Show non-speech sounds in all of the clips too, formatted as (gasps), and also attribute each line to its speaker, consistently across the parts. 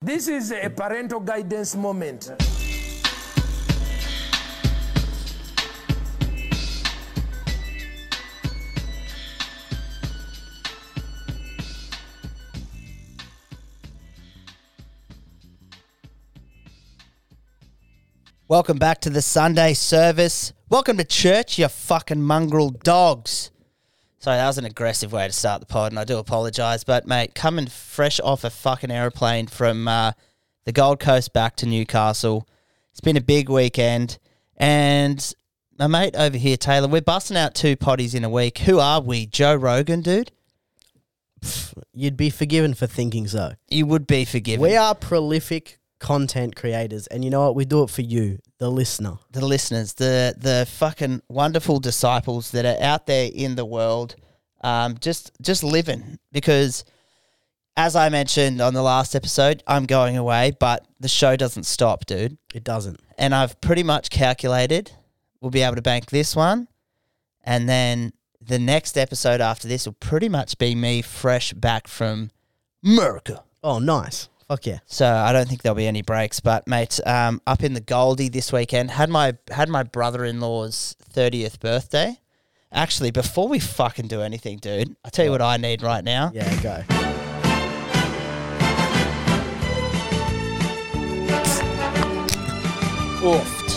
Speaker 1: This is a parental guidance moment.
Speaker 2: Welcome back to the Sunday service. Welcome to church, you fucking mongrel dogs. Sorry, that was an aggressive way to start the pod, and I do apologise. But, mate, coming fresh off a fucking aeroplane from uh, the Gold Coast back to Newcastle, it's been a big weekend. And my mate over here, Taylor, we're busting out two potties in a week. Who are we? Joe Rogan, dude?
Speaker 3: You'd be forgiven for thinking so.
Speaker 2: You would be forgiven.
Speaker 3: We are prolific content creators, and you know what? We do it for you, the listener.
Speaker 2: the listeners, the the fucking wonderful disciples that are out there in the world, um, just just living. Because, as I mentioned on the last episode, I'm going away, but the show doesn't stop, dude.
Speaker 3: It doesn't.
Speaker 2: And I've pretty much calculated we'll be able to bank this one, and then the next episode after this will pretty much be me fresh back from America.
Speaker 3: Oh, nice. Fuck yeah.
Speaker 2: So I don't think there'll be any breaks. But mate, um, up in the Goldie this weekend had my had my brother in law's thirtieth birthday. Actually, before we fucking do anything, dude, I tell you what I need right now.
Speaker 3: Yeah, go.
Speaker 2: Oofed.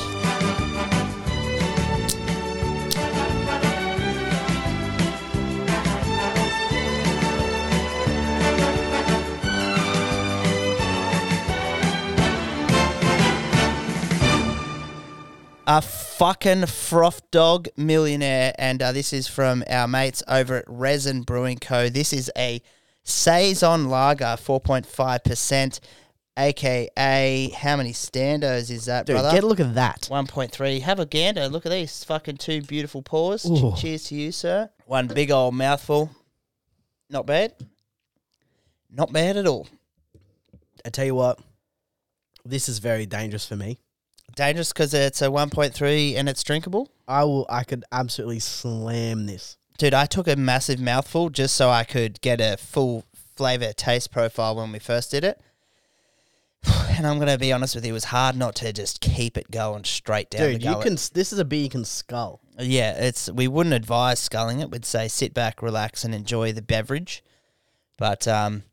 Speaker 2: A fucking froth dog millionaire, and uh, this is from our mates over at Resin Brewing Co. This is a saison lager, four point five percent, aka how many standos is that,
Speaker 3: Dude,
Speaker 2: brother?
Speaker 3: get a look at that.
Speaker 2: 1.3. Have a gander. Look at these fucking two beautiful paws. Ch-
Speaker 3: Ooh.
Speaker 2: Cheers to you, sir. One big old mouthful. Not bad. Not bad at all.
Speaker 3: I tell you what, this is very dangerous for me.
Speaker 2: Dangerous because it's a 1.3 and it's drinkable.
Speaker 3: I will. I could absolutely slam this.
Speaker 2: Dude, I took a massive mouthful just so I could get a full flavor taste profile when we first did it. (sighs) And I'm going to be honest with you, it was hard not to just keep it going straight down the
Speaker 3: Dude, you
Speaker 2: gullet.
Speaker 3: can. s- This is a beer you can skull.
Speaker 2: Yeah, it's we wouldn't advise sculling it. We'd say sit back, relax, and enjoy the beverage. But um,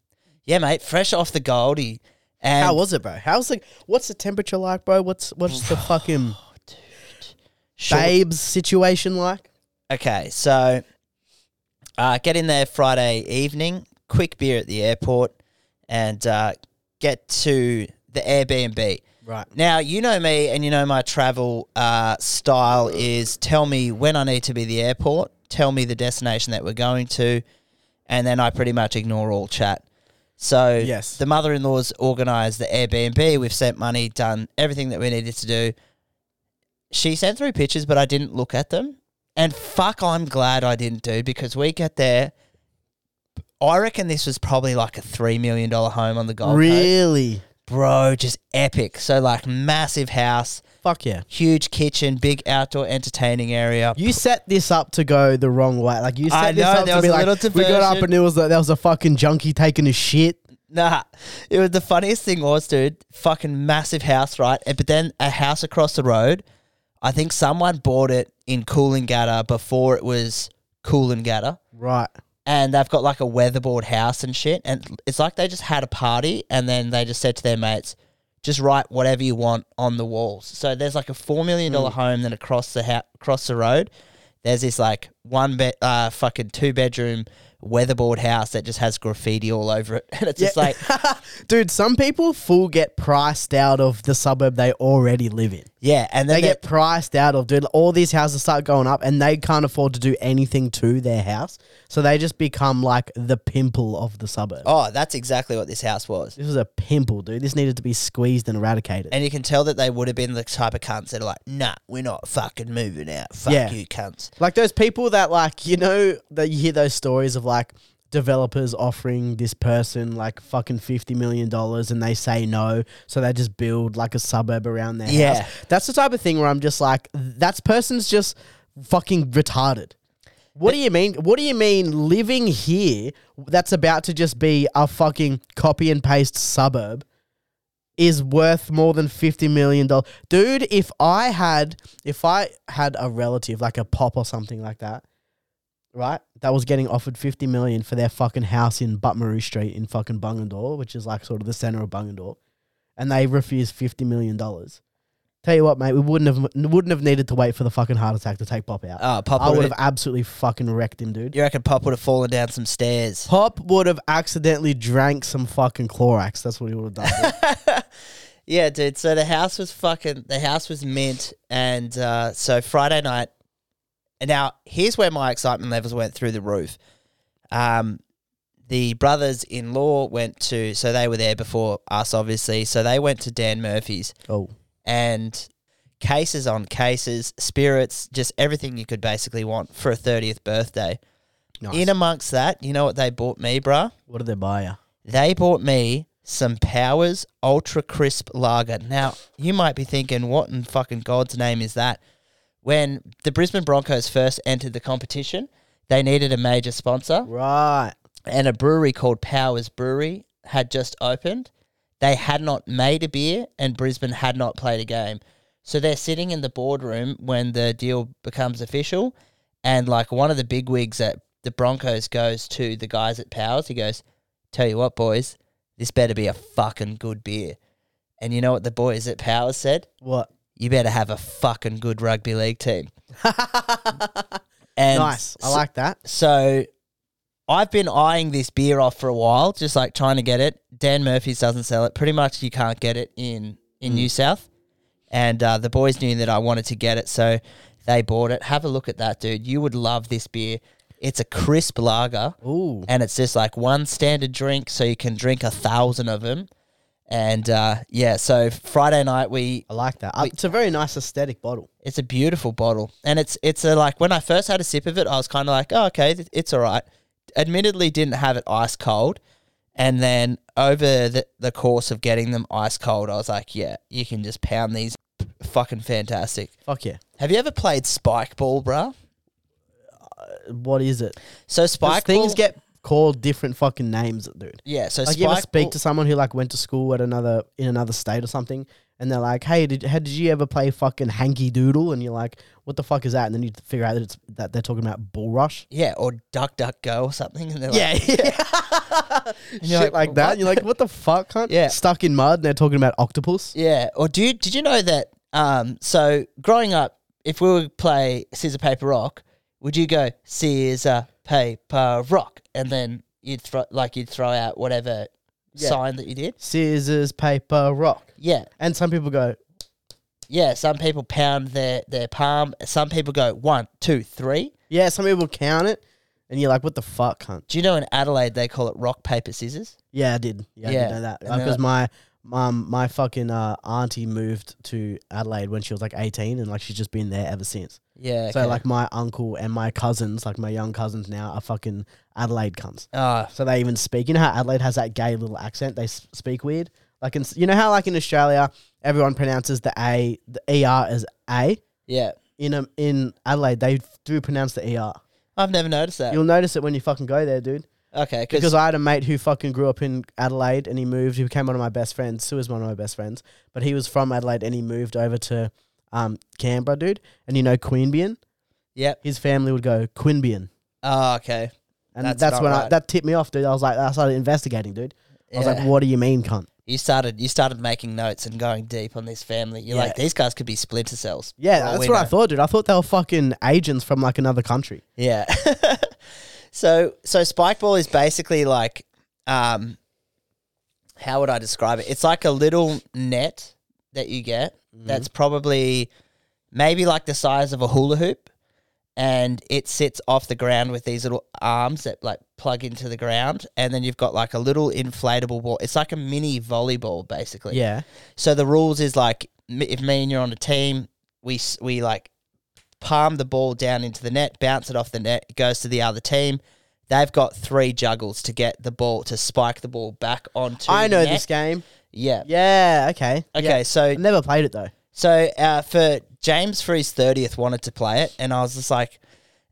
Speaker 2: yeah, mate, fresh off the goldie. And
Speaker 3: How was it, bro? How's the? What's the temperature like, bro? What's
Speaker 2: (sighs)
Speaker 3: what's the fucking
Speaker 2: short-
Speaker 3: babes situation like?
Speaker 2: Okay, so uh, get in there Friday evening, quick beer at the airport, and uh, get to the Airbnb.
Speaker 3: Right.
Speaker 2: Now, you know me and you know my travel uh, style is tell me when I need to be at the airport, tell me the destination that we're going to, and then I pretty much ignore all chat. So
Speaker 3: Yes.
Speaker 2: the mother in law's organised the Airbnb. We've sent money, done everything that we needed to do. She sent through pictures, but I didn't look at them. And fuck, I'm glad I didn't do because we get there. I reckon this was probably like a $3 million home on the Gold Coast
Speaker 3: Really?
Speaker 2: bro, just epic. So like massive house,
Speaker 3: Fuck yeah.
Speaker 2: huge kitchen, big outdoor entertaining area.
Speaker 3: You set this up to go the wrong way. Like you set
Speaker 2: I
Speaker 3: this
Speaker 2: know,
Speaker 3: up
Speaker 2: there
Speaker 3: to
Speaker 2: was
Speaker 3: be
Speaker 2: a
Speaker 3: like,
Speaker 2: little
Speaker 3: we got up
Speaker 2: diversion.
Speaker 3: and it was like, there was a fucking junkie taking a shit.
Speaker 2: Nah, it was the funniest thing was, dude, fucking massive house, right? And, but then a house across the road. I think someone bought it in Coolangatta before it was Coolangatta. (laughs)
Speaker 3: Right.
Speaker 2: And they've got like a weatherboard house and shit. And it's like they just had a party and then they just said to their mates, just write whatever you want on the walls. So there's like a four million
Speaker 3: Mm.
Speaker 2: dollar home then across the ha- across the road. There's this like one bed, uh, fucking two bedroom weatherboard house that just has graffiti all over it, (laughs) and it's just like,
Speaker 3: Dude, some people full get priced out of the suburb they already live in.
Speaker 2: yeah, and then
Speaker 3: They get priced out of, dude. All these houses start going up and they can't afford to do anything to their house. So they just become like the pimple of the suburb.
Speaker 2: oh, that's exactly what this house was,
Speaker 3: This was a pimple, dude. This needed to be squeezed and eradicated.
Speaker 2: and you can tell that they would have been the type of cunts that are like, nah, we're not fucking moving out, fuck
Speaker 3: Yeah.
Speaker 2: you cunts.
Speaker 3: Like those people that like you know that you hear those stories of like developers offering this person like fucking fifty million dollars and they say no, so they just build like a suburb around their
Speaker 2: Yeah.
Speaker 3: house. That's the type of thing where I'm just like, that person's just fucking retarded. What do you mean? What do you mean living here that's about to just be a fucking copy and paste suburb? is worth more than fifty million dollars, dude. If I had, if I had a relative like a pop or something like that, right, that was getting offered fifty million for their fucking house in Butmaroo Street in fucking Bungendore, which is like sort of the center of Bungendore, and they refused fifty million dollars. Tell you what, mate, we wouldn't have wouldn't have needed to wait for the fucking heart attack to take Ah, Pop out.
Speaker 2: Oh, Pop
Speaker 3: I would
Speaker 2: would've-
Speaker 3: have absolutely fucking wrecked him, dude.
Speaker 2: You reckon Pop would have fallen down some stairs?
Speaker 3: Pop would have accidentally drank some fucking Clorox. That's what he would have done. (laughs) dude.
Speaker 2: Yeah, dude. So the house was fucking. The house was mint, and uh, so Friday night. And now here's where my excitement levels went through the roof. Um, the brothers-in-law went to, so they were there before us, obviously. So they went to Dan Murphy's,
Speaker 3: oh,
Speaker 2: and cases on cases, spirits, just everything you could basically want for a thirtieth birthday.
Speaker 3: nice.
Speaker 2: In amongst that, you know what they bought me, bruh?
Speaker 3: what did they buy ya?
Speaker 2: they bought me some Powers Ultra Crisp Lager. Now, you might be thinking, what in fucking God's name is that? When the Brisbane Broncos first entered the competition, they needed a major sponsor,
Speaker 3: Right.
Speaker 2: and a brewery called Powers Brewery had just opened. They had not made a beer, and Brisbane had not played a game. So they're sitting in the boardroom when the deal becomes official, and like one of the big wigs at the Broncos goes to the guys at Powers. He goes, "Tell you what, boys, this better be a fucking good beer." And you know what the boys at Powers said?
Speaker 3: What?
Speaker 2: You better have a fucking good rugby league
Speaker 3: (laughs)
Speaker 2: team. and
Speaker 3: nice. I like that.
Speaker 2: so I've been eyeing this beer off for a while, just like trying to get it. Dan Murphy's doesn't sell it. Pretty much you can't get it in, in New South. And uh, the boys knew that I wanted to get it, so they bought it. Have a look at that, dude. You would love this beer. It's a crisp lager,
Speaker 3: Ooh.
Speaker 2: and it's just like one standard drink, so you can drink a thousand of them. And uh, yeah, so Friday night we
Speaker 3: I like that. Uh, it's a very nice aesthetic bottle.
Speaker 2: it's a beautiful bottle, and it's it's a like when I first had a sip of it, I was kind of like, oh, okay, th- it's all right. Admittedly, didn't have it ice cold, and then over the, the course of getting them ice cold, I was like, yeah, you can just pound these, fucking fantastic.
Speaker 3: Fuck yeah.
Speaker 2: Have you ever played spike ball, bruh?
Speaker 3: What is it? 'Cause
Speaker 2: So spike
Speaker 3: things
Speaker 2: ball-
Speaker 3: get called different fucking names, dude.
Speaker 2: yeah. So
Speaker 3: Like
Speaker 2: spike
Speaker 3: you ever speak
Speaker 2: ball-
Speaker 3: to someone who like went to school at another in another state or something, and they're like, "Hey, did how did you ever play fucking hanky doodle?" And you're like, "What the fuck is that?" And then you figure out that it's that they're talking about bull rush.
Speaker 2: yeah, or duck duck go or something, and they're like,
Speaker 3: yeah. (laughs)
Speaker 2: you're
Speaker 3: Shit like,
Speaker 2: like,
Speaker 3: that.
Speaker 2: "What?"
Speaker 3: You're like, what the fuck, cunt?
Speaker 2: Yeah.
Speaker 3: Stuck in mud and they're talking about octopus.
Speaker 2: Yeah. Or do you, did you know that? Um, so growing up, if we were to play scissor paper rock, would you go scissor paper rock, and then you'd throw like you'd throw out whatever
Speaker 3: Yeah.
Speaker 2: sign that you did?
Speaker 3: Scissors, paper, rock.
Speaker 2: Yeah,
Speaker 3: And some people go,
Speaker 2: yeah. Some people pound their their palm. Some people go one, two, three.
Speaker 3: yeah, some people count it. And you're like, what the fuck, cunt?
Speaker 2: Do you know in Adelaide they call it rock paper scissors?
Speaker 3: Yeah, I did. Yeah, I
Speaker 2: Yeah.
Speaker 3: did know that.
Speaker 2: And they're
Speaker 3: Because my mum, my fucking uh, auntie moved to Adelaide when she was like 18 and like she's just been there ever since.
Speaker 2: Yeah.
Speaker 3: So
Speaker 2: okay.
Speaker 3: like my uncle and my cousins, like my young cousins now are fucking Adelaide cunts.
Speaker 2: oh,
Speaker 3: So they even speak. You know how Adelaide has that gay little accent? They s- speak weird. Like in, you know how like in Australia, everyone pronounces the a the er as a.
Speaker 2: yeah.
Speaker 3: In um, in Adelaide, they do pronounce the er.
Speaker 2: I've never noticed that.
Speaker 3: You'll notice it when you fucking go there, dude.
Speaker 2: okay,
Speaker 3: Because I had a mate who fucking grew up in Adelaide and he moved. He became one of my best friends. Sue is one of my best friends, but he was from Adelaide and he moved over to um Canberra, dude. And you know Queanbeyan,
Speaker 2: yep.
Speaker 3: his family would go Quinbian.
Speaker 2: Oh, okay.
Speaker 3: And that's,
Speaker 2: That's not
Speaker 3: when I,
Speaker 2: right.
Speaker 3: that tipped me off, dude. I was like, I started investigating, dude. I was
Speaker 2: Yeah.
Speaker 3: like, what do you mean, cunt?
Speaker 2: You started you started making notes and going deep on this family. You're
Speaker 3: Yeah.
Speaker 2: like, these guys could be splinter cells. for
Speaker 3: Yeah,
Speaker 2: all
Speaker 3: that's
Speaker 2: we
Speaker 3: what I
Speaker 2: know."
Speaker 3: thought, dude. I thought they were fucking agents from like another country.
Speaker 2: Yeah. (laughs) so so spikeball is basically like um how would I describe it? It's like a little net that you get
Speaker 3: Mm-hmm.
Speaker 2: that's probably maybe like the size of a hula hoop and it sits off the ground with these little arms that like plug into the ground and then you've got like a little inflatable ball. It's like a mini volleyball basically.
Speaker 3: Yeah.
Speaker 2: So the rules is like m- if me and you're on a team, we s- we like palm the ball down into the net, bounce it off the net, it goes to the other team. They've got three juggles to get the ball to spike the ball back onto.
Speaker 3: I
Speaker 2: the
Speaker 3: know
Speaker 2: net.
Speaker 3: this game.
Speaker 2: Yeah.
Speaker 3: Yeah, okay.
Speaker 2: Okay. So
Speaker 3: I never played it though.
Speaker 2: so uh, for James for his thirtieth wanted to play it, and I was just like,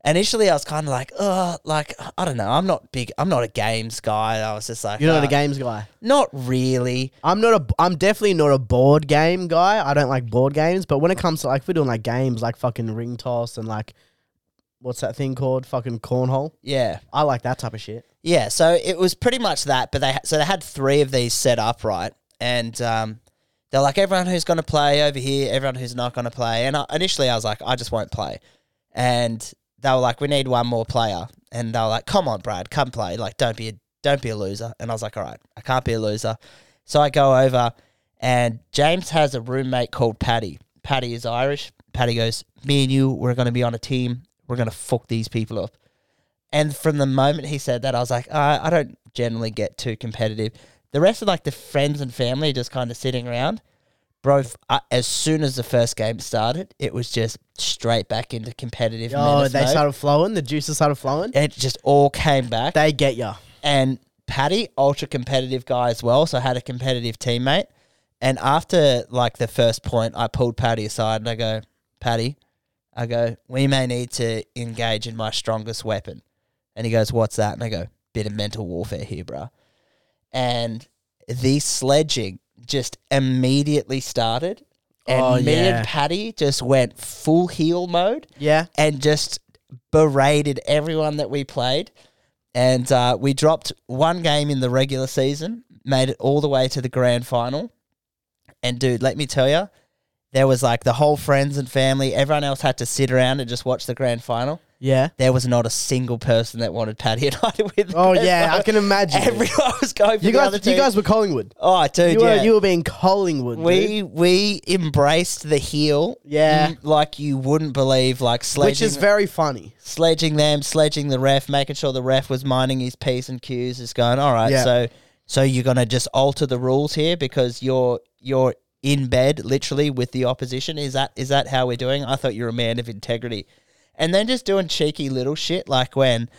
Speaker 2: Initially, I was kind of like, oh, like I don't know. I'm not big. I'm not a games guy. I was just like,
Speaker 3: You're not a
Speaker 2: "Ah,
Speaker 3: games guy.
Speaker 2: Not really.
Speaker 3: I'm not a. I'm definitely not a board game guy. I don't like board games. But when it comes to like, if we're doing like games, like fucking ring toss and like, what's that thing called? Fucking cornhole.
Speaker 2: Yeah,
Speaker 3: I like that type of shit.
Speaker 2: yeah. So it was pretty much that. But they ha- so they had three of these set up right, and um, they're like, everyone who's going to play over here, everyone who's not going to play. And I, initially, I was like, I just won't play. And they were like, we need one more player. And they were like, come on, Brad, come play. Like, don't be a don't be a loser. And I was like, all right, I can't be a loser. So I go over, and James has a roommate called Paddy. Paddy is Irish. Paddy goes, me and you, we're going to be on a team. We're going to fuck these people up. And from the moment he said that, I was like, "Oh, I, I don't generally get too competitive. The rest of like the friends and family are just kind of sitting around. Bro, f- I- as soon as the first game started, it was just straight back into competitive.
Speaker 3: Oh,
Speaker 2: menace
Speaker 3: they
Speaker 2: mode.
Speaker 3: started flowing. The juices started flowing.
Speaker 2: It just all came back.
Speaker 3: They get ya.
Speaker 2: and Paddy, ultra competitive guy as well, so had a competitive teammate. And after like the first point, I pulled Paddy aside and I go, Paddy, I go, we may need to engage in my strongest weapon. And he goes, What's that? And I go, Bit of mental warfare here, bruh. And the sledging just immediately started. And
Speaker 3: Oh,
Speaker 2: me
Speaker 3: yeah.
Speaker 2: and Paddy just went full heel mode
Speaker 3: Yeah.
Speaker 2: and just berated everyone that we played. And uh, we dropped one game in the regular season, made it all the way to the grand final. And dude, let me tell you, there was like the whole friends and family, everyone else had to sit around and just watch the grand final.
Speaker 3: Yeah.
Speaker 2: There was not a single person that wanted Paddy (laughs) and I to win. the
Speaker 3: Oh
Speaker 2: grand
Speaker 3: yeah, I
Speaker 2: final.
Speaker 3: can imagine.
Speaker 2: Everyone was going for
Speaker 3: you
Speaker 2: the
Speaker 3: guys,
Speaker 2: other
Speaker 3: you
Speaker 2: team.
Speaker 3: guys were Collingwood.
Speaker 2: oh, dude,
Speaker 3: You were,
Speaker 2: yeah.
Speaker 3: you were being Collingwood. dude.
Speaker 2: we we embraced the heel,
Speaker 3: Yeah.
Speaker 2: mm, like you wouldn't believe, like sledging
Speaker 3: which is very funny.
Speaker 2: sledging them, sledging the ref, making sure the ref was minding his p's and q's. Is going all right.
Speaker 3: Yeah.
Speaker 2: So, so you're gonna just alter the rules here because you're you're in bed literally with the opposition. Is that is that how we're doing? I thought you're a man of integrity, and then just doing cheeky little shit like when.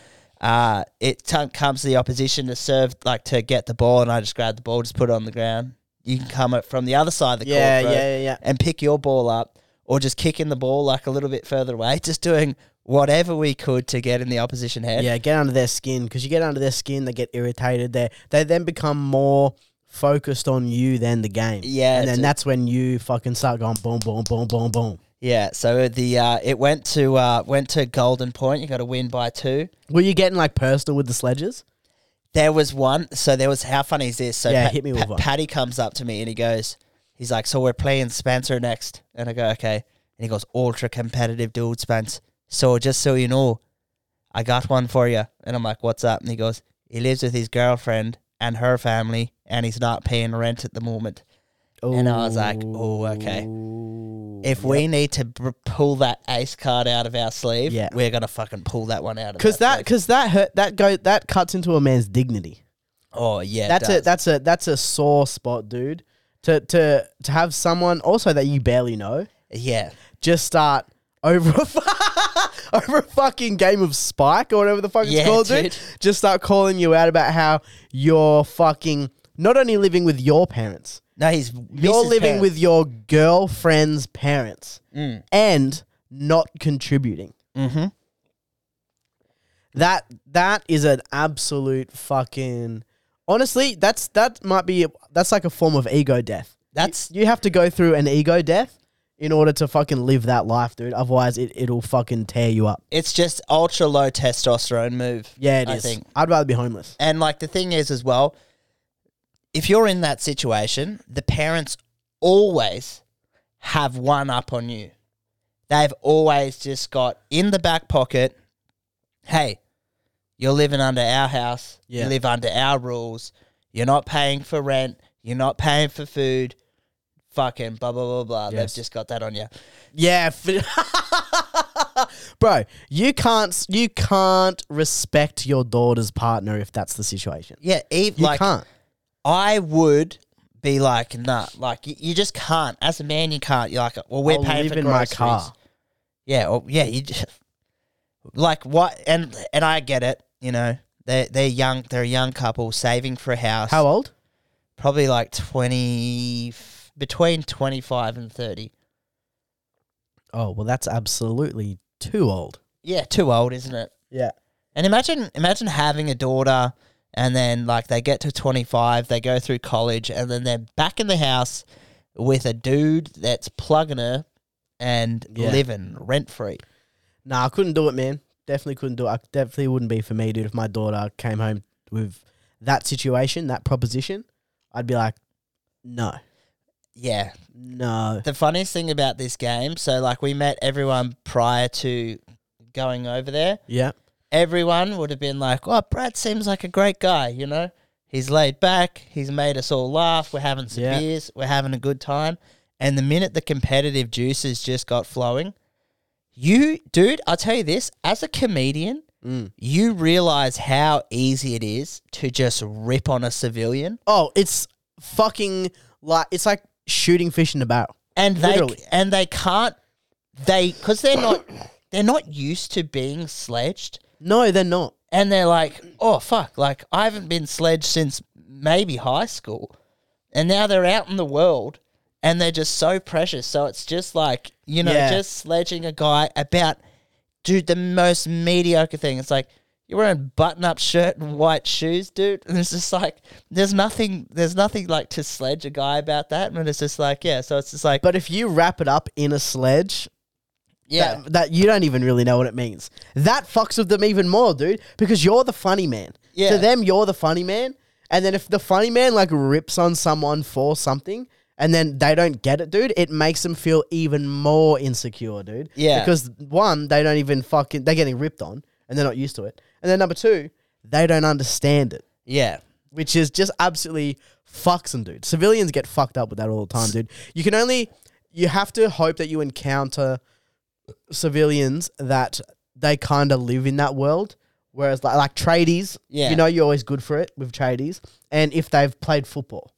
Speaker 2: Uh, it t- comes to the opposition to serve, like to get the ball, and I just grab the ball, just put it on the ground. You can come up from the other side of the
Speaker 3: Yeah,
Speaker 2: court, bro,
Speaker 3: yeah, yeah, yeah.
Speaker 2: and pick your ball up or just kicking the ball like a little bit further away, (laughs) just doing whatever we could to get in the opposition head.
Speaker 3: Yeah, get under their skin because you get under their skin, they get irritated. They they then become more focused on you than the game.
Speaker 2: Yeah,
Speaker 3: and then
Speaker 2: dude.
Speaker 3: that's when you fucking start going boom, boom, boom, boom, boom.
Speaker 2: Yeah, so the uh, it went to uh, went to Golden Point. You got to win by two.
Speaker 3: Were you getting like personal with the sledges?
Speaker 2: There was one. So there was how funny is this? So
Speaker 3: Yeah, hit me with one.
Speaker 2: Patty comes up to me and he goes, he's like, so we're playing Spencer next, and I go, okay, and he goes, ultra competitive dude, Spence. So just so you know, I got one for you, and I'm like, what's up? And he goes, he lives with his girlfriend and her family, and he's not paying rent at the moment. And I was like, oh, okay. If we need to br- pull that ace card out of our sleeve,
Speaker 3: Yeah.
Speaker 2: we're gonna fucking pull that one out of
Speaker 3: Because
Speaker 2: our
Speaker 3: that
Speaker 2: sleeve.
Speaker 3: because that hurt that go that cuts into a man's dignity.
Speaker 2: oh yeah,
Speaker 3: that's
Speaker 2: it.
Speaker 3: a that's a that's a sore spot, dude. To to to have someone also that you barely know
Speaker 2: does. yeah,
Speaker 3: just start over a fu- (laughs) over a fucking game of Spike or whatever the fuck
Speaker 2: Yeah,
Speaker 3: it's called, dude.
Speaker 2: dude.
Speaker 3: Just start calling you out about how you're fucking not only living with your parents,
Speaker 2: no, he's
Speaker 3: you're living with your girlfriend's parents and not contributing.
Speaker 2: Mm. Mm-hmm.
Speaker 3: That that is an absolute fucking honestly, that's that might be that's like a form of ego death.
Speaker 2: That's
Speaker 3: You have to go through an ego death in order to fucking live that life, dude. Otherwise it, it'll fucking tear you up.
Speaker 2: it's just ultra low testosterone move.
Speaker 3: Yeah, it
Speaker 2: I
Speaker 3: is.
Speaker 2: think.
Speaker 3: I'd rather be homeless.
Speaker 2: And like the thing is as well, if you're in that situation, the parents always have one up on you. They've always just got in the back pocket, hey, you're living under our house,
Speaker 3: Yeah.
Speaker 2: you live under our rules, you're not paying for rent, you're not paying for food, fucking blah blah blah blah.
Speaker 3: Yes.
Speaker 2: They've just got that on you.
Speaker 3: Yeah, (laughs) bro, you can't s- you can't respect your daughter's partner if that's the situation.
Speaker 2: Yeah, Eve
Speaker 3: You
Speaker 2: like
Speaker 3: can't.
Speaker 2: I would be like, nah, like you, you just can't. As a man, you can't. You're like, well, we're
Speaker 3: I'll
Speaker 2: paying
Speaker 3: live
Speaker 2: for
Speaker 3: in my
Speaker 2: groceries.
Speaker 3: car.
Speaker 2: Yeah, or, yeah. You just, like what? And and I get it. You know, they they're young. They're a young couple saving for a house.
Speaker 3: How old?
Speaker 2: Probably like twenty, between twenty five and thirty.
Speaker 3: Oh well, that's absolutely too old.
Speaker 2: yeah, too old, isn't it?
Speaker 3: Yeah.
Speaker 2: And imagine imagine having a daughter and then like they get to 25, they go through college and then they're back in the house with a dude that's plugging her and
Speaker 3: Yeah.
Speaker 2: living rent free.
Speaker 3: Nah, I couldn't do it, man. Definitely couldn't do it. I definitely wouldn't be for me, dude. If my daughter came home with that situation, that proposition, I'd be like, no,
Speaker 2: Yeah.
Speaker 3: no.
Speaker 2: The funniest thing about this game, so like we met everyone prior to going over there.
Speaker 3: Yeah.
Speaker 2: everyone would have been like, "Oh, Brad seems like a great guy," you know. He's laid back. He's made us all laugh. We're having some
Speaker 3: Yeah.
Speaker 2: beers. We're having a good time. And the minute the competitive juices just got flowing, you, dude, I'll tell you this: as a comedian,
Speaker 3: Mm.
Speaker 2: you realize how easy it is to just rip on a civilian,
Speaker 3: Oh, it's fucking like it's like shooting fish in a barrel.
Speaker 2: and they
Speaker 3: Literally.
Speaker 2: and they can't they because they're not they're not used to being sledged.
Speaker 3: No, they're not.
Speaker 2: and they're like, "Oh fuck! Like I haven't been sledged since maybe high school, and now they're out in the world, and they're just so precious. So it's just like you know,
Speaker 3: Yeah.
Speaker 2: just sledging a guy about, dude, the most mediocre thing. It's like you're wearing button-up shirt and white shoes, dude. (laughs) And it's just like there's nothing, there's nothing like to sledge a guy about that. And it's just like yeah, so it's just like
Speaker 3: But if you wrap it up in a sledge,
Speaker 2: yeah,
Speaker 3: that, that you don't even really know what it means. That fucks with them even more, dude, because you're the funny man.
Speaker 2: Yeah.
Speaker 3: To them, you're the funny man. And then if the funny man like rips on someone for something and then they don't get it, dude, it makes them feel even more insecure, dude.
Speaker 2: Yeah.
Speaker 3: Because one, they don't even fucking, they're getting ripped on and they're not used to it. And then number two, they don't understand it,
Speaker 2: yeah,
Speaker 3: which is just absolutely fucks them, dude. Civilians get fucked up with that all the time, dude. You can only, you have to hope that you encounter civilians that they kind of live in that world. Whereas like, like tradies,
Speaker 2: Yeah.
Speaker 3: you know, you're always good for it with tradies. And if they've played football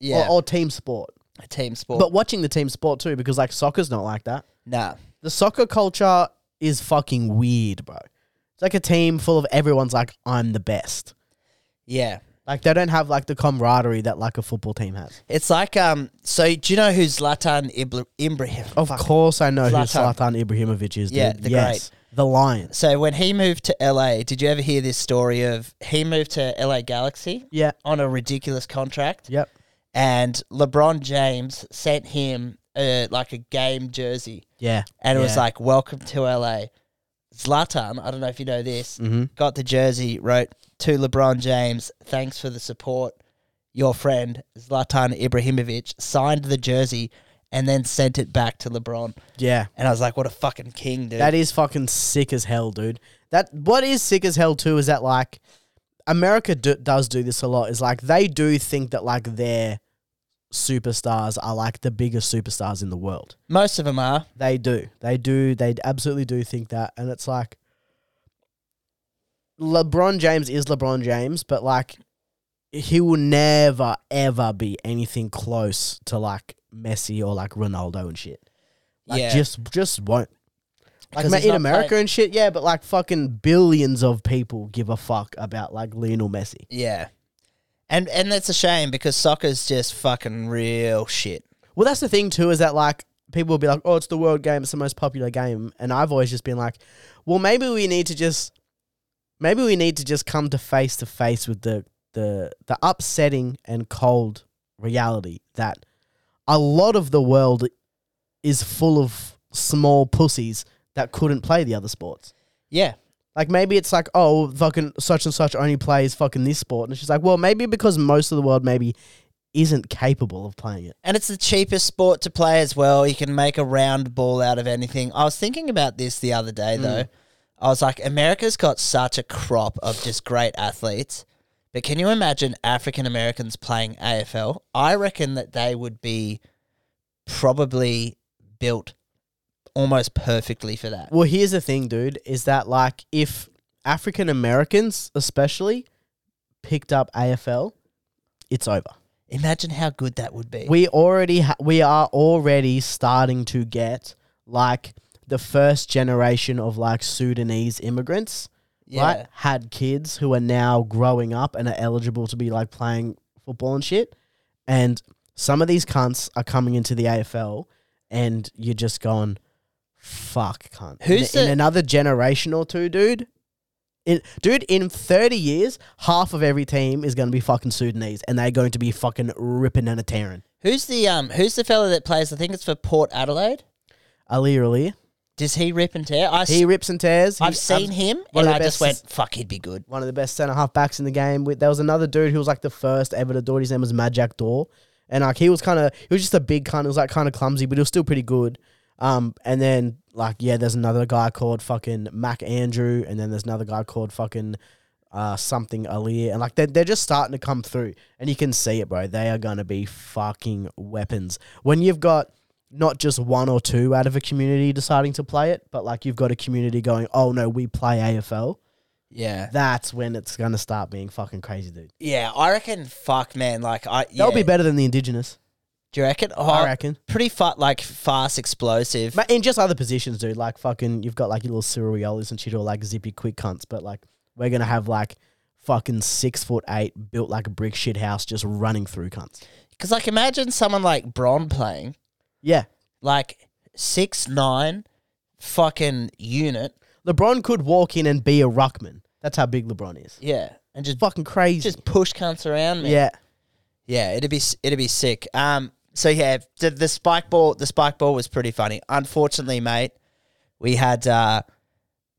Speaker 2: yeah,
Speaker 3: or, or team sport,
Speaker 2: team sport.
Speaker 3: but watching the team sport too, because like soccer's not like that.
Speaker 2: nah,
Speaker 3: The soccer culture is fucking weird, bro. It's like a team full of everyone's like, I'm the best.
Speaker 2: yeah.
Speaker 3: Like they don't have like the camaraderie that like a football team has.
Speaker 2: It's like um. So do you know who Zlatan Ibra- Ibrahim?
Speaker 3: Of course, I know who
Speaker 2: Zlatan.
Speaker 3: Zlatan Ibrahimovic is. Dude.
Speaker 2: Yeah, the
Speaker 3: yes, the Lions.
Speaker 2: So when he moved to LA, did you ever hear this story of he moved to LA Galaxy
Speaker 3: Yeah,
Speaker 2: on a ridiculous contract,
Speaker 3: yep.
Speaker 2: and LeBron James sent him uh, like a game jersey,
Speaker 3: Yeah,
Speaker 2: and it was
Speaker 3: Yeah.
Speaker 2: like "Welcome to LA." Zlatan, I don't know if you know this,
Speaker 3: Mhm.
Speaker 2: got the jersey, wrote to LeBron James, "Thanks for the support." Your friend Zlatan Ibrahimovic signed the jersey and then sent it back to LeBron.
Speaker 3: yeah.
Speaker 2: And I was like, what a fucking king, dude.
Speaker 3: That is fucking sick as hell, dude. That what is sick as hell too is that like America do, does do this a lot. Is like they do think that like their superstars are like the biggest superstars in the world.
Speaker 2: Most of them are.
Speaker 3: They do. They do. They absolutely do think that, and it's like LeBron James is LeBron James, but like he will never ever be anything close to like Messi or like Ronaldo and shit. Like
Speaker 2: yeah.
Speaker 3: just just won't. Like
Speaker 2: 'Cause
Speaker 3: ma-
Speaker 2: he's
Speaker 3: in
Speaker 2: not
Speaker 3: America
Speaker 2: playing-
Speaker 3: and shit, yeah, but like fucking billions of people give a fuck about like Lionel Messi.
Speaker 2: yeah. And and that's a shame because soccer's just fucking real shit.
Speaker 3: Well, that's the thing too is that like people will be like, "Oh, it's the world game; it's the most popular game," and I've always just been like, "Well, maybe we need to just, maybe we need to just come to face to face with the the the upsetting and cold reality that a lot of the world is full of small pussies that couldn't play the other sports."
Speaker 2: Yeah.
Speaker 3: Like maybe it's like, oh, fucking such and such only plays fucking this sport, and she's like, well, maybe because most of the world maybe isn't capable of playing it.
Speaker 2: And it's the cheapest sport to play as well. You can make a round ball out of anything. I was thinking about this the other
Speaker 3: Hmm.
Speaker 2: day though. I was like, America's got such a crop of just great athletes. But can you imagine African Americans playing AFL? I reckon that they would be probably built almost perfectly for that.
Speaker 3: Well, here's the thing, dude, is that like if African Americans especially picked up AFL, it's over.
Speaker 2: Imagine how good that would be.
Speaker 3: We already ha- we are already starting to get like the first generation of like Sudanese immigrants,
Speaker 2: yeah.
Speaker 3: right? Had kids who are now growing up and are eligible to be like playing football and shit. And some of these cunts are coming into the AFL and you're just going, fuck, cunt.
Speaker 2: Who's
Speaker 3: in, in
Speaker 2: the-
Speaker 3: another generation or two, dude? In, dude, in 30 years, half of every team is going to be fucking Sudanese and they're going to be fucking ripping and a tearing.
Speaker 2: Who's the um? Who's the fella that plays? I think it's for Port Adelaide.
Speaker 3: Ali Ali.
Speaker 2: Does he rip and tear? I
Speaker 3: He rips and tears. He-
Speaker 2: have seen him,
Speaker 3: one
Speaker 2: and
Speaker 3: of the
Speaker 2: I just went,
Speaker 3: best-
Speaker 2: "Fuck, he'd be good."
Speaker 3: one of the best centre half backs in the game. With there was another dude who was like the first ever to do it. His name was Majak Dor, and like he was kind of he was just a big kind. He was like kind of clumsy, but he was still pretty good. Um, and then like yeah, there's another guy called fucking Mac Andrew, and then there's another guy called fucking uh something Alir, and like they're they're just starting to come through, and you can see it, bro. They are gonna be fucking weapons when you've got. Not just one or two out of a community deciding to play it, but like you've got a community going, oh no, we play AFL
Speaker 2: Yeah,
Speaker 3: that's when it's gonna start being fucking crazy, dude.
Speaker 2: yeah. I reckon. Fuck, man. Like I, yeah.
Speaker 3: That'll be better than the indigenous,
Speaker 2: Do you reckon? Oh,
Speaker 3: I reckon.
Speaker 2: Pretty fa- like fast, explosive.
Speaker 3: But in just other positions, dude, like fucking, you've got like your little Ciriliolis and shit, or like zippy quick cunts. But like, we're gonna have like fucking six foot eight, built like a brick shit house, just running through cunts.
Speaker 2: Because like imagine someone like Bron playing
Speaker 3: Yeah,
Speaker 2: like six nine, fucking unit.
Speaker 3: LeBron could walk in and be a ruckman. That's how big LeBron is.
Speaker 2: Yeah, and just
Speaker 3: Fucking crazy.
Speaker 2: just push cunts around me.
Speaker 3: yeah.
Speaker 2: Yeah, it'd be s- it'd be sick. Um, so yeah, the, the spike ball the spike ball was pretty funny. Unfortunately, mate, we had uh,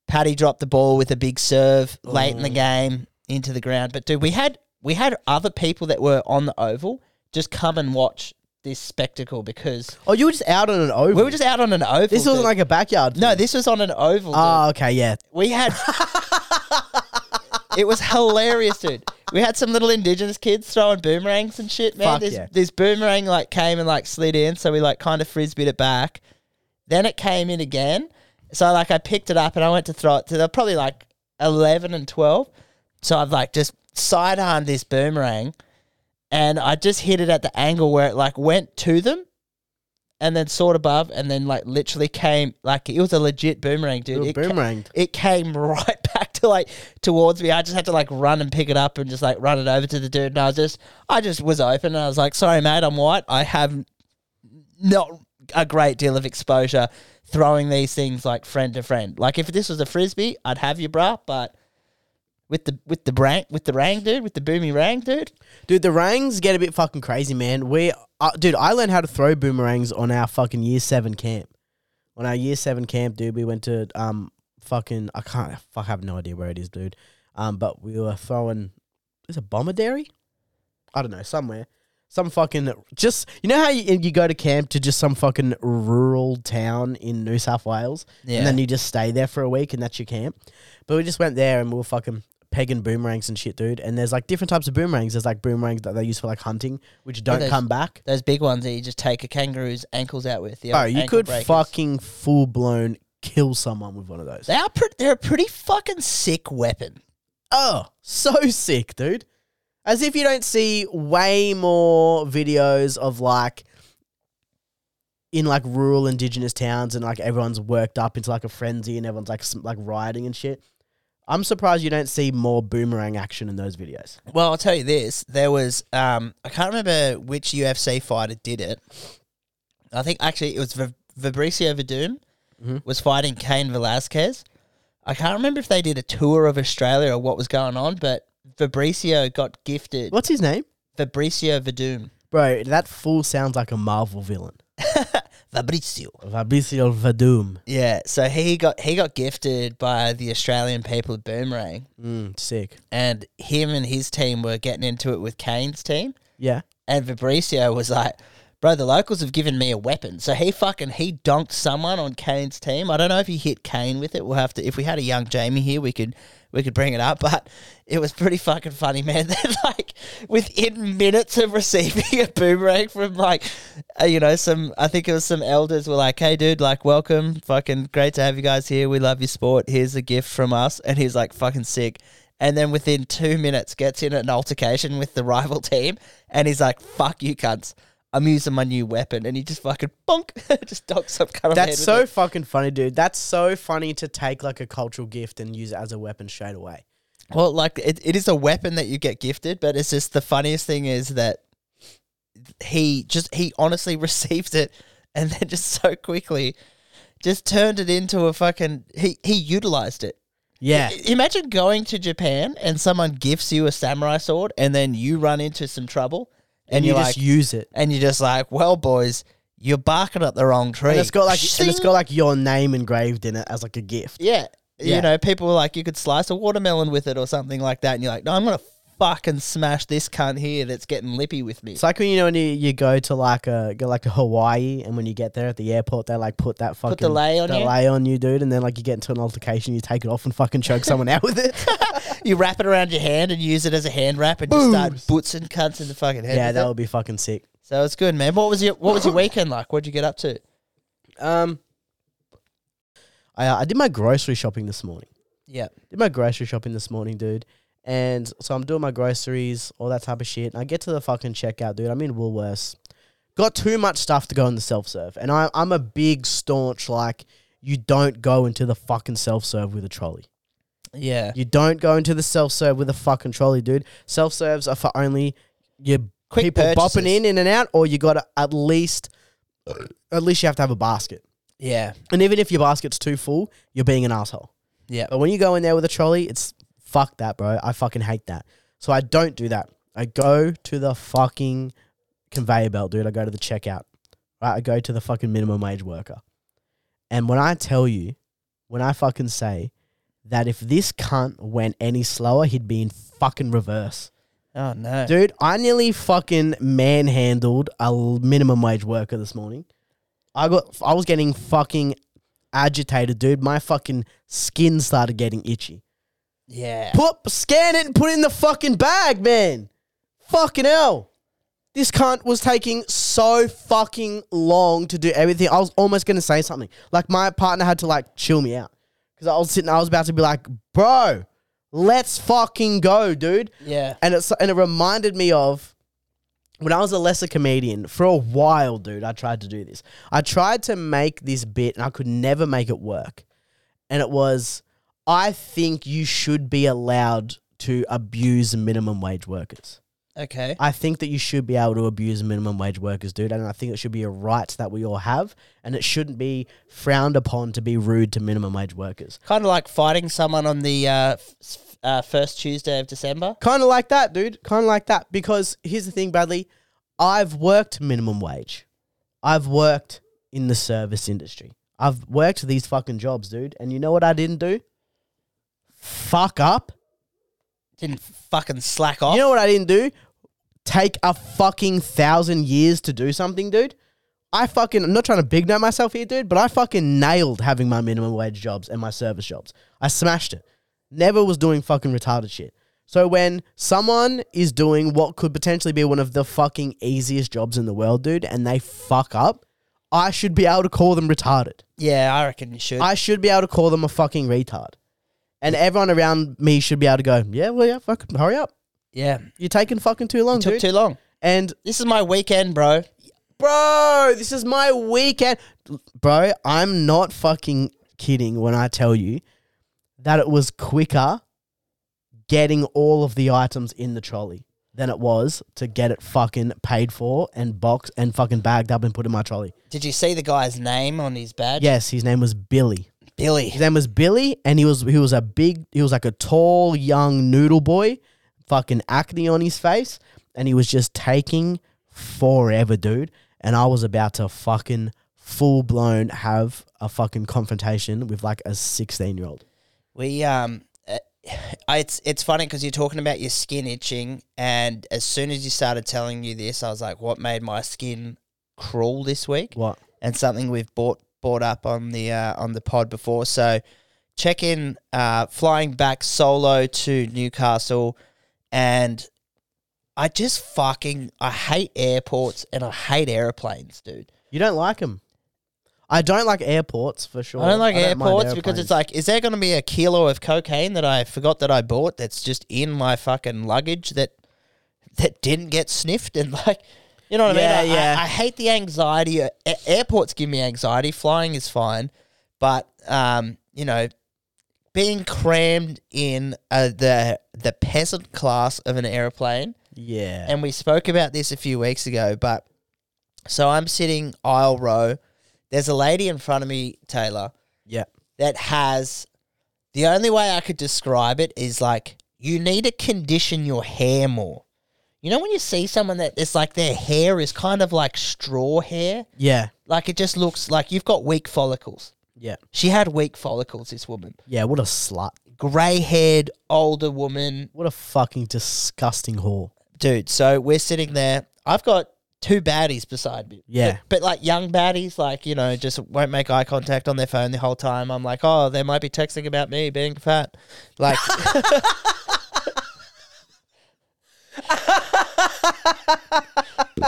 Speaker 2: Paddy drop the ball with a big serve late
Speaker 3: Mm.
Speaker 2: in the game into the ground. But dude, we had we had other people that were on the oval just come and watch this spectacle because
Speaker 3: Oh, you were just out on an oval.
Speaker 2: we were just out on an oval.
Speaker 3: This wasn't
Speaker 2: dude.
Speaker 3: like a backyard.
Speaker 2: no,
Speaker 3: thing.
Speaker 2: this was on an oval. dude.
Speaker 3: Oh, okay, yeah.
Speaker 2: We
Speaker 3: (laughs)
Speaker 2: had. it was hilarious, dude. We had some little indigenous kids throwing boomerangs and shit, man.
Speaker 3: Fuck
Speaker 2: this,
Speaker 3: yeah.
Speaker 2: this boomerang like came and like slid in, so we like kind of frisbeed it back. Then it came in again, so like I picked it up and I went to throw it to they're probably like eleven and twelve. So I've like just sidearmed this boomerang, and I just hit it at the angle where it like went to them. And then soared above, and then like literally came like it was a legit boomerang, dude.
Speaker 3: You were
Speaker 2: It ca-
Speaker 3: boomeranged.
Speaker 2: it came (laughs) right back to like towards me. I just had to like run and pick it up and just like run it over to the dude. And I was just, I just was open and I was like, sorry, mate, I'm white. I have not a great deal of exposure throwing these things like friend to friend. Like if this was a frisbee, I'd have you, bruh. But with the with the rank with the rang dude with the boomy rang dude,
Speaker 3: Dude, the rangs get a bit fucking crazy, man. We, uh, dude, I learned how to throw boomerangs on our fucking year seven camp. On our year seven camp, dude, we went to um fucking I can't fuck I have no idea where it is, dude. Um, but we were throwing is it Bombardary? I don't know somewhere, some fucking just you know how you, you go to camp to just some fucking rural town in New South Wales,
Speaker 2: Yeah.
Speaker 3: and then you just stay there for a week and that's your camp. But we just went there and we were fucking pegging boomerangs and shit, dude. And there's like different types of boomerangs. There's like boomerangs that they use for like hunting, which don't
Speaker 2: those-
Speaker 3: come back.
Speaker 2: those big ones that you just take a kangaroo's ankles out with. the
Speaker 3: Bro,
Speaker 2: old
Speaker 3: you
Speaker 2: ankle
Speaker 3: could
Speaker 2: breakers.
Speaker 3: fucking full blown kill someone with one of those.
Speaker 2: They are pre- they're a pretty fucking sick weapon.
Speaker 3: Oh, so sick, dude. As if you don't see way more videos of like in like rural indigenous towns and like everyone's worked up into like a frenzy and everyone's like s- like rioting and shit. I'm surprised you don't see more boomerang action in those videos.
Speaker 2: Well, I'll tell you this: there was um, I can't remember which UFC fighter did it. I think actually it was v- Fabricio Verdum
Speaker 3: Mm-hmm.
Speaker 2: was fighting Kane Velasquez. I can't remember if they did a tour of Australia or what was going on, but Fabricio got gifted
Speaker 3: What's his name?
Speaker 2: Fabricio Verdum.
Speaker 3: Bro, that fool sounds like a Marvel villain.
Speaker 2: Fabricio.
Speaker 3: Fabricio Vadum.
Speaker 2: Yeah, so he got he got gifted by the Australian people of Boomerang,
Speaker 3: Mm, sick.
Speaker 2: and him and his team were getting into it with Kane's team.
Speaker 3: Yeah.
Speaker 2: And Fabricio was like, bro, the locals have given me a weapon. So he fucking, he dunked someone on Kane's team. I don't know if he hit Kane with it. We'll have to, if we had a young Jamie here, we could, we could bring it up. But it was pretty fucking funny, (laughs) man. That like within minutes of receiving a boomerang from like, uh, you know, some, I think it was some elders were like, hey dude, like welcome. Fucking great to have you guys here. We love your sport. Here's a gift from us. And he's like fucking sick and then within two minutes gets in an altercation with the rival team and he's like, fuck you cunts. I'm using my new weapon and he just fucking bonk (laughs) just docks up current
Speaker 3: That's so fucking funny, dude. That's so funny to take like a cultural gift and use it as a weapon straight away.
Speaker 2: well like it, it is a weapon that you get gifted, but it's just the funniest thing is that (laughs) he just he honestly received it and then just so quickly just turned it into a fucking. He he utilized it.
Speaker 3: Yeah.
Speaker 2: I- Imagine going to Japan and someone gifts you a samurai sword, and then you run into some trouble, and,
Speaker 3: And you
Speaker 2: you're
Speaker 3: just
Speaker 2: like,
Speaker 3: use it.
Speaker 2: and you're just like, well, boys, you're barking up the wrong tree.
Speaker 3: And it's got like and it's
Speaker 2: Shing.
Speaker 3: got like your name engraved in it as like a gift.
Speaker 2: yeah,
Speaker 3: Yeah.
Speaker 2: you know, people were like, you could slice a watermelon with it or something like that, and you're like, no, I'm gonna fucking smash this cunt here that's getting lippy with me.
Speaker 3: It's like when you know when you, you go to like a go like to Hawaii and when you get there at the airport they like put that fucking
Speaker 2: delay on you?
Speaker 3: delay on you, dude, and then like you get into an altercation, you take it off and fucking choke someone out with it.
Speaker 2: (laughs)
Speaker 3: (laughs)
Speaker 2: you wrap it around your hand and use it as a hand wrap, and just start bootsing cunts in the fucking head.
Speaker 3: yeah,
Speaker 2: with
Speaker 3: that
Speaker 2: it.
Speaker 3: would be fucking sick.
Speaker 2: so it's good, man. What was your What was your weekend like? What'd you get up to?
Speaker 3: Um, I uh, I did my grocery shopping this morning.
Speaker 2: Yeah,
Speaker 3: Did my grocery shopping this morning, dude. And so I'm doing my groceries, all that type of shit. And I get to the fucking checkout, dude. I'm in Woolworths. Got too much stuff to go in the self serve, and I, I'm a big staunch like you don't go into the fucking self serve with a trolley.
Speaker 2: yeah.
Speaker 3: You don't go into the self serve with a fucking trolley, dude. Self serves are for only your
Speaker 2: Quick
Speaker 3: people
Speaker 2: purchases.
Speaker 3: bopping in, in and out, or you got to at least, at least you have to have a basket.
Speaker 2: Yeah,
Speaker 3: And even if your basket's too full, you're being an asshole.
Speaker 2: yeah,
Speaker 3: But when you go in there with a trolley, it's fuck that, bro. I fucking hate that. So I don't do that. I go to the fucking conveyor belt, dude. I go to the checkout. Right? I go to the fucking minimum wage worker. And when I tell you, when I fucking say that if this cunt went any slower, he'd be in fucking reverse.
Speaker 2: Oh no,
Speaker 3: Dude, I nearly fucking manhandled a l- minimum wage worker this morning. I got I was getting fucking agitated, dude. My fucking skin started getting itchy.
Speaker 2: yeah.
Speaker 3: Put scan it and put it in the fucking bag, man. Fucking hell. This cunt was taking so fucking long to do everything. I was almost gonna say something. Like my partner had to like chill me out. Cause I was sitting, I was about to be like, bro, let's fucking go, dude.
Speaker 2: Yeah.
Speaker 3: And it's and it reminded me of when I was a lesser comedian for a while, dude. I tried to do this. I tried to make this bit, and I could never make it work. And it was, I think you should be allowed to abuse minimum wage workers.
Speaker 2: Okay.
Speaker 3: I think that you should be able to abuse minimum wage workers, dude. And I think it should be a right that we all have, and it shouldn't be frowned upon to be rude to minimum wage workers.
Speaker 2: Kind of like fighting someone on the uh, f- f- uh, first Tuesday of December.
Speaker 3: Kind of like that, dude. Kind of like that. Because here's the thing, Bradley. I've worked minimum wage. I've worked in the service industry. I've worked these fucking jobs, dude. And you know what I didn't do? Fuck up.
Speaker 2: Didn't fucking slack off.
Speaker 3: You know what I didn't do? Take a fucking thousand years to do something, dude. I fucking, I'm not trying to big note myself here, dude, but I fucking nailed having my minimum wage jobs and my service jobs. I smashed it. Never was doing fucking retarded shit. So when someone is doing what could potentially be one of the fucking easiest jobs in the world, dude, and they fuck up, I should be able to call them retarded.
Speaker 2: yeah, I reckon you should.
Speaker 3: I should be able to call them a fucking retard. And everyone around me should be able to go, yeah, well, yeah, fucking hurry up.
Speaker 2: yeah.
Speaker 3: You're taking fucking too long,
Speaker 2: Took
Speaker 3: dude.
Speaker 2: too long.
Speaker 3: and
Speaker 2: This is my weekend, bro.
Speaker 3: bro, this is my weekend, bro. I'm not fucking kidding when I tell you that it was quicker getting all of the items in the trolley than it was to get it fucking paid for and boxed and fucking bagged up and put in my trolley.
Speaker 2: Did you see the guy's name on his badge?
Speaker 3: Yes, his name was Billy.
Speaker 2: Billy.
Speaker 3: His name was Billy, and he was he was a big he was like a tall young noodle boy, fucking acne on his face, and he was just taking forever, dude. And I was about to fucking full blown have a fucking confrontation with like a sixteen year old.
Speaker 2: We um, uh, I, it's it's funny because you're talking about your skin itching, and as soon as you started telling you this, I was like, what made my skin crawl this week?
Speaker 3: What?
Speaker 2: and something we've bought brought up on the uh, on the pod before. So check in uh, flying back solo to Newcastle, and I just fucking I hate airports and I hate airplanes, dude.
Speaker 3: You don't like him? I don't like airports for sure.
Speaker 2: I don't like
Speaker 3: mind
Speaker 2: airports because it's
Speaker 3: airplanes.
Speaker 2: like, is there going to be a kilo of cocaine that I forgot that I bought that's just in my fucking luggage that that didn't get sniffed and like. You know what
Speaker 3: Yeah,
Speaker 2: I mean? I- I-
Speaker 3: yeah.
Speaker 2: I hate the anxiety. A- airports give me anxiety. Flying is fine, but um, you know, being crammed in uh, the the peasant class of an airplane
Speaker 3: yeah.
Speaker 2: and we spoke about this a few weeks ago, but so I'm sitting aisle row There's a lady in front of me, Taylor,
Speaker 3: Yeah.
Speaker 2: that has the only way I could describe it is like you need to condition your hair more. You know when you see someone that it's like their hair is kind of like straw hair,
Speaker 3: Yeah.
Speaker 2: like it just looks like you've got weak follicles.
Speaker 3: Yeah.
Speaker 2: She had weak follicles, this woman.
Speaker 3: Yeah. What a slut.
Speaker 2: Grey haired, older woman.
Speaker 3: What a fucking disgusting whore.
Speaker 2: Dude, so we're sitting there. I've got two baddies beside me.
Speaker 3: Yeah.
Speaker 2: But, but like young baddies, like, you know, just won't make eye contact on their phone the whole time. I'm like, oh, they might be texting about me being fat. Like, (laughs)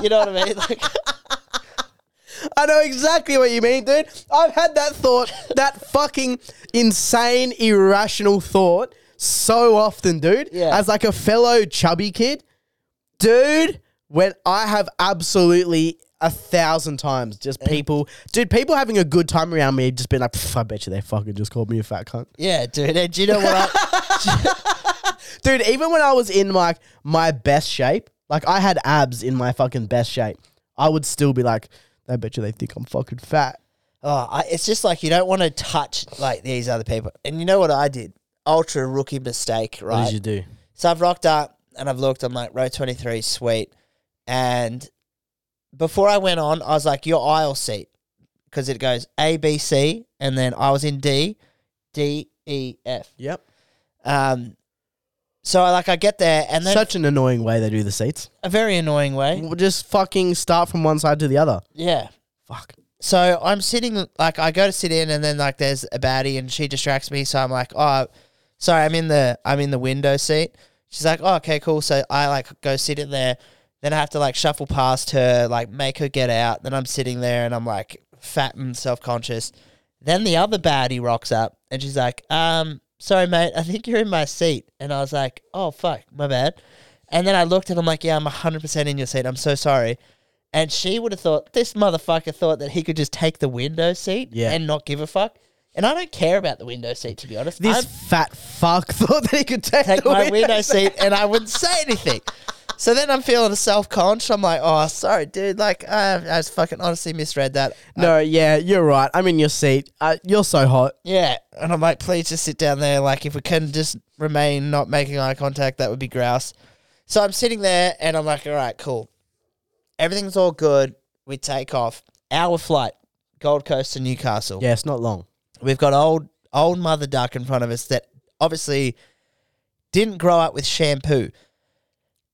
Speaker 2: you know what I mean? (laughs) Like,
Speaker 3: I know exactly what you mean, dude. I've had that thought, (laughs) that fucking insane, irrational thought so often, dude.
Speaker 2: Yeah.
Speaker 3: As like a fellow chubby kid, dude, when I have absolutely a thousand times just people, dude, people having a good time around me, just been like, "Pff, I bet you they fucking just called me a fat cunt.
Speaker 2: yeah, dude. And do you know what? I, (laughs)
Speaker 3: Dude, even when I was in like my best shape, like I had abs in my fucking best shape, I would still be like, I bet you they think I'm fucking fat.
Speaker 2: Oh, I, it's just like you don't want to touch like these other people. And you know what I did? Ultra rookie mistake, right?
Speaker 3: do?
Speaker 2: so I've rocked up and I've looked. I'm like row 23, sweet. And before I went on, I was like your aisle seat because it goes A, B, C, and then I was in D, D, E, F.
Speaker 3: Yep.
Speaker 2: Um, so I like I get there and then
Speaker 3: Such Mm. an annoying way they do the seats.
Speaker 2: a very annoying way.
Speaker 3: We'll just fucking start from one side to the other.
Speaker 2: Yeah.
Speaker 3: Fuck.
Speaker 2: so I'm sitting like I go to sit in and then like there's a baddie and she distracts me so I'm like oh sorry I'm in the I'm in the window seat she's like oh okay cool so I like go sit in there then I have to like shuffle past her like make her get out then I'm sitting there and I'm like fat and self conscious then the other baddie rocks up and she's like um sorry mate I think you're in my seat and I was like oh fuck my bad and then I looked and I'm like yeah I'm 100% in your seat I'm so sorry and she would have thought, this motherfucker thought that he could just take the window seat
Speaker 3: Yeah.
Speaker 2: and not give a fuck. And I don't care about the window seat, to be honest.
Speaker 3: This
Speaker 2: I'd
Speaker 3: fat fuck (laughs) thought that he could take,
Speaker 2: take
Speaker 3: the (laughs)
Speaker 2: my
Speaker 3: win.
Speaker 2: window seat and I wouldn't say anything. So then I'm feeling self conscious. I'm like, oh, sorry, dude. Like, I, I just fucking honestly misread that.
Speaker 3: No, yeah, you're right. I'm in your seat. Uh, you're so hot.
Speaker 2: Yeah. And I'm like, please just sit down there. Like, if we can just remain not making eye contact, that would be grouse. So I'm sitting there and I'm like, all right, cool. Everything's all good. We take off. Hour flight, Gold Coast to Newcastle.
Speaker 3: Yeah, it's not long.
Speaker 2: We've got old old mother duck in front of us that obviously didn't grow up with shampoo.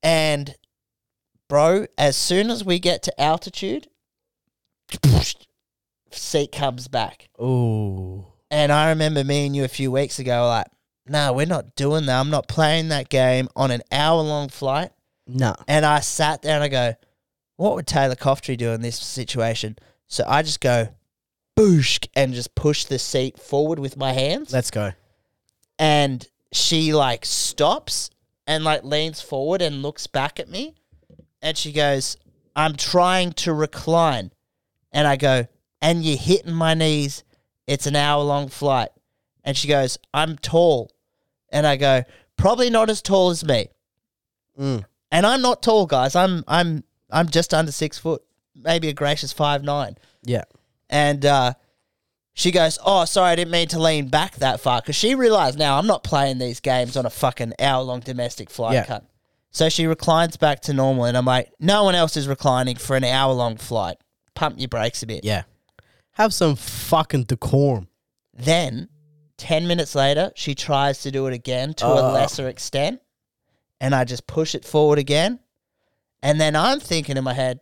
Speaker 2: And bro, as soon as we get to altitude, (sniffs) seat comes back.
Speaker 3: Ooh.
Speaker 2: And I remember me and you a few weeks ago were like, no, we're not doing that. I'm not playing that game on an hour long flight.
Speaker 3: Nah.
Speaker 2: And I sat there and I go, what would Taylor Coftry do in this situation? So I just go, boosh, and just push the seat forward with my hands.
Speaker 3: Let's go.
Speaker 2: And she like stops and like leans forward and looks back at me. And she goes, I'm trying to recline. And I go, and you're hitting my knees. It's an hour long flight. And she goes, I'm tall. And I go, probably not as tall as me
Speaker 3: Mm.
Speaker 2: and I'm not tall, guys. I'm I'm I'm just under six foot, maybe a gracious five nine.
Speaker 3: Yeah.
Speaker 2: And uh, she goes, "Oh, sorry, I didn't mean to lean back that far," because she realized now I'm not playing these games on a fucking hour long domestic flight
Speaker 3: Yeah.
Speaker 2: cut. So she reclines back to normal, and I'm like, "No one else is reclining for an hour long flight. Pump your brakes a bit."
Speaker 3: Yeah. Have some fucking decorum.
Speaker 2: Then, 10 minutes later, she tries to do it again to a
Speaker 3: Oh.
Speaker 2: lesser extent. And I just push it forward again. And then I'm thinking in my head,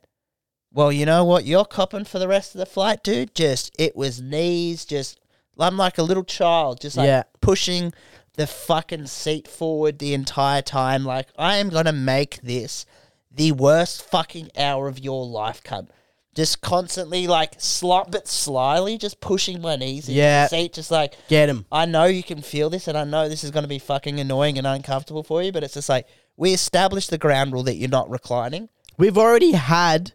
Speaker 2: well, you know what? You're copping for the rest of the flight, dude. Just, it was knees, just, I'm like a little child, just like
Speaker 3: Yeah.
Speaker 2: pushing the fucking seat forward the entire time. Like, I am going to make this the worst fucking hour of your life, cunt. Just constantly, like, slop, but slyly, just pushing my knees into
Speaker 3: Yeah.
Speaker 2: the seat, just like,
Speaker 3: Get him.
Speaker 2: I know you can feel this, and I know this is going to be fucking annoying and uncomfortable for you, but it's just like we established the ground rule that you're not reclining.
Speaker 3: We've already had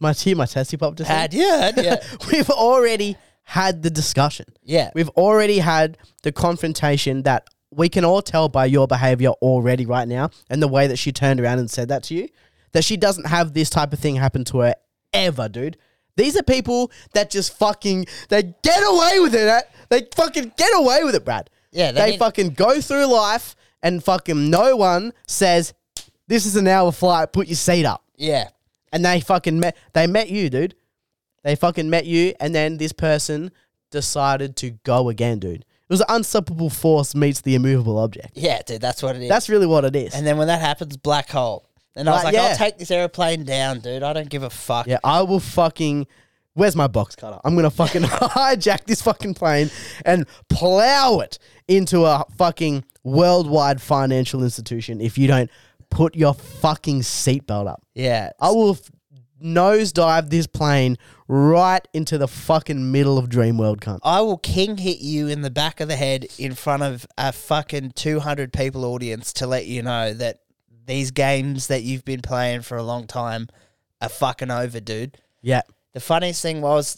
Speaker 3: my tea, my testy pop just
Speaker 2: Had you? Had (laughs) you?
Speaker 3: (laughs) We've already had the discussion.
Speaker 2: yeah.
Speaker 3: We've already had the confrontation that we can all tell by your behavior already right now and the way that she turned around and said that to you that she doesn't have this type of thing happen to her ever, dude. These are people that just fucking they get away with it. eh? They fucking get away with it, Brad.
Speaker 2: Yeah, they
Speaker 3: they,
Speaker 2: need-
Speaker 3: fucking go through life and fucking no one says this is an hour flight. Put your seat up,
Speaker 2: Yeah.
Speaker 3: and they fucking met. They met you, dude. They fucking met you, and then this person decided to go again, dude. It was the unstoppable force meets the immovable object.
Speaker 2: Yeah, dude, that's what it is.
Speaker 3: That's really what it is.
Speaker 2: and then when that happens, black hole. And I was like,
Speaker 3: Like,
Speaker 2: I'll
Speaker 3: yeah.
Speaker 2: take this airplane down, dude. I don't give a fuck.
Speaker 3: Yeah, I will fucking. Where's my box cutter? I'm gonna fucking (laughs) hijack this fucking plane and plow it into a fucking worldwide financial institution if you don't put your fucking seatbelt up.
Speaker 2: Yeah.
Speaker 3: I will f- nosedive this plane right into the fucking middle of Dream World, cunt.
Speaker 2: I will king hit you in the back of the head in front of a fucking 200 people audience to let you know that these games that you've been playing for a long time are fucking over, dude.
Speaker 3: Yeah,
Speaker 2: The funniest thing was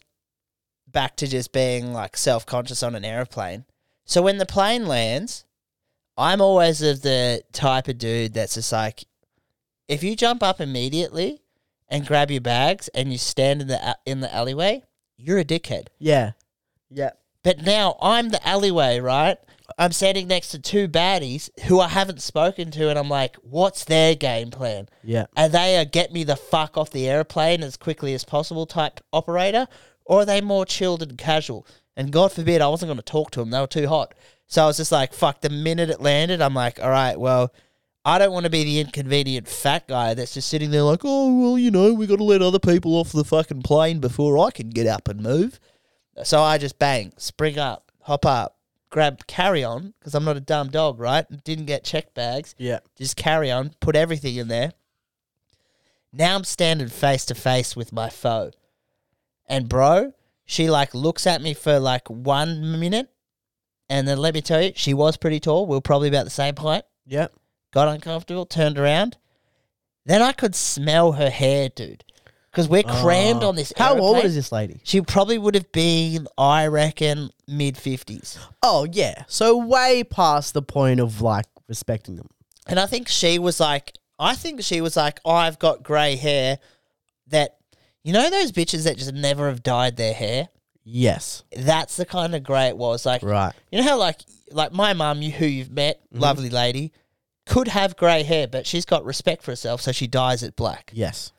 Speaker 2: back to just being like self conscious on an airplane. So when the plane lands, I'm always of the type of dude that's just like, if you jump up immediately and grab your bags and you stand in the in the alleyway, you're a dickhead.
Speaker 3: yeah, yeah.
Speaker 2: But now I'm the alleyway, right? I'm standing next to two baddies who I haven't spoken to, and I'm like, what's their game plan?
Speaker 3: Yeah.
Speaker 2: Are they a get me the fuck off the airplane as quickly as possible type operator, or are they more chilled and casual? And God forbid, I wasn't going to talk to them. They were too hot. So I was just like, fuck, the minute it landed, I'm like, all right, well, I don't want to be the inconvenient fat guy that's just sitting there like, oh, well, you know, we got to let other people off the fucking plane before I can get up and move. So I just bang, spring up, hop up, grab carry on, because I'm not a dumb dog, right? Didn't get check bags.
Speaker 3: Yeah.
Speaker 2: Just carry on, put everything in there. Now I'm standing face to face with my foe. And bro, she like looks at me for like one minute. And then let me tell you, she was pretty tall. We were probably about the same height.
Speaker 3: Yeah.
Speaker 2: Got uncomfortable, turned around. Then I could smell her hair, dude. Because we're crammed on this.
Speaker 3: Oh. How old
Speaker 2: aeroplane.
Speaker 3: is this lady?
Speaker 2: She probably would have been, I reckon, mid 50s.
Speaker 3: Oh yeah, so way past the point of like respecting them.
Speaker 2: And I think she was like, I think she was like, I've got grey hair that, you know, those bitches that just never have dyed their hair?
Speaker 3: Yes.
Speaker 2: That's the kind of grey it was. Like,
Speaker 3: Right.
Speaker 2: you know how, like, like my mum, you who you've met, lovely lady, could have grey hair, but she's got respect for herself, so she dyes it black.
Speaker 3: Yes.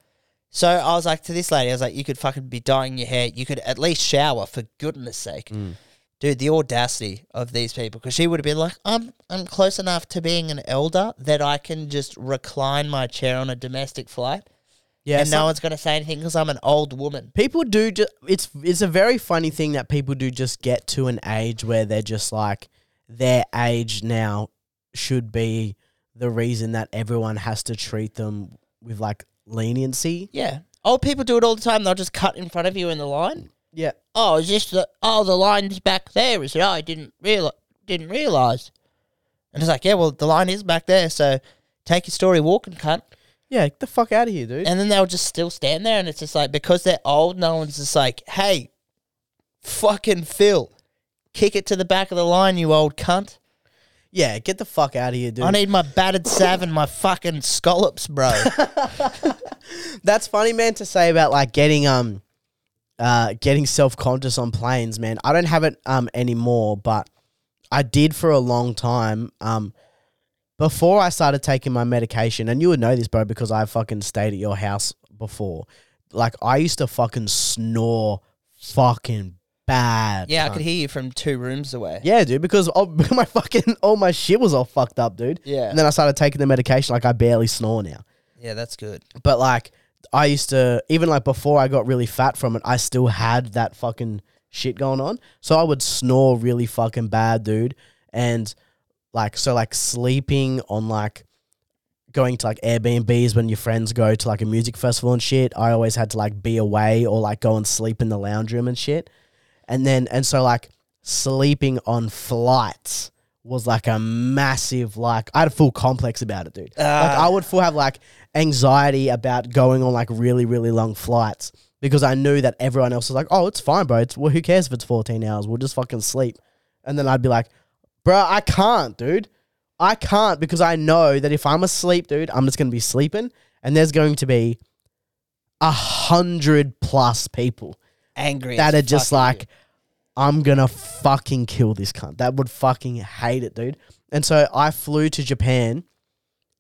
Speaker 2: So I was like to this lady, I was like, you could fucking be dyeing your hair. You could at least shower for goodness sake.
Speaker 3: Mm.
Speaker 2: Dude, the audacity of these people. Because she would have been like, I'm, I'm close enough to being an elder that I can just recline my chair on a domestic flight.
Speaker 3: Yeah.
Speaker 2: and
Speaker 3: so-
Speaker 2: no one's going to say anything because I'm an old woman.
Speaker 3: people do just it's it's a very funny thing that people do just get to an age where they're just like their age now should be the reason that everyone has to treat them with like leniency
Speaker 2: Yeah. Old people do it all the time. They'll just cut in front of you in the line.
Speaker 3: yeah
Speaker 2: Oh, is this the, oh, the line's back there, is it? Oh, I didn't, reali- didn't realise. And it's like, yeah, well, the line is back there. So take your story walking, cunt.
Speaker 3: yeah get the fuck out of here dude
Speaker 2: and then they'll just still stand there and it's just like because they're old no one's just like hey fucking phil kick it to the back of the line you old cunt
Speaker 3: yeah get the fuck out of here dude
Speaker 2: i need my battered sav and my fucking scallops bro
Speaker 3: that's funny man to say about like getting um uh getting self-conscious on planes man i don't have it um anymore but i did for a long time um before i started taking my medication and you would know this bro because i fucking stayed at your house before like i used to fucking snore fucking
Speaker 2: (laughs)
Speaker 3: bad
Speaker 2: yeah i
Speaker 3: cunt.
Speaker 2: could hear you from two rooms away
Speaker 3: Yeah, dude, because all, (laughs) my fucking all my shit was all fucked up, dude.
Speaker 2: Yeah.
Speaker 3: And then I started taking the medication, like I barely snore now
Speaker 2: yeah that's good
Speaker 3: but like I used to even like before I got really fat from it, I still had that fucking shit going on. So I would snore really fucking bad, dude. And like so like sleeping on like going to like Airbnbs when your friends go to like a music festival and shit, I always had to like be away or like go and sleep in the lounge room and shit. And then and so like sleeping on flights was like a massive like I had a full complex about it, dude. like I would full have like anxiety about going on like really really long flights because I knew that everyone else was like, "Oh, it's fine, bro. It's well, who cares if it's 14 hours? We'll just fucking sleep." And then I'd be like, "Bro, I can't, dude. I can't because I know that if I'm asleep, dude, I'm just going to be sleeping and there's going to be a hundred plus people
Speaker 2: Angry.
Speaker 3: that
Speaker 2: as
Speaker 3: are just
Speaker 2: fuck at
Speaker 3: like, I'm gonna fucking kill this cunt. That would fucking hate it, dude. And so I flew to Japan,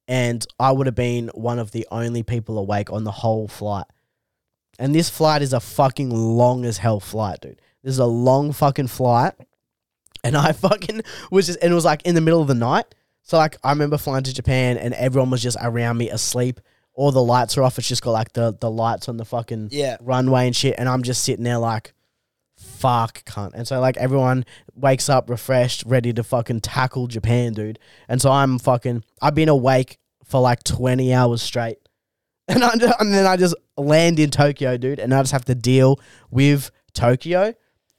Speaker 3: and I would have been one of the only people awake on the whole flight. And this flight is a fucking long as hell flight, dude. This is a long fucking flight. And I (laughs) fucking was just, and it was like in the middle of the night. So, like, I remember flying to Japan and everyone was just around me asleep. All the lights are off. It's just got like the, the lights on the fucking
Speaker 2: Yeah.
Speaker 3: runway and shit. And I'm just sitting there like, fuck, cunt. And so, like, everyone wakes up refreshed, ready to fucking tackle Japan, dude. And so I'm fucking, I've been awake for like 20 hours straight. And, I, and then I just land in Tokyo, dude. And I just have to deal with Tokyo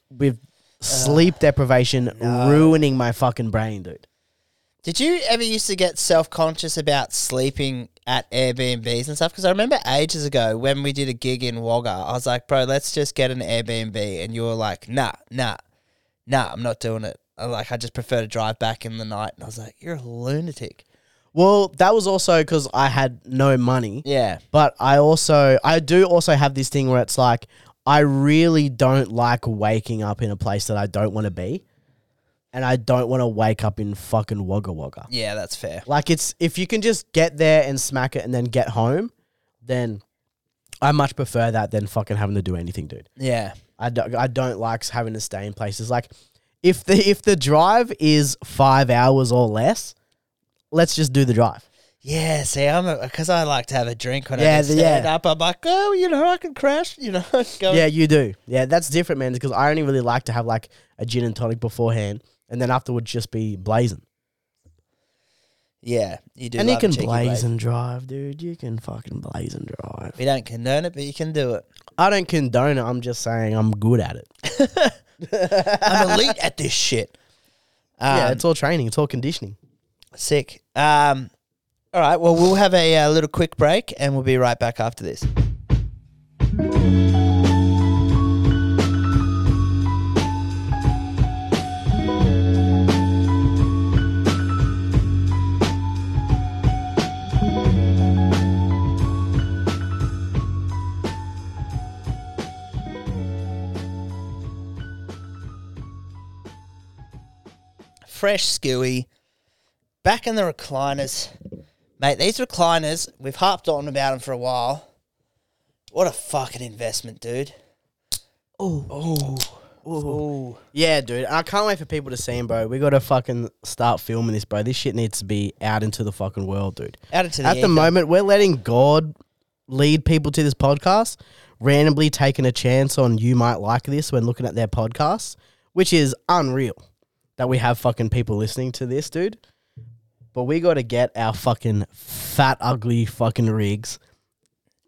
Speaker 3: with sleep deprivation ruining my fucking brain, dude.
Speaker 2: Did you ever used to get self conscious about sleeping at Airbnbs and stuff? Because I remember ages ago when we did a gig in Wagga, I was like, bro, let's just get an Airbnb. And you were like, nah, nah, nah, I'm not doing it. I like, I just prefer to drive back in the night. And I was like, you're a lunatic.
Speaker 3: Well, that was also because I had no money.
Speaker 2: Yeah.
Speaker 3: But I also, I do also have this thing where it's like, I really don't like waking up in a place that I don't want to be. And I don't want to wake up in fucking Wagga Wagga.
Speaker 2: Yeah, that's fair.
Speaker 3: Like, it's, if you can just get there and smack it and then get home, then I much prefer that than fucking having to do anything, dude.
Speaker 2: Yeah.
Speaker 3: I don't, I don't like having to stay in places like if the if the drive is five hours or less, let's just do the drive.
Speaker 2: Yeah, see, I'm because I like to have a drink when
Speaker 3: Yeah,
Speaker 2: I
Speaker 3: the-
Speaker 2: get stand
Speaker 3: yeah.
Speaker 2: up. I'm like, oh, you know, I can crash, you know. (laughs) go
Speaker 3: Yeah, you do. Yeah, that's different, man. Because I only really like to have like a gin and tonic beforehand, and then afterwards just be blazing.
Speaker 2: yeah, you do.
Speaker 3: and you
Speaker 2: love a
Speaker 3: can
Speaker 2: cheeky
Speaker 3: blaze and drive, dude. You can fucking blaze and drive.
Speaker 2: We don't condone it, but you can do it.
Speaker 3: (laughs) I don't condone it. I'm just saying I'm good
Speaker 2: (laughs)
Speaker 3: at it.
Speaker 2: I'm elite at this shit. Um,
Speaker 3: yeah, Uh, it's all training. It's all conditioning.
Speaker 2: sick. Um, all right, well, we'll have a, uh little quick break and we'll be right back after this. Fresh skewy, back in the recliners, mate. These recliners, we've harped on about them for a while. What a fucking investment, dude. Oh,
Speaker 3: Yeah, dude. I can't wait for people to see him, bro. We got to fucking start filming this, bro. This shit needs to be out into the fucking world, dude.
Speaker 2: out into the
Speaker 3: At the
Speaker 2: ether.
Speaker 3: moment, we're letting God lead people to this podcast, randomly taking a chance on you might like this when looking at their podcasts, which is unreal that we have fucking people listening to this, dude. But we got to get our fucking fat, ugly fucking rigs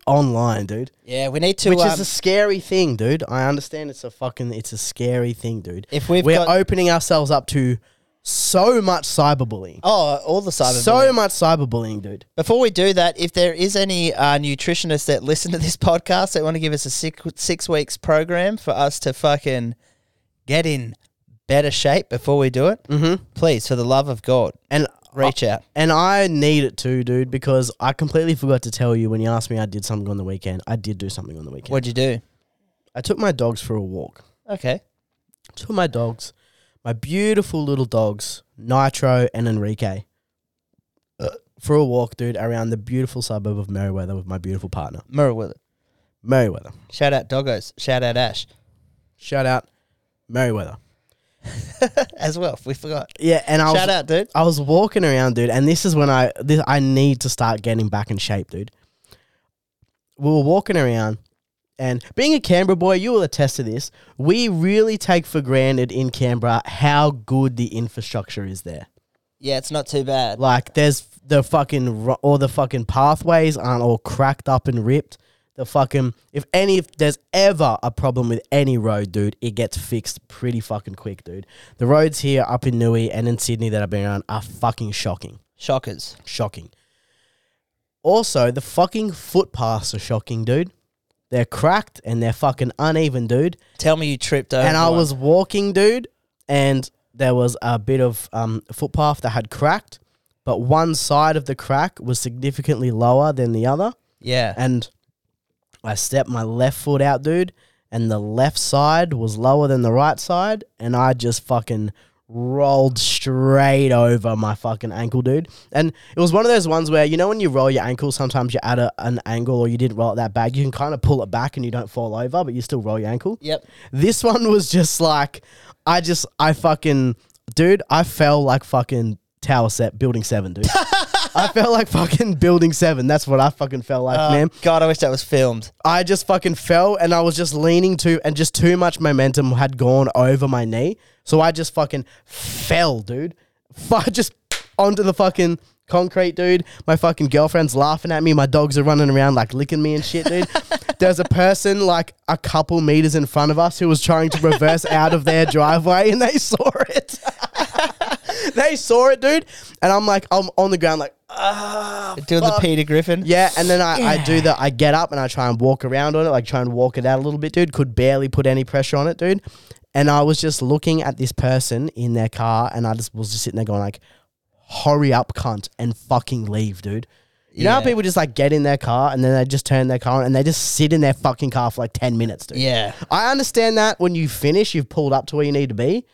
Speaker 3: online, dude.
Speaker 2: Yeah, we need to.
Speaker 3: Which is
Speaker 2: um,
Speaker 3: a scary thing, dude. I understand it's a fucking it's a scary thing, dude.
Speaker 2: If we've
Speaker 3: we're
Speaker 2: got-
Speaker 3: opening ourselves up to so much cyberbullying,
Speaker 2: oh, all the cyber.
Speaker 3: so much cyberbullying, dude.
Speaker 2: Before we do that, if there is any uh, nutritionists that listen to this (laughs) podcast that want to give us a six, six weeks program for us to fucking get in better shape before we do it, mm-hmm. please, for the love of God,
Speaker 3: And
Speaker 2: reach out.
Speaker 3: and I need it too, dude, because I completely forgot to tell you when you asked me I did something on the weekend. I did do something on the weekend.
Speaker 2: What'd you do?
Speaker 3: I took my dogs for a walk.
Speaker 2: Okay.
Speaker 3: Took my dogs, my beautiful little dogs, Nitro and Enrique, uh, for a walk, dude, around the beautiful suburb of Merriweather with my beautiful partner,
Speaker 2: Mirror with it.
Speaker 3: Merriweather.
Speaker 2: Shout out Doggos. Shout out Ash (laughs)
Speaker 3: Shout out Merriweather.
Speaker 2: as well. We forgot.
Speaker 3: Yeah, and I was
Speaker 2: Shout out, dude.
Speaker 3: I was walking around, dude, and this is when I this I need to start getting back in shape, dude. We were walking around, and being a Canberra boy, you will attest to this. We really take for granted in Canberra how good the infrastructure is there.
Speaker 2: Yeah, it's not too bad.
Speaker 3: Like, there's the fucking ro- all the fucking pathways aren't all cracked up and ripped. The fucking if any if there's ever a problem with any road, dude, it gets fixed pretty fucking quick, dude. The roads here up in Nui and in Sydney that I've been around are fucking shocking.
Speaker 2: Shockers.
Speaker 3: Shocking. Also, the fucking footpaths are shocking, dude. They're cracked and they're fucking uneven, dude.
Speaker 2: Tell me you tripped over.
Speaker 3: and I
Speaker 2: one.
Speaker 3: was walking, dude, and there was a bit of um, footpath that had cracked, but one side of the crack was significantly lower than the other.
Speaker 2: Yeah.
Speaker 3: And I stepped my left foot out, dude, and the left side was lower than the right side, and I just fucking rolled straight over my fucking ankle, dude. And it was one of those ones where you know when you roll your ankle, sometimes you're at a, an angle or you didn't roll it that bad. You can kind of pull it back and you don't fall over, but you still roll your ankle.
Speaker 2: Yep.
Speaker 3: This one was just like, I just, I fucking, dude, I fell like fucking tower set, building seven, dude. I felt like fucking building seven. That's what I fucking felt like,
Speaker 2: Oh,
Speaker 3: man.
Speaker 2: God, I wish that was filmed.
Speaker 3: I just fucking fell and I was just leaning to, and just too much momentum had gone over my knee. So I just fucking fell, dude. (laughs) Fuck, just onto the fucking concrete, dude. My fucking girlfriend's laughing at me. My dogs are running around, like licking me and shit, dude. There's a person, like a couple meters in front of us, who was trying to reverse out of their driveway and they saw it. (laughs) they saw it, dude. And I'm like, I'm on the ground, like,
Speaker 2: Doing the Peter Griffin.
Speaker 3: yeah, and then I, I do the I get up and I try and walk around on it, like try and walk it out a little bit, dude. Could barely put any pressure on it, dude. And I was just looking at this person in their car and I just was just sitting there going like, hurry up, cunt, and fucking leave, dude. You know how
Speaker 2: Yeah.
Speaker 3: people just like get in their car and then they just turn their car on and they just sit in their fucking car for like ten minutes, dude.
Speaker 2: Yeah.
Speaker 3: I understand that when you finish, you've pulled up to where you need to be.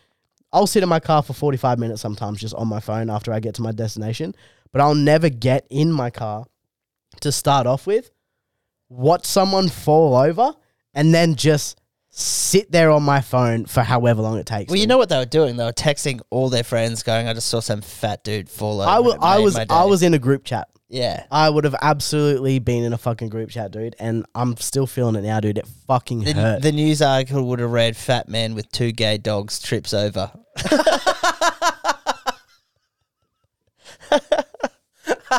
Speaker 3: I'll sit in my car for 45 minutes sometimes just on my phone after I get to my destination, but I'll never get in my car to start off with, watch someone fall over, and then just sit there on my phone for however long it takes.
Speaker 2: Well, you
Speaker 3: dude.
Speaker 2: know what they were doing? They were texting all their friends, going, "I just saw some fat dude fall over."
Speaker 3: I wa-
Speaker 2: It
Speaker 3: I
Speaker 2: made
Speaker 3: was,
Speaker 2: my day."
Speaker 3: I was in a group chat.
Speaker 2: Yeah.
Speaker 3: I would have absolutely been in a fucking group chat, dude, and I'm still feeling it now, dude. It fucking
Speaker 2: The,
Speaker 3: hurt.
Speaker 2: the news article would have read, "Fat man with two gay dogs trips over." (laughs)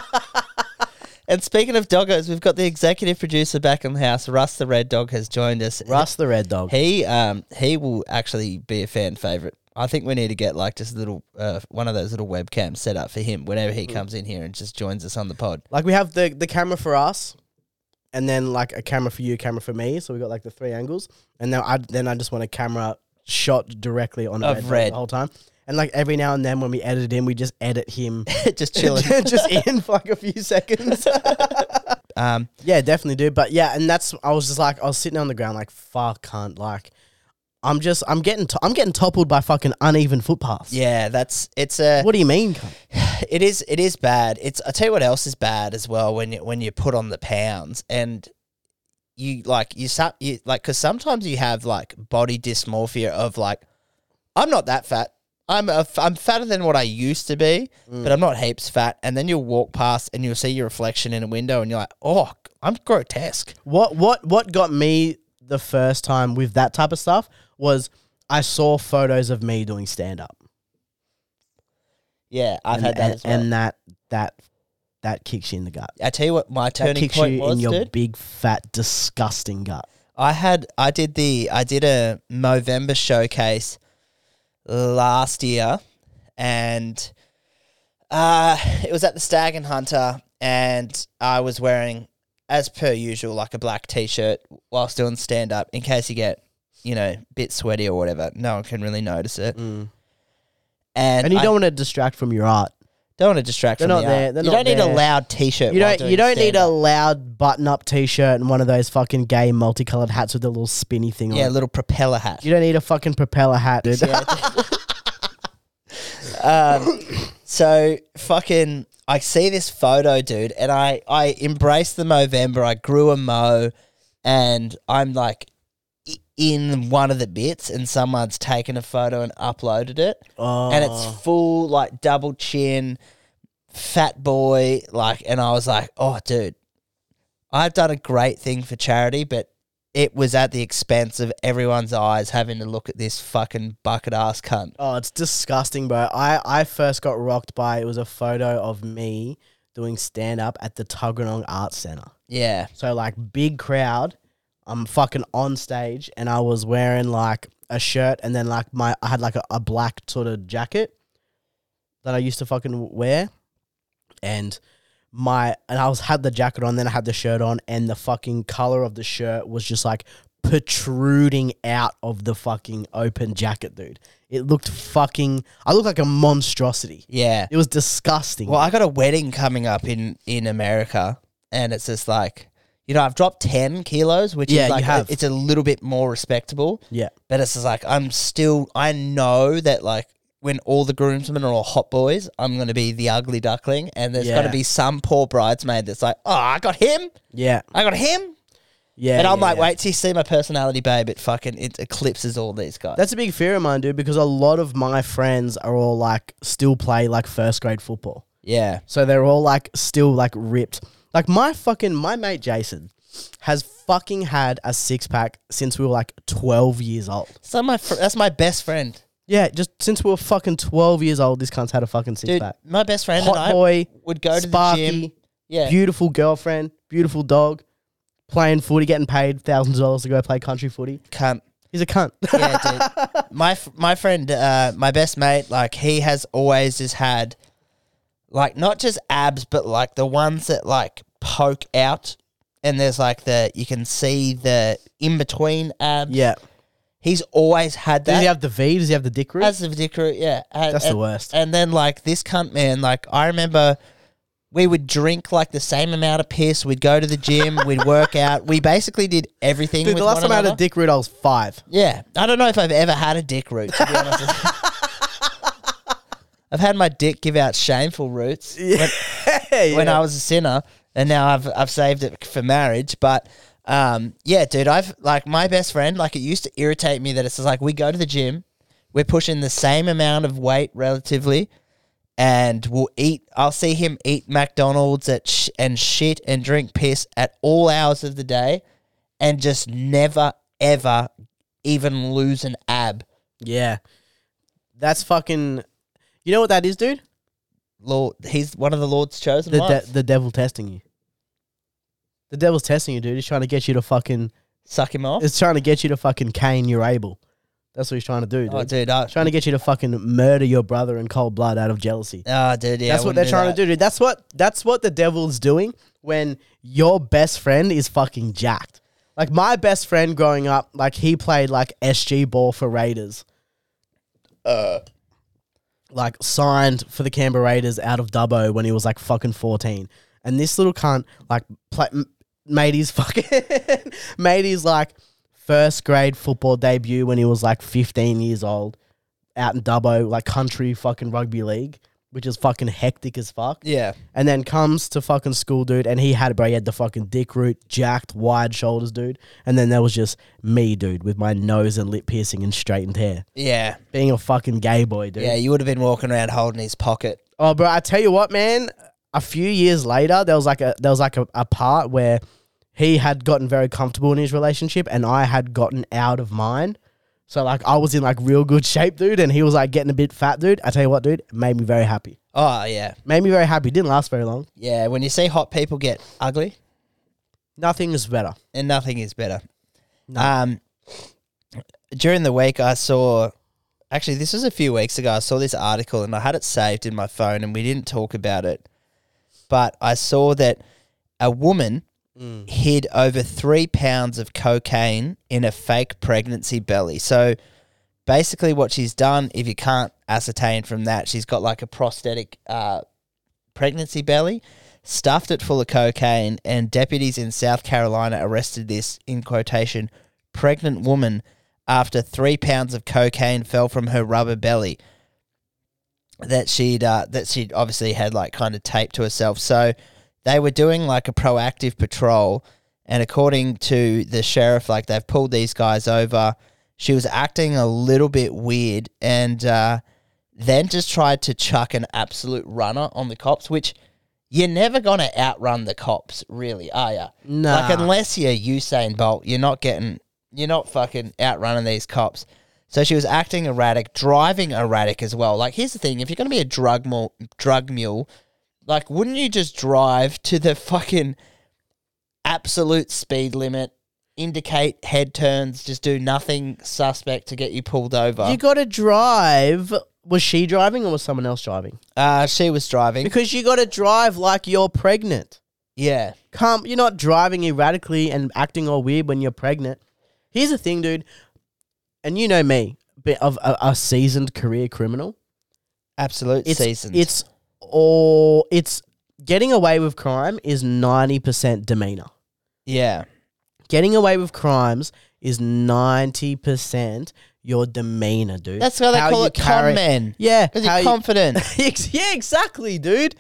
Speaker 2: and speaking of doggos, we've got the executive producer back in the house. Russ the Red Dog has joined us.
Speaker 3: Russ the Red Dog.
Speaker 2: He um he will actually be a fan favorite. I think we need to get like just a little uh, one of those little webcams set up for him whenever he comes in here and just joins us on the pod. (laughs)
Speaker 3: Like we have the the camera for us, and then like a camera for you, camera for me. So we got like the three angles, and then I then I just want a camera shot directly on
Speaker 2: Of
Speaker 3: red,
Speaker 2: Red.
Speaker 3: the whole time. And like every now and then when we edit him, we just
Speaker 2: (laughs)
Speaker 3: edit him
Speaker 2: just
Speaker 3: (laughs)
Speaker 2: chilling.
Speaker 3: just in for like a few seconds.
Speaker 2: (laughs) Um,
Speaker 3: yeah, definitely, dude. But yeah, and that's I was just like I was sitting on the ground like fuck, cunt, like. I'm just, I'm getting, to- I'm getting toppled by fucking uneven footpaths.
Speaker 2: yeah, that's it's a
Speaker 3: What do you mean? cunt?
Speaker 2: it is it is bad. It's I tell you what else is bad as well when you when you put on the pounds and you like you some you like because sometimes you have like body dysmorphia of like I'm not that fat. I'm a, f- I'm fatter than what I used to be, but I'm not heaps fat. And then you'll walk past and you'll see your reflection in a window, and you're like, oh, I'm grotesque.
Speaker 3: What what what got me the first time with that type of stuff was I saw photos of me doing stand up.
Speaker 2: Yeah, I've
Speaker 3: and,
Speaker 2: had that.
Speaker 3: and,
Speaker 2: as well.
Speaker 3: and that that that kicks you in the gut.
Speaker 2: I tell you what, my
Speaker 3: That
Speaker 2: turning
Speaker 3: kicks
Speaker 2: point
Speaker 3: you
Speaker 2: was,
Speaker 3: in your
Speaker 2: dude.
Speaker 3: big fat disgusting gut.
Speaker 2: I had I did the I did a Movember showcase last year, and uh, it was at the Stag and Hunter, and I was wearing, as per usual, like a black t-shirt whilst doing stand up in case you get, you know, a bit sweaty or whatever. No one can really notice it, and,
Speaker 3: Mm. And you
Speaker 2: I
Speaker 3: don't want to distract from your art.
Speaker 2: don't want to distract
Speaker 3: They're
Speaker 2: from
Speaker 3: not
Speaker 2: the
Speaker 3: there,
Speaker 2: art.
Speaker 3: they're
Speaker 2: you
Speaker 3: not
Speaker 2: don't need a
Speaker 3: there.
Speaker 2: loud t-shirt.
Speaker 3: You
Speaker 2: while
Speaker 3: don't
Speaker 2: doing
Speaker 3: you don't need a
Speaker 2: stand-up.
Speaker 3: loud button up t shirt and one of those fucking gay multicolored hats with the little spinny thing
Speaker 2: yeah
Speaker 3: on it.
Speaker 2: little propeller hat.
Speaker 3: You don't need a fucking propeller hat, dude.
Speaker 2: um, so fucking, I see this photo, dude, and I I embraced the Movember. I grew a mo, and I'm like i- in one of the bits, and someone's taken a photo and uploaded it,
Speaker 3: Oh.
Speaker 2: and it's full like double chin, fat boy, like, and I was like, oh, dude, I've done a great thing for charity, but. It was at the expense of everyone's eyes having to look at this fucking bucket ass cunt.
Speaker 3: Oh, it's disgusting, bro. I, I first got rocked by it was a photo of me doing stand up at the Tuggeranong Arts Center.
Speaker 2: Yeah.
Speaker 3: So like big crowd. I'm fucking on stage and I was wearing like a shirt and then like my I had like a, a black sort of jacket that I used to fucking wear. And my and I was had the jacket on, then I had the shirt on, and the fucking colour of the shirt was just like protruding out of the fucking open jacket, dude. It looked fucking I looked like a monstrosity.
Speaker 2: Yeah.
Speaker 3: It was disgusting.
Speaker 2: Well, I got a wedding coming up in in America, and it's just like you know, I've dropped 10 kilos, which
Speaker 3: Yeah,
Speaker 2: is
Speaker 3: you
Speaker 2: like,
Speaker 3: have.
Speaker 2: it's a little bit more respectable.
Speaker 3: Yeah.
Speaker 2: But it's just like, I'm still, I know that like when all the groomsmen are all hot boys, I'm going to be the ugly duckling. And there's got
Speaker 3: Yeah.
Speaker 2: to be some poor bridesmaid that's like, oh, I got him.
Speaker 3: Yeah.
Speaker 2: I got him.
Speaker 3: Yeah.
Speaker 2: And I'm
Speaker 3: yeah,
Speaker 2: like,
Speaker 3: yeah.
Speaker 2: wait till you see my personality, babe. It fucking, it eclipses all these guys.
Speaker 3: That's a big fear of mine, dude, because a lot of my friends are all like still play like first grade football.
Speaker 2: yeah.
Speaker 3: So they're all like still like ripped. Like my fucking my mate Jason has fucking had a six pack since we were like 12 years old.
Speaker 2: So my, fr- that's my best friend.
Speaker 3: Yeah, just since we were fucking 12 years old, this cunt's had a fucking six
Speaker 2: Dude,
Speaker 3: pack.
Speaker 2: my best friend and
Speaker 3: Hot
Speaker 2: I
Speaker 3: boy,
Speaker 2: would go to
Speaker 3: Sparky,
Speaker 2: the gym. Yeah.
Speaker 3: beautiful girlfriend, beautiful dog, playing footy, getting paid thousands of dollars to go play country footy.
Speaker 2: Cunt.
Speaker 3: He's a cunt. (laughs)
Speaker 2: yeah, dude. My f- my friend, uh, my best mate, like he has always just had, like not just abs, but like the ones that like poke out, and there's like the you can see the in between abs.
Speaker 3: yeah.
Speaker 2: he's always had
Speaker 3: Does
Speaker 2: that.
Speaker 3: he have the V? Does he have the dick root?
Speaker 2: As a vicar, yeah. And-
Speaker 3: That's the
Speaker 2: and-
Speaker 3: worst.
Speaker 2: And then like this cunt man, like I remember we would drink like the same amount of piss. We'd go to the gym. we'd work out. We basically did everything.
Speaker 3: Dude,
Speaker 2: with
Speaker 3: the last
Speaker 2: one
Speaker 3: time I had
Speaker 2: another.
Speaker 3: a dick root, I was five.
Speaker 2: Yeah, I don't know if I've ever had a dick root. To be honest with you. I've had my dick give out shameful roots when, when I was a sinner, and now I've I've saved it for marriage. But um, yeah, dude, I've like my best friend. Like it used to irritate me that it's just like we go to the gym, we're pushing the same amount of weight relatively, and we'll eat. I'll see him eat McDonald's at sh- and shit and drink piss at all hours of the day, and just never ever even lose an ab.
Speaker 3: Yeah. That's fucking. You know what that is, dude?
Speaker 2: Lord, he's one of the Lord's chosen
Speaker 3: The,
Speaker 2: ones.
Speaker 3: de- the devil testing you. The devil's testing you, dude. He's trying to get you to fucking.
Speaker 2: Suck him off.
Speaker 3: It's trying to get you to fucking cane your able. That's what he's trying to do, dude.
Speaker 2: Oh, dude, I,
Speaker 3: Trying to get you to fucking murder your brother in cold blood out of jealousy.
Speaker 2: oh, dude, yeah,
Speaker 3: that's what they're trying to do, dude. That's what that's what the devil's doing when your best friend is fucking jacked. Like my best friend growing up, like he played like SG ball for Raiders. Uh like signed for the Canberra Raiders out of Dubbo when he was like fucking 14. And this little cunt like pla m- made his (laughs) fucking made his like first grade football debut when he was like 15 years old out in Dubbo like country fucking rugby league, which is fucking hectic as fuck.
Speaker 2: Yeah,
Speaker 3: And then comes to fucking school, dude, and he had bro, he had the fucking dick root, jacked, wide shoulders, dude. And then there was just me, dude, with my nose and lip piercing and straightened hair,
Speaker 2: yeah,
Speaker 3: being a fucking gay boy, dude.
Speaker 2: yeah. You would have been walking around holding his pocket.
Speaker 3: Oh, bro, I tell you what, man. A few years later, there was like a there was like a, a part where he had gotten very comfortable in his relationship, and I had gotten out of mine. So like I was in like real good (laughs) shape, dude, and he was like getting a bit fat, dude. I tell you what, dude, it made me very happy.
Speaker 2: Oh, yeah,
Speaker 3: Made me very happy. Didn't last very long.
Speaker 2: yeah. When you see hot people get ugly,
Speaker 3: Nothing is better.
Speaker 2: and nothing is better. Um, during the week, I saw. Actually, this was a few weeks ago. I saw this article, and I had it saved in my phone, and we didn't talk about it. But I saw that a woman hid over three pounds of cocaine in a fake pregnancy belly. So basically, what she's done, if you can't ascertain from that, she's got like a prosthetic uh, pregnancy belly, stuffed it full of cocaine, and deputies in South Carolina arrested this, in quotation, pregnant woman after three pounds of cocaine fell from her rubber belly that she'd uh, that she'd obviously had like kind of taped to herself. So they were doing like a proactive patrol, and according to the sheriff, like they've pulled these guys over. She was acting a little bit weird, and uh, then just tried to chuck an absolute runner on the cops, which. You're never gonna outrun the cops, really, are you?
Speaker 3: Nah.
Speaker 2: Like unless you're Usain Bolt, you're not getting, you're not fucking outrunning these cops. So she was acting erratic, driving erratic as well. Like here's the thing: if you're gonna be a drug mule, drug mule, like wouldn't you just drive to the fucking absolute speed limit, indicate head turns, just do nothing suspect to get you pulled over?
Speaker 3: You gotta drive. Was she driving or was someone else driving?
Speaker 2: uh, she was driving.
Speaker 3: Because you gotta drive like you're pregnant.
Speaker 2: Yeah,
Speaker 3: Come, you're not driving erratically and acting all weird when you're pregnant. Here's the thing, dude, and you know me, bit of a, a seasoned career criminal.
Speaker 2: absolute
Speaker 3: It's
Speaker 2: seasons.
Speaker 3: it's all it's getting away with crime is ninety percent demeanor.
Speaker 2: Yeah.
Speaker 3: Getting away with crimes is ninety percent your demeanor, dude.
Speaker 2: That's why they
Speaker 3: How
Speaker 2: call
Speaker 3: you
Speaker 2: it
Speaker 3: carry-
Speaker 2: con men.
Speaker 3: Yeah,
Speaker 2: Because
Speaker 3: how
Speaker 2: you're
Speaker 3: you-
Speaker 2: confident.
Speaker 3: (laughs) Ex- yeah, exactly, dude.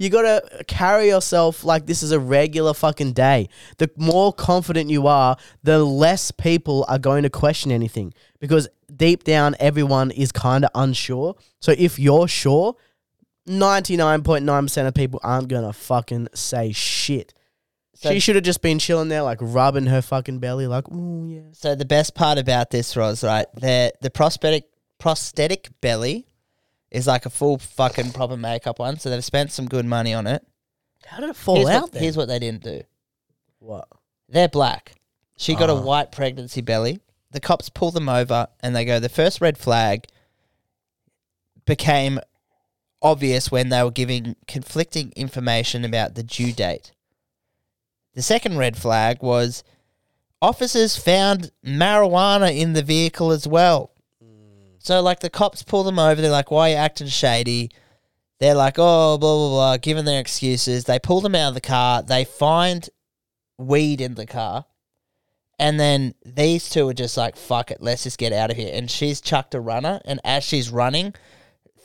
Speaker 3: You gotta carry yourself like this is a regular fucking day. The more confident you are, the less people are going to question anything because deep down, everyone is kind of unsure. So if you're sure, 99.9% of people aren't gonna fucking say shit.
Speaker 2: So-
Speaker 3: she should have just been chilling there, like rubbing her fucking belly, like, oh, yeah.
Speaker 2: So the best part about this was right the the prosthetic prosthetic belly is like a full fucking proper makeup one. So they've spent some good money on it.
Speaker 3: How did it fall
Speaker 2: here's
Speaker 3: out
Speaker 2: what,
Speaker 3: then?
Speaker 2: here's what they didn't do.
Speaker 3: what?
Speaker 2: They're black. She got a
Speaker 3: Ah.
Speaker 2: white pregnancy belly. The cops pull them over and they go. The first red flag became obvious when they were giving conflicting information about the due date. The second red flag was officers found marijuana in the vehicle as well. So, like, the cops pull them over. They're like, why are you acting shady? They're like, oh, blah, blah, blah, giving their excuses. They pull them out of the car. They find weed in the car. And then these two are just like, fuck it, let's just get out of here. And she's chucked a runner. And as she's running,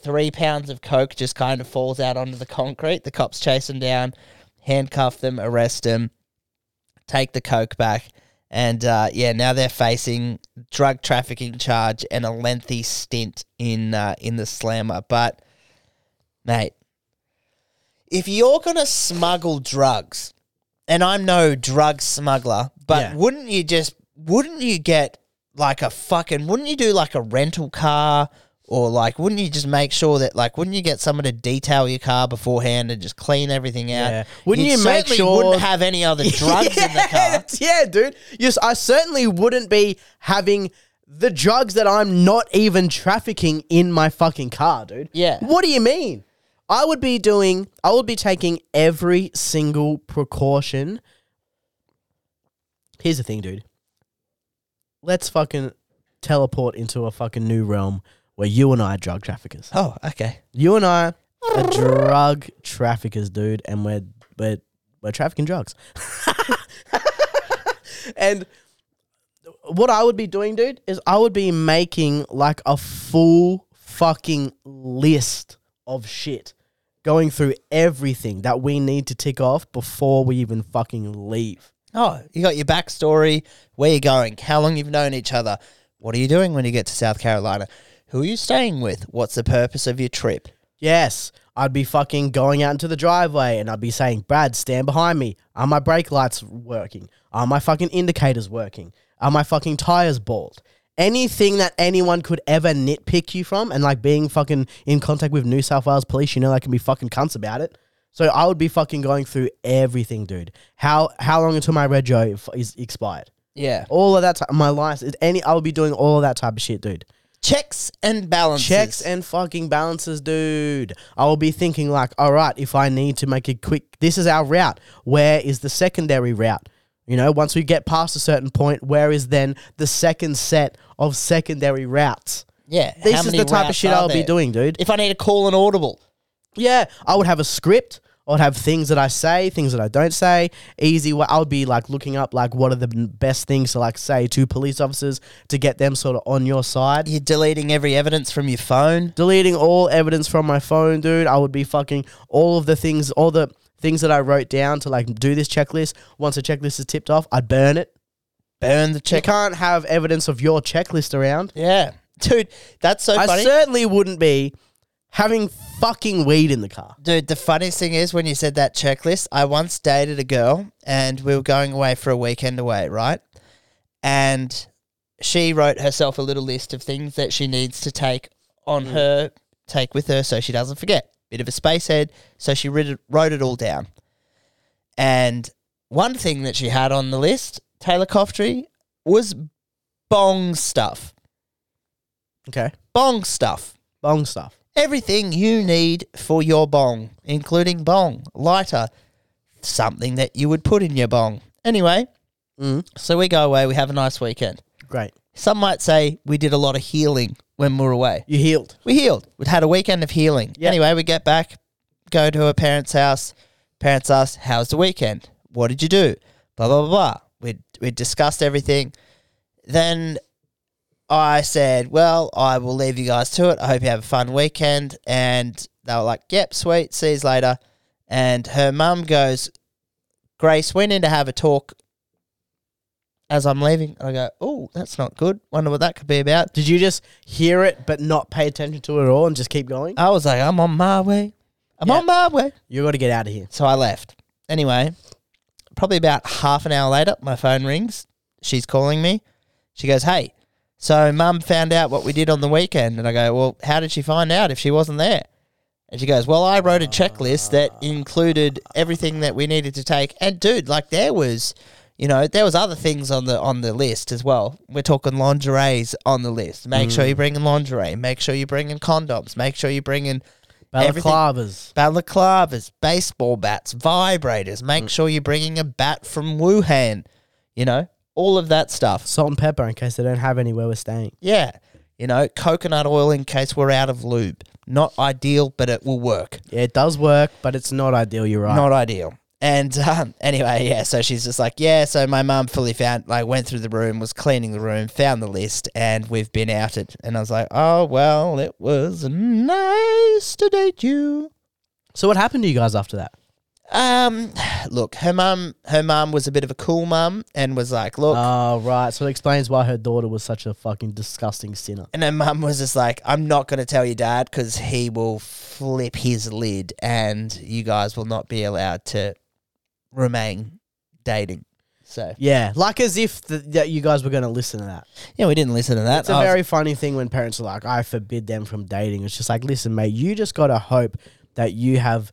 Speaker 2: three pounds of coke just kind of falls out onto the concrete. The cops chase them down, handcuff them, arrest them, take the coke back. And uh, yeah, now they're facing drug trafficking charge and a lengthy stint in uh, in the slammer. But mate, if you're gonna smuggle drugs, and I'm no drug smuggler, but
Speaker 3: Yeah.
Speaker 2: wouldn't you just wouldn't you get like a fucking wouldn't you do like a rental car or like wouldn't you just make sure that like wouldn't you get someone to detail your car beforehand and just clean everything out?
Speaker 3: Yeah. Wouldn't you make
Speaker 2: certainly
Speaker 3: sure-
Speaker 2: wouldn't have any
Speaker 3: (laughs)
Speaker 2: other drugs in the car?
Speaker 3: Yeah, dude. Yes, I certainly wouldn't be having the drugs that I'm not even trafficking in my fucking car, dude.
Speaker 2: Yeah.
Speaker 3: What do you mean? I would be doing, I would be taking every single precaution. Here's the thing, dude. Let's fucking teleport into a fucking new realm where you and I are drug traffickers.
Speaker 2: Oh, okay.
Speaker 3: You and I are drug traffickers, dude, and we're we're we're trafficking drugs. (laughs) and what I would be doing, dude, is I would be making like a full fucking list of shit. Going through everything that we need to tick off before we even fucking leave.
Speaker 2: Oh, you got your backstory, where you're going, how long you've known each other, what are you doing when you get to South Carolina, who are you staying with, what's the purpose of your trip?
Speaker 3: Yes, I'd be fucking going out into the driveway and I'd be saying, Brad, stand behind me. Are my brake lights working? Are my fucking indicators working? Are my fucking tires bald? Anything that anyone could ever nitpick you from and like being fucking in contact with New South Wales police, you know, they can be fucking cunts about it. So I would be fucking going through everything, dude. How how long until my rego f- is expired?
Speaker 2: Yeah.
Speaker 3: All of that, type, my license, any, I would be doing all of that type of shit, dude
Speaker 2: Checks and balances.
Speaker 3: checks and fucking balances, dude. I will be thinking like, all right, if I need to make a quick, this is our route. Where is the secondary route? You know, once we get past a certain point, where is then the second set of secondary routes?
Speaker 2: Yeah.
Speaker 3: This
Speaker 2: how
Speaker 3: is
Speaker 2: many
Speaker 3: the type of
Speaker 2: routes
Speaker 3: shit
Speaker 2: are
Speaker 3: I'll be
Speaker 2: there?
Speaker 3: doing, dude.
Speaker 2: If I need to call an audible.
Speaker 3: Yeah, I would have a script. I would have things that I say, things that I don't say. Easy. wa- I would be like looking up like what are the n- best things to like say to police officers to get them sort of on your side.
Speaker 2: You're deleting every evidence from your phone.
Speaker 3: deleting all evidence from my phone, dude. I would be fucking all of the things, all the things that I wrote down to like do this checklist. Once a checklist is tipped off, I'd burn it.
Speaker 2: Burn the
Speaker 3: You
Speaker 2: check.
Speaker 3: can't have evidence of your checklist around.
Speaker 2: Yeah. Dude, that's so
Speaker 3: I
Speaker 2: funny.
Speaker 3: certainly wouldn't be having fucking weed in the car.
Speaker 2: Dude, the funniest thing is when you said that checklist, I once dated a girl and we were going away for a weekend away, right? And she wrote herself a little list of things that she needs to take on her, take with her so she doesn't forget. Bit of a space head. So she writ- wrote it all down. And one thing that she had on the list, Taylor Coftry, was bong stuff.
Speaker 3: Okay,
Speaker 2: Bong stuff.
Speaker 3: bong stuff.
Speaker 2: Everything you need for your bong, including bong, lighter, something that you would put in your bong. Anyway,
Speaker 3: Mm.
Speaker 2: so we go away, we have a nice weekend.
Speaker 3: Great,
Speaker 2: Some might say we did a lot of healing when we were away.
Speaker 3: you healed.
Speaker 2: We healed. We'd had a weekend of healing.
Speaker 3: Yeah.
Speaker 2: Anyway, we get back, go to her parents' house. Parents ask, How's the weekend? What did you do? blah blah blah. blah. We we discussed everything. Then I said, "Well, I will leave you guys to it. I hope you have a fun weekend." And they were like, "Yep, sweet. See you later." And her mum goes, "Grace, we need to have a talk." As I'm leaving, I go, "Oh, that's not good. Wonder what that could be about."
Speaker 3: Did you just hear it but not pay attention to it at all and just keep going?
Speaker 2: I was like, "I'm on my way. I'm
Speaker 3: Yeah.
Speaker 2: on my way."
Speaker 3: You got to get out of here.
Speaker 2: So I left. Anyway, probably about half an hour later, my phone rings. She's calling me. She goes, Hey, so mum found out what we did on the weekend. And I go, Well, how did she find out if she wasn't there? And she goes, Well, I wrote a checklist that included everything that we needed to take. And dude, like there was. You know, there was other things on the on the list as well. We're talking lingerie's on the list. Make sure you bring in lingerie. Make sure you bring in condoms. Make sure you bring in everything
Speaker 3: Balaclavas.
Speaker 2: balaclavas, baseball bats, vibrators. Make sure you're bringing a bat from Wuhan. You know, all of that stuff.
Speaker 3: Salt and pepper in case they don't have anywhere we're staying.
Speaker 2: Yeah. You know, coconut oil in case we're out of lube. Not ideal, but it will work.
Speaker 3: Yeah, it does work, but it's not ideal. You're right.
Speaker 2: Not ideal. And um, (laughs) anyway, yeah, so she's just like, yeah, so my mum fully found, like, went through the room, was cleaning the room, found the list, and we've been outed. And I was like, oh, well, it was nice to date you.
Speaker 3: So what happened to you guys after that?
Speaker 2: Um, look, her mum, her mum was a bit of a cool mum and was like, look,
Speaker 3: Oh, right. So it explains why her daughter was such a fucking disgusting sinner.
Speaker 2: and her mum was just like, I'm not going to tell your dad because he will flip his lid and you guys will not be allowed to remain dating. So
Speaker 3: Yeah, like as if the, that you guys were going to listen to that.
Speaker 2: yeah, we didn't listen to that.
Speaker 3: It's a
Speaker 2: I was-
Speaker 3: very funny thing when parents are like, I forbid them from dating. It's just like, listen, mate, you just got to hope that you have,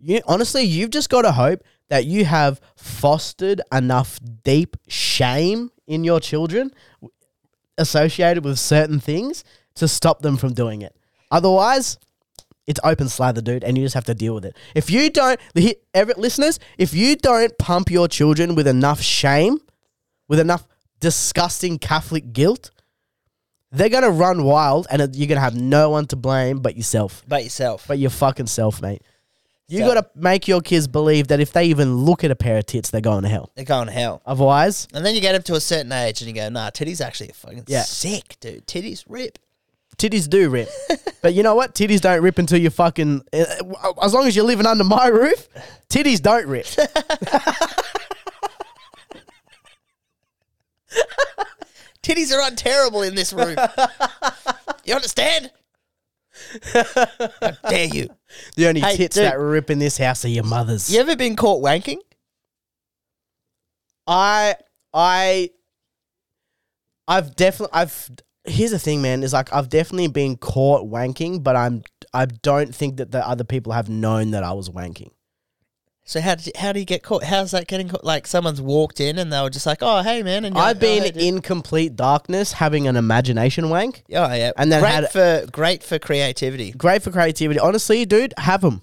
Speaker 3: you, honestly, you've just got to hope that you have fostered enough deep shame in your children w- associated with certain things to stop them from doing it. Otherwise, it's open slather, dude, and you just have to deal with it. If you don't, li- every, listeners, if you don't pump your children with enough shame, with enough disgusting Catholic guilt, they're gonna run wild, and it- you're gonna have no one to blame but yourself,
Speaker 2: (laughs) about yourself.
Speaker 3: but your fucking self, mate. You
Speaker 2: So-
Speaker 3: gotta make your kids believe that if they even look at a pair of tits, they're going to hell.
Speaker 2: They're going to hell.
Speaker 3: Otherwise,
Speaker 2: And then you get up to a certain age and you go, nah, titties actually are fucking
Speaker 3: Yeah.
Speaker 2: sick, dude. Titties rip.
Speaker 3: titties
Speaker 2: (laughs)
Speaker 3: do rip. but you know what? Titties don't rip until you fucking. eh, eh, As long as you're living under my roof, titties
Speaker 2: (laughs)
Speaker 3: don't rip.
Speaker 2: Titties are unterrible in this
Speaker 3: (laughs)
Speaker 2: room. you understand? How dare you?
Speaker 3: The only
Speaker 2: Hey,
Speaker 3: tits
Speaker 2: dude.
Speaker 3: that rip in this house are your mother's.
Speaker 2: You ever been caught wanking?
Speaker 3: I I I've definitely I've here's the thing, man, is like I've definitely been caught wanking, but I'm I don't think that the other people have known that I was wanking.
Speaker 2: So how did you, how do you get caught? How's that getting caught? Like someone's walked in and they were just like, "Oh, hey man," and you're
Speaker 3: I've
Speaker 2: like,
Speaker 3: been
Speaker 2: oh, hey, dude."
Speaker 3: in complete darkness having an imagination wank.
Speaker 2: Oh yeah,
Speaker 3: and then
Speaker 2: great
Speaker 3: had-
Speaker 2: for great for creativity
Speaker 3: Great for creativity. Honestly, dude, have them.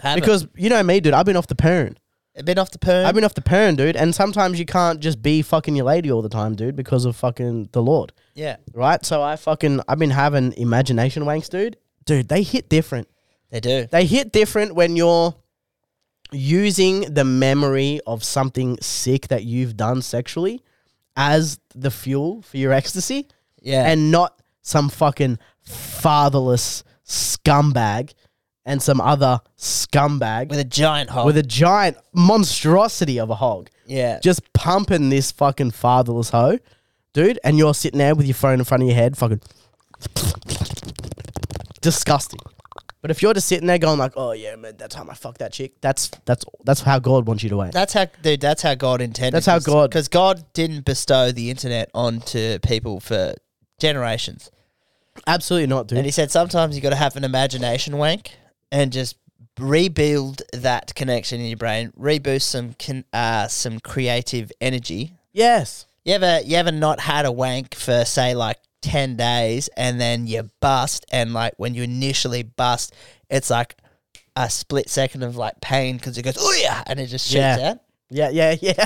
Speaker 2: Haven't.
Speaker 3: Because you know me, dude, I've been off the parent.
Speaker 2: a bit off the perm.
Speaker 3: I've been off the parent, dude, and sometimes you can't just be fucking your lady all the time, dude, because of fucking the Lord.
Speaker 2: yeah,
Speaker 3: Right? So I fucking I've been having imagination wanks, dude. Dude, they hit different.
Speaker 2: they do.
Speaker 3: they hit different when you're using the memory of something sick that you've done sexually as the fuel for your ecstasy
Speaker 2: Yeah, and
Speaker 3: and not some fucking fatherless scumbag and some other scumbag
Speaker 2: with a giant hole.
Speaker 3: with a giant monstrosity of a hog
Speaker 2: Oh. yeah,
Speaker 3: just pumping this fucking fatherless hoe dude and you're sitting there with your phone in front of your head fucking disgusting. But if you're just sitting there going like, "Oh yeah, man, that time I fucked that chick," that's that's that's how God wants you to aim.
Speaker 2: that's how dude. That's how God intended.
Speaker 3: That's how God-
Speaker 2: because God didn't bestow the internet onto people for generations.
Speaker 3: Absolutely not, dude.
Speaker 2: And he said sometimes you got to have an imagination wank and just rebuild that connection in your brain, reboost some con- uh, some creative energy
Speaker 3: yes,
Speaker 2: You ever you ever not had a wank for say like ten days and then you bust and like when you initially bust, it's like a split second of like pain because it goes oh yeah and it just shoots
Speaker 3: Yeah.
Speaker 2: out
Speaker 3: yeah, yeah, (laughs) yeah,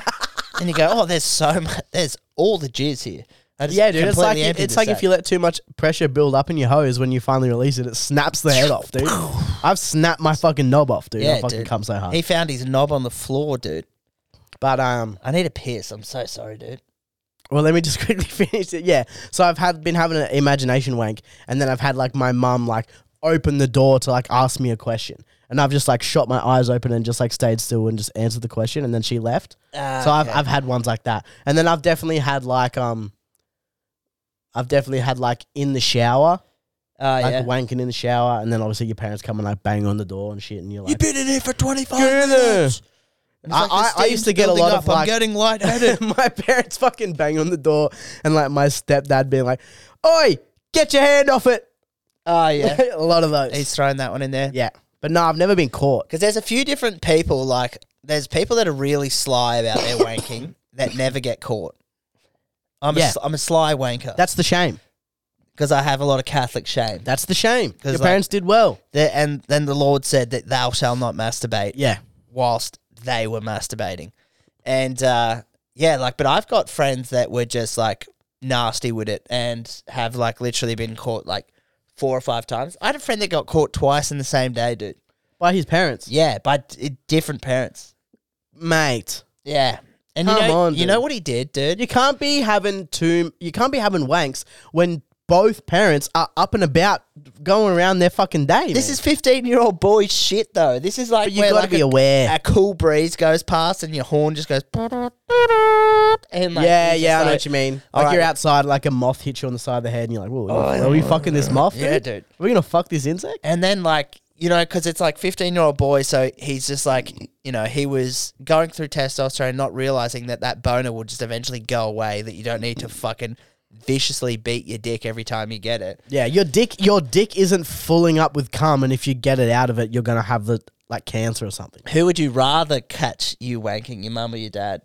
Speaker 2: and you go oh there's so much there's all the jizz here I just
Speaker 3: yeah, dude. It's like
Speaker 2: completely emptied
Speaker 3: it's
Speaker 2: this
Speaker 3: like if
Speaker 2: out.
Speaker 3: you let too much pressure build up in your hose when you finally release it, it snaps the head
Speaker 2: (laughs)
Speaker 3: off, dude. I've snapped my fucking knob off, dude.
Speaker 2: Yeah,
Speaker 3: I fucking
Speaker 2: dude.
Speaker 3: come so hard.
Speaker 2: he found his knob on the floor dude
Speaker 3: But um,
Speaker 2: I need a piss. I'm so sorry, dude.
Speaker 3: well, let me just (laughs) quickly finish it. Yeah. So I've had been having an imagination wank, and then I've had like my mum like open the door to like ask me a question, and I've just like shot my eyes open and just like stayed still and just answered the question, and then she left.
Speaker 2: Ah,
Speaker 3: so I've
Speaker 2: okay.
Speaker 3: I've had ones like that, and then I've definitely had like um, I've definitely had like in the shower,
Speaker 2: Oh,
Speaker 3: like
Speaker 2: yeah.
Speaker 3: wanking in the shower, and then obviously your parents come and like bang on the door and shit, and you're like,
Speaker 2: been in here for 25
Speaker 3: Get in there.
Speaker 2: And it's
Speaker 3: I-
Speaker 2: the
Speaker 3: I- I
Speaker 2: steam's
Speaker 3: used to get a
Speaker 2: building
Speaker 3: lot of, like-
Speaker 2: I'm getting
Speaker 3: (laughs)
Speaker 2: lightheaded.
Speaker 3: my parents fucking bang on the door and like my stepdad being like, Oi, get your hand off it.
Speaker 2: oh, yeah.
Speaker 3: (laughs) a lot of those.
Speaker 2: He's thrown that one in there.
Speaker 3: yeah. But no, I've never been caught.
Speaker 2: Because there's a few different people. Like, there's people that are really sly about
Speaker 3: (coughs)
Speaker 2: their wanking that never get caught. I'm,
Speaker 3: Yeah.
Speaker 2: a, sl- I'm a sly wanker
Speaker 3: That's the shame.
Speaker 2: because I have a lot of Catholic shame.
Speaker 3: That's the shame. Your
Speaker 2: like-
Speaker 3: parents did well.
Speaker 2: The- and then the Lord said that thou shalt not masturbate
Speaker 3: Yeah.
Speaker 2: whilst they were masturbating. And uh, yeah, like, but I've got friends that were just like nasty with it and have like literally been caught like four or five times. I had a friend that got caught twice in the same day, dude.
Speaker 3: By his parents.
Speaker 2: Yeah, by d- different parents.
Speaker 3: Mate.
Speaker 2: Yeah. And you
Speaker 3: Come
Speaker 2: know,
Speaker 3: on,
Speaker 2: you
Speaker 3: dude.
Speaker 2: know what he did, dude?
Speaker 3: You can't be having two you can't be having wanks when both parents are up and about going around their fucking day.
Speaker 2: This
Speaker 3: man.
Speaker 2: is 15 year old boy shit, though. This is like,
Speaker 3: But you
Speaker 2: where,
Speaker 3: gotta
Speaker 2: like,
Speaker 3: be
Speaker 2: a,
Speaker 3: aware.
Speaker 2: A cool breeze goes past and your horn just goes. And like,
Speaker 3: yeah,
Speaker 2: it's
Speaker 3: yeah,
Speaker 2: just
Speaker 3: I know
Speaker 2: like-
Speaker 3: what you mean.
Speaker 2: all
Speaker 3: Like
Speaker 2: right. Oh,
Speaker 3: you're outside, like a moth hits you on the side of the head, and you're like, "Whoa, are, we fucking this moth?
Speaker 2: Yeah, dude.
Speaker 3: Are we gonna fuck this insect?"
Speaker 2: And then like you know, because it's like fifteen year old boy, so he's just like you know he was going through testosterone, not realizing that that boner will just eventually go away. That you don't need to fucking viciously beat your dick every time you get it.
Speaker 3: Yeah, your dick, your dick isn't filling up with cum, and if you get it out of it, you're gonna have the like cancer or something.
Speaker 2: Who would you rather catch you wanking, your mum or your dad?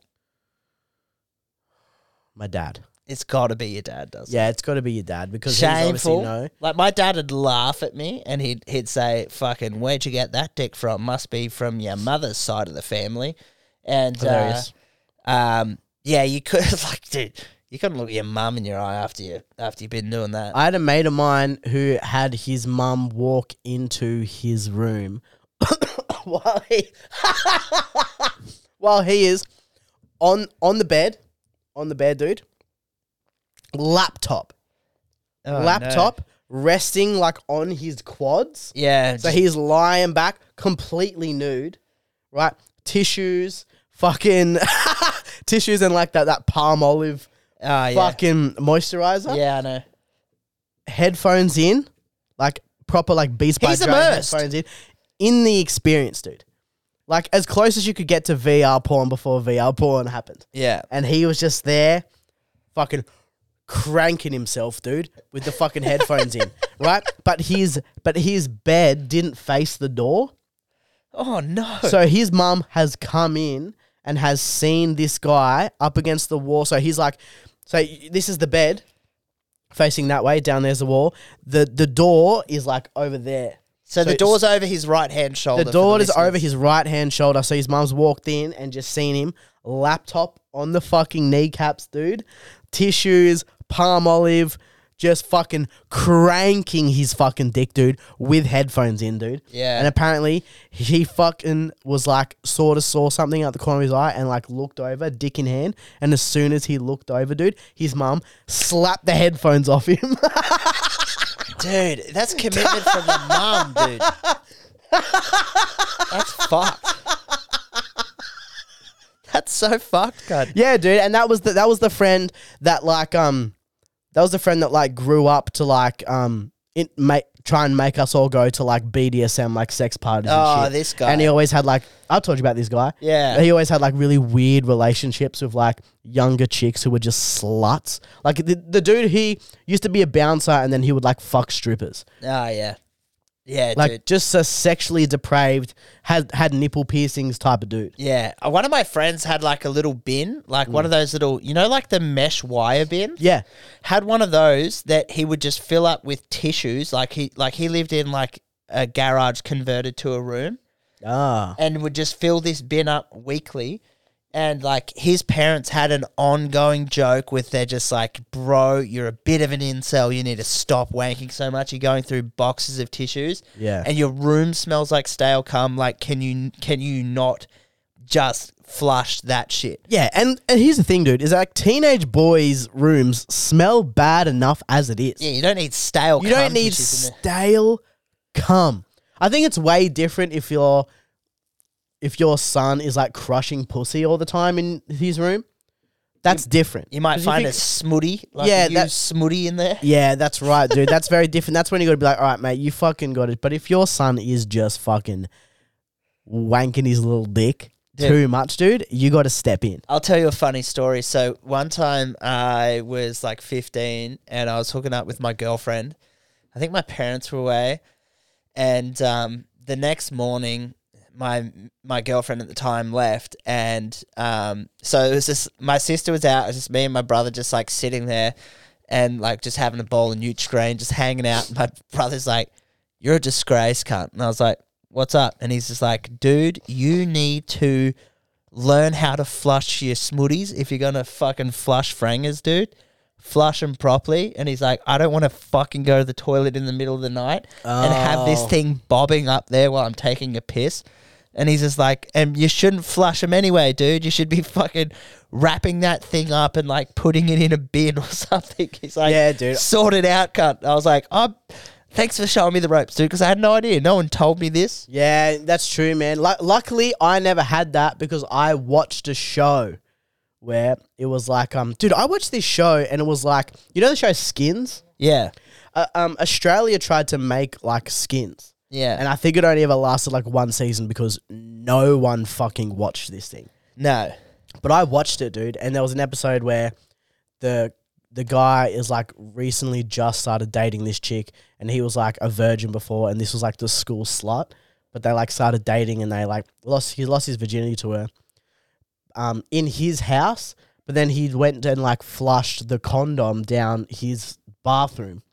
Speaker 3: My dad.
Speaker 2: It's got to be your dad, doesn't
Speaker 3: Yeah, it's got to be your dad because
Speaker 2: it?
Speaker 3: he's obviously
Speaker 2: Shameful.
Speaker 3: no.
Speaker 2: Like my dad would laugh at me and he'd he'd say, "Fucking, where'd you get that dick from? Must be from your mother's side of the family." And uh,
Speaker 3: Hilarious.
Speaker 2: Um, yeah, you could (laughs) like, dude, you couldn't look at your mum in your eye after you after you've been doing that.
Speaker 3: I had a mate of mine who had his mum walk into his room (coughs) while he (laughs) while he is on on the bed, on the bed, dude. Laptop,
Speaker 2: Oh,
Speaker 3: laptop resting like on his quads.
Speaker 2: no. Yeah.
Speaker 3: So
Speaker 2: just-
Speaker 3: he's lying back, completely nude, right? Tissues, fucking (laughs) tissues, and like that that palm olive
Speaker 2: oh, yeah.
Speaker 3: fucking moisturizer.
Speaker 2: Yeah, I know.
Speaker 3: Headphones in, like proper like Beats by
Speaker 2: He's
Speaker 3: Dre
Speaker 2: immersed.
Speaker 3: headphones in, in the experience, dude. Like as close as you could get to VR porn before VR porn happened,
Speaker 2: Yeah.
Speaker 3: and he was just there, fucking cranking himself, dude, with the fucking headphones in, (laughs) right? But his but his bed didn't face the door.
Speaker 2: Oh no.
Speaker 3: So his mum has come in and has seen this guy up against the wall. So he's like, so y- this is the bed facing that way. Down there's the wall. The the door is like over there.
Speaker 2: So, the
Speaker 3: so-
Speaker 2: door's over his right hand shoulder.
Speaker 3: The
Speaker 2: for
Speaker 3: door is
Speaker 2: listeners.
Speaker 3: over his right hand shoulder. So his mum's walked in and just seen him. Laptop on the fucking kneecaps, dude. Tissues, palm olive, just fucking cranking his fucking dick, dude, with headphones in, dude.
Speaker 2: Yeah.
Speaker 3: And apparently he fucking was like, sort of saw something out the corner of his eye and like looked over, dick in hand. And as soon as he looked over, dude, his mum slapped the headphones off him. (laughs)
Speaker 2: Dude, that's commitment from the mum, dude. That's fucked. That's so fucked, God.
Speaker 3: Yeah, dude, and that was the that was the friend that like um that was the friend that like grew up to like um it make try and make us all go to like BDSM like sex parties. and
Speaker 2: Oh,
Speaker 3: shit.
Speaker 2: this guy.
Speaker 3: And he always had like I told you about this guy.
Speaker 2: Yeah.
Speaker 3: he always had like really weird relationships with like younger chicks who were just sluts. Like the, the dude he used to be a bouncer and then he would like fuck strippers.
Speaker 2: Oh yeah. Yeah,
Speaker 3: Like
Speaker 2: dude.
Speaker 3: just a sexually depraved had had nipple piercings type of dude.
Speaker 2: Yeah, Uh, one of my friends had like a little bin, like one of those little, you know, like the mesh wire bin.
Speaker 3: Mm. Yeah.
Speaker 2: had one of those that he would just fill up with tissues. Like he, like he lived in like a garage converted to a room,
Speaker 3: Ah.
Speaker 2: and would just fill this bin up weekly. And like his parents had an ongoing joke with they're just like, bro, you're a bit of an incel. You need to stop wanking so much. You're going through boxes of tissues
Speaker 3: Yeah.
Speaker 2: and your room smells like stale cum. Like, can you can you not just flushed that shit.
Speaker 3: Yeah, and, and here's the thing, dude, is like teenage boys' rooms smell bad enough as it is.
Speaker 2: Yeah, you don't need stale.
Speaker 3: You don't
Speaker 2: cum
Speaker 3: need
Speaker 2: tissues in there.
Speaker 3: stale cum. I think it's way different if your if your son is like crushing pussy all the time in his room. That's different.
Speaker 2: You might
Speaker 3: 'Cause
Speaker 2: find a
Speaker 3: think-
Speaker 2: smutty. Like
Speaker 3: Yeah,
Speaker 2: yeah,
Speaker 3: that-
Speaker 2: that smutty in there.
Speaker 3: (laughs) Yeah, that's right, dude. That's very different. That's when you got to be like, all right, mate, you fucking got it. But if your son is just fucking wanking his little dick
Speaker 2: Yeah.
Speaker 3: too much, dude, you got to step in.
Speaker 2: I'll tell you a funny story. So one time I was like 15 and I was hooking up with my girlfriend. I think my parents were away, and um, the next morning, my my girlfriend at the time left, and um, so it was just my sister was out. It was just me and my brother just like sitting there, and like just having a bowl of Newt Green, just hanging out. My (laughs) brother's like, "You're a disgrace, cunt," and I was like, "What's up?" And he's just like, "Dude, you need to." learn how to flush your smoothies if you're gonna fucking flush frangers, dude. Flush them properly. And he's like, I don't want to fucking go to the toilet in the middle of the night and have this
Speaker 3: Oh.
Speaker 2: thing bobbing up there while I'm taking a piss. And he's just like, and you shouldn't flush them anyway, dude. You should be fucking wrapping that thing up and like putting it in a bin or (laughs) something. He's like,
Speaker 3: Yeah, dude.
Speaker 2: sort it out, cunt. I was like, oh, thanks for showing me the ropes, dude, because I had no idea. No one told me this.
Speaker 3: Yeah, that's true, man. Lu luckily, I never had that because I watched a show where it was like, um, dude, I watched this show and it was like, you know, the show Skins.
Speaker 2: Yeah.
Speaker 3: Uh, um, Australia tried to make like Skins,
Speaker 2: Yeah.
Speaker 3: and I think it only ever lasted like one season because no one fucking watched this thing.
Speaker 2: no.
Speaker 3: But I watched it, dude, and there was an episode where the the guy is like recently just started dating this chick and he was like a virgin before and this was like the school slut. But they like started dating and they like lost he lost his virginity to her. Um in his house, but then he went and like flushed the condom down his bathroom.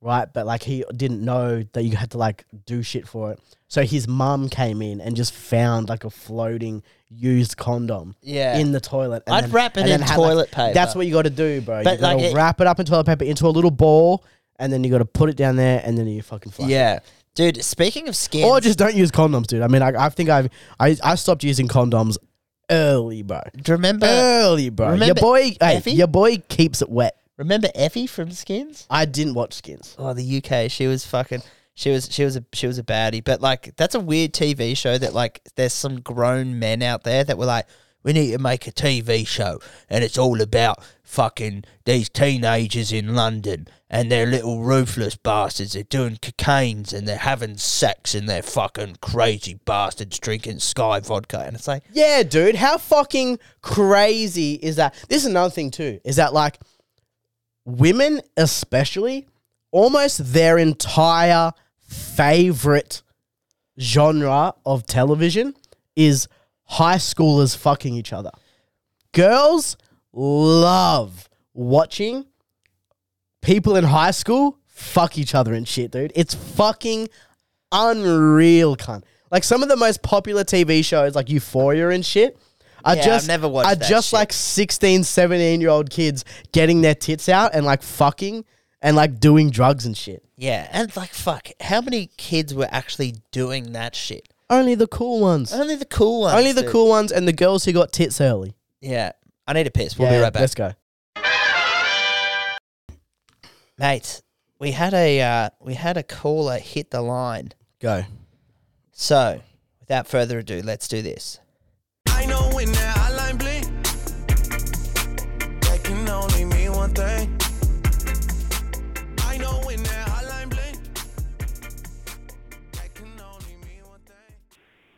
Speaker 3: Right? But like he didn't know that you had to like do shit for it. So his mum came in and just found like a floating used condom
Speaker 2: Yeah.
Speaker 3: in the toilet. and
Speaker 2: I'd wrap it
Speaker 3: and
Speaker 2: in
Speaker 3: had, like-
Speaker 2: toilet paper.
Speaker 3: That's what you got to do, bro.
Speaker 2: But,
Speaker 3: you got to
Speaker 2: like, it-
Speaker 3: wrap it up in toilet paper into a little ball, and then you got to put it down there, and then you fucking flush.
Speaker 2: Yeah. Dude, speaking of
Speaker 3: it.
Speaker 2: skins,
Speaker 3: Or just don't use condoms, dude. I mean, I, I think I've I, I stopped using condoms early, bro.
Speaker 2: do you remember
Speaker 3: early, bro. your
Speaker 2: remember
Speaker 3: boy, hey,
Speaker 2: Effie?
Speaker 3: your boy keeps it wet.
Speaker 2: remember Effie from Skins?
Speaker 3: I didn't watch Skins.
Speaker 2: Oh, the UK. She was fucking she was she was a she was a baddie. But like that's a weird TV show that like there's some grown men out there that were like, We need to make a TV show and it's all about fucking these teenagers in London and they're little ruthless bastards. They're doing cocaines and they're having sex and they're fucking crazy bastards drinking sky vodka and it's like
Speaker 3: Yeah, dude. How fucking crazy is that? This is another thing too. Is that like women, especially, almost their entire favorite genre of television is high schoolers fucking each other. Girls love watching people in high school fuck each other and shit, dude. It's fucking unreal, cunt. Like some of the most popular TV shows, like Euphoria and shit, are
Speaker 2: Yeah, I've
Speaker 3: just
Speaker 2: never watched
Speaker 3: are
Speaker 2: that
Speaker 3: just
Speaker 2: shit.
Speaker 3: like 16, 17 year old kids getting their tits out and like fucking and like doing drugs and shit.
Speaker 2: Yeah, and like fuck, how many kids were actually doing that shit?
Speaker 3: Only the cool ones.
Speaker 2: Only the cool ones.
Speaker 3: Only the
Speaker 2: dude.
Speaker 3: cool ones and the girls who got tits early.
Speaker 2: Yeah, I need a piss. We'll
Speaker 3: Yeah,
Speaker 2: be right back,
Speaker 3: Let's go.
Speaker 2: mate. We had a uh, we had a caller hit the line.
Speaker 3: Go.
Speaker 2: So, without further ado, let's do
Speaker 3: (laughs)
Speaker 2: this.
Speaker 4: I know when that hotline bling, that can only mean one thing. I know when that hotline bling, that can only mean one thing.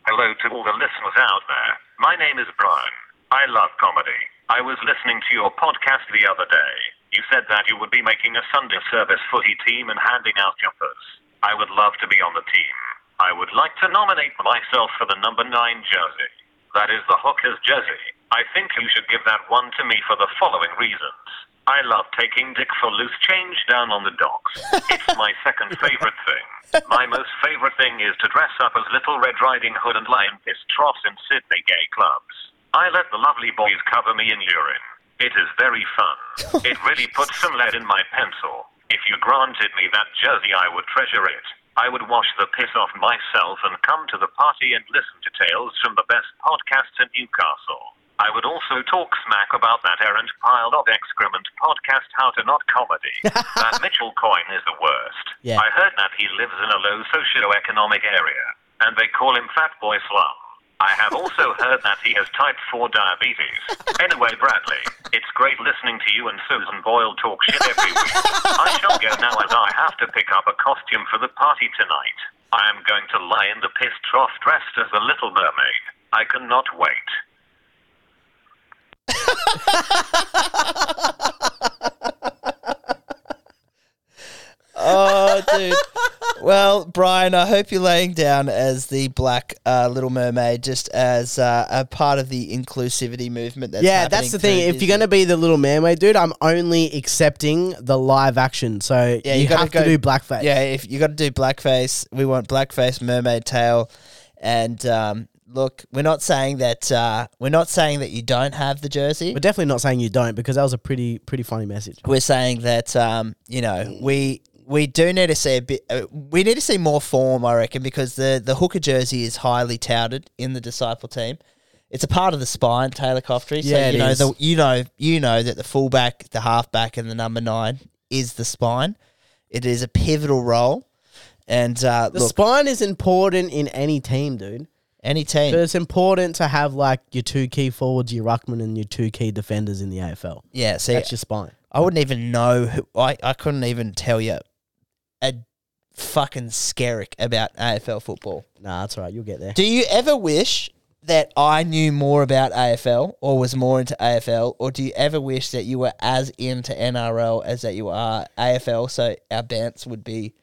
Speaker 5: Hello to all the listeners out there. My name is Brian. I love comedy. I was listening to your podcast the other day. You said that you would be making a Sunday service footy team and handing out jumpers. I would love to be on the team. I would like to nominate myself for the number nine jersey. That is the hooker's jersey. I think you should give that one to me for the following reasons. I love taking dick for loose change down on the docks. It's my second favorite thing. My most favorite thing is to dress up as Little Red Riding Hood and Lion Piss Troughs in Sydney gay clubs. I let the lovely boys cover me in urine. It is very fun. It really puts some lead in my pencil. If you granted me that jersey, I would treasure it. I would wash the piss off myself and come to the party and listen to tales from the best podcasts in Newcastle. I would also talk smack about that errant pile of excrement podcast, How to Not Comedy. that Mitchell Coyne is the worst.
Speaker 3: Yeah.
Speaker 5: I heard that he lives in a low socio-economic area, and they call him Fat Boy Slum. I have also heard that he has type 4 diabetes. Anyway, Bradley, it's great listening to you and Susan Boyle talk shit every week. I shall go now as I have to pick up a costume for the party tonight. I am going to lie in the piss trough dressed as the Little Mermaid. I cannot wait.
Speaker 2: Oh, dude. well, Brian, I hope you're laying down as the black uh, Little Mermaid, just as uh, a part of the inclusivity movement. That's
Speaker 3: yeah,
Speaker 2: happening
Speaker 3: that's the thing.
Speaker 2: through
Speaker 3: If
Speaker 2: Disney.
Speaker 3: you're gonna be the little mermaid, dude, I'm only accepting the live action. So
Speaker 2: Yeah,
Speaker 3: you,
Speaker 2: you gotta
Speaker 3: have
Speaker 2: go-
Speaker 3: to do blackface.
Speaker 2: yeah, if you got to do blackface, we want blackface, mermaid tail, and um, look, we're not saying that uh, we're not saying that you don't have the jersey.
Speaker 3: We're definitely not saying you don't because that was a pretty pretty funny message.
Speaker 2: We're saying that um, you know we. We do need to see a bit. Uh, we need to see more form, I reckon, because the, the hooker jersey is highly touted in the disciple team. It's a part of the spine, Taylor Coftry. So
Speaker 3: Yeah, it
Speaker 2: you know
Speaker 3: is.
Speaker 2: the you know you know that the fullback, the halfback, and the number nine is the spine. It is a pivotal role, and uh,
Speaker 3: The
Speaker 2: look,
Speaker 3: spine is important in any team, dude.
Speaker 2: any team.
Speaker 3: But it's important to have like your two key forwards, your ruckman, and your two key defenders in the AFL.
Speaker 2: Yeah, see,
Speaker 3: That's your spine.
Speaker 2: I wouldn't even know. Who, I I couldn't even tell you a fucking skerrick about AFL football.
Speaker 3: Nah, that's all right. You'll get there.
Speaker 2: Do you ever wish that I knew more about AFL or was more into AFL, or do you ever wish that you were as into NRL as that you are AFL? So our bants would be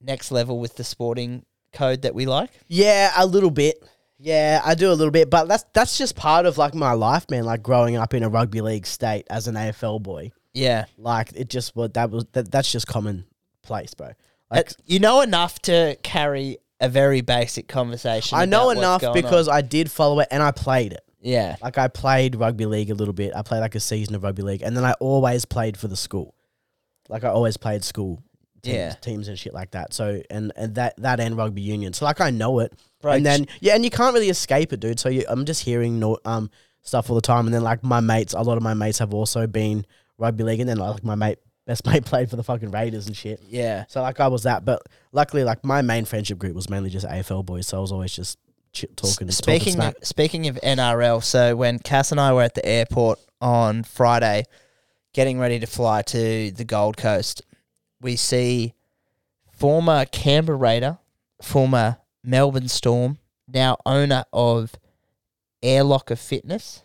Speaker 2: next level with the sporting code that we like.
Speaker 3: Yeah, a little bit. Yeah, I do a little bit, but that's that's just part of like my life, man. Like growing up in a rugby league state as an AFL boy,
Speaker 2: Yeah,
Speaker 3: like it just was that was that, that's just commonplace, bro. Like
Speaker 2: That- you know enough to carry a very basic conversation.
Speaker 3: I
Speaker 2: about
Speaker 3: know
Speaker 2: what's
Speaker 3: enough
Speaker 2: going on.
Speaker 3: because I did follow it and I played it.
Speaker 2: yeah,
Speaker 3: Like I played rugby league a little bit. I played like a season of rugby league, and then I always played for the school. Like I always played school teams,
Speaker 2: Yeah.
Speaker 3: teams and shit like that. So and, and that that and rugby union. So like I know it.
Speaker 2: Bro,
Speaker 3: and then yeah, and you can't really escape it, dude. So you, I'm just hearing no, um stuff all the time. And then like my mates, a lot of my mates have also been rugby league, and then like my mate, best (laughs) mate played for the fucking Raiders and shit.
Speaker 2: yeah.
Speaker 3: So like I was that, but luckily like my main friendship group was mainly just AFL boys. So I was always just chit talking. and talking
Speaker 2: Speaking
Speaker 3: smack.
Speaker 2: of, speaking of NRL, so when Cass and I were at the airport on Friday, getting ready to fly to the Gold Coast, we see former Canberra Raider, former Melbourne Storm, now owner of Airlocker Fitness,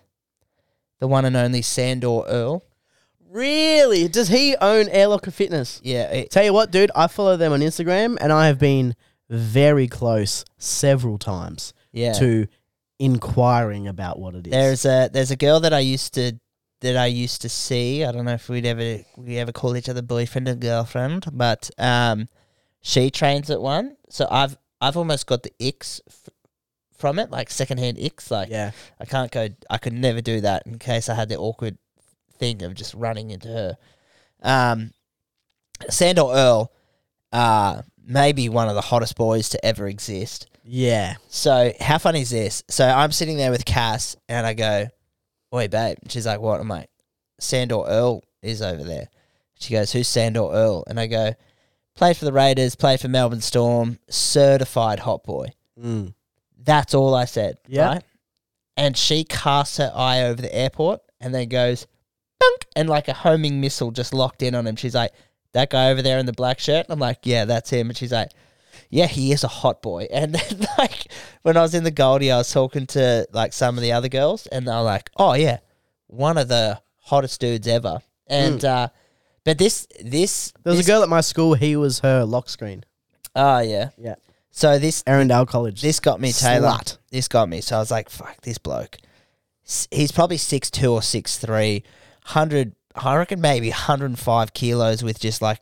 Speaker 2: the one and only Sandor Earl.
Speaker 3: Really? Does he own Airlocker Fitness?
Speaker 2: Yeah, it-
Speaker 3: Tell you what, dude, I follow them on Instagram and I have been very close several times
Speaker 2: yeah.
Speaker 3: to inquiring about what it is.
Speaker 2: There's a there's a girl that I used to that I used to see. I don't know if we'd ever we ever call each other boyfriend and girlfriend, but um, she trains at one. So I've I've almost got the icks f- from it, like secondhand icks. Like
Speaker 3: yeah.
Speaker 2: I can't go. I could never do that in case I had the awkward thing of just running into her. Um, Sandor Earl, uh, maybe one of the hottest boys to ever exist.
Speaker 3: Yeah.
Speaker 2: So how funny is this? So I'm sitting there with Cass and I go, Oi babe. And she's like, What? I'm like, Sandor Earl is over there. She goes, Who's Sandor Earl? And I go, Played for the Raiders, played for Melbourne Storm, certified hot boy.
Speaker 3: Mm.
Speaker 2: That's all I said.
Speaker 3: Yeah.
Speaker 2: Right? And she casts her eye over the airport and then goes, Dunk and like a homing missile just locked in on him. She's like, That guy over there in the black shirt? And I'm like, Yeah, that's him. And she's like, yeah, he is a hot boy. (laughs) And then, like, when I was in the Goldie, I was talking to, like, some of the other girls, and they were like, oh, yeah, one of the hottest dudes ever. And, uh, but this, this,
Speaker 3: Hmm. There was
Speaker 2: this-
Speaker 3: a girl at my school, he was her lock screen.
Speaker 2: oh, yeah.
Speaker 3: Yeah.
Speaker 2: So this,
Speaker 3: Arendelle College.
Speaker 2: this got me, Taylor.
Speaker 3: Slut.
Speaker 2: This got me. So I was like, fuck, this bloke. S- He's probably 6'2 or 6'3, 100, I reckon maybe 105 kilos with just like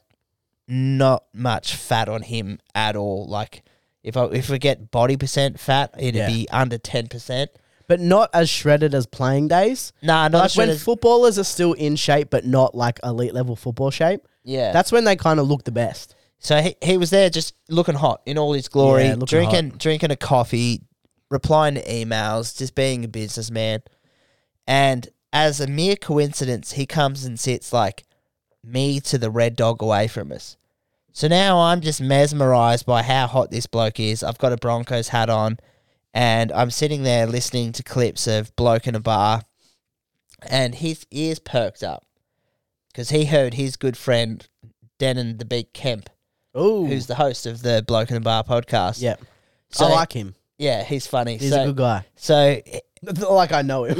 Speaker 2: not much fat on him at all. Like, if I, if we get body percent fat, it'd
Speaker 3: Yeah.
Speaker 2: be under 10%.
Speaker 3: but not as shredded as playing days.
Speaker 2: Nah, not
Speaker 3: like
Speaker 2: sure.
Speaker 3: when
Speaker 2: there's-
Speaker 3: footballers are still in shape but not like elite level football shape.
Speaker 2: yeah.
Speaker 3: That's when they kind of look the best.
Speaker 2: So he, he was there just looking hot in all his glory,
Speaker 3: Yeah, looking
Speaker 2: drinking drinking a coffee, replying to emails, just being a businessman. And as a mere coincidence, he comes and sits like me to the red dog away from us. So now I'm just mesmerized by how hot this bloke is. I've got a Broncos hat on and I'm sitting there listening to clips of bloke in a bar and his ears perked up because he heard his good friend Denon the Big Kemp,
Speaker 3: Ooh.
Speaker 2: who's the host of the Bloke in a Bar podcast.
Speaker 3: yeah.
Speaker 2: So,
Speaker 3: I like him.
Speaker 2: Yeah, he's funny.
Speaker 3: He's
Speaker 2: so,
Speaker 3: a good guy. (laughs)
Speaker 2: So (laughs)
Speaker 3: Like I know him.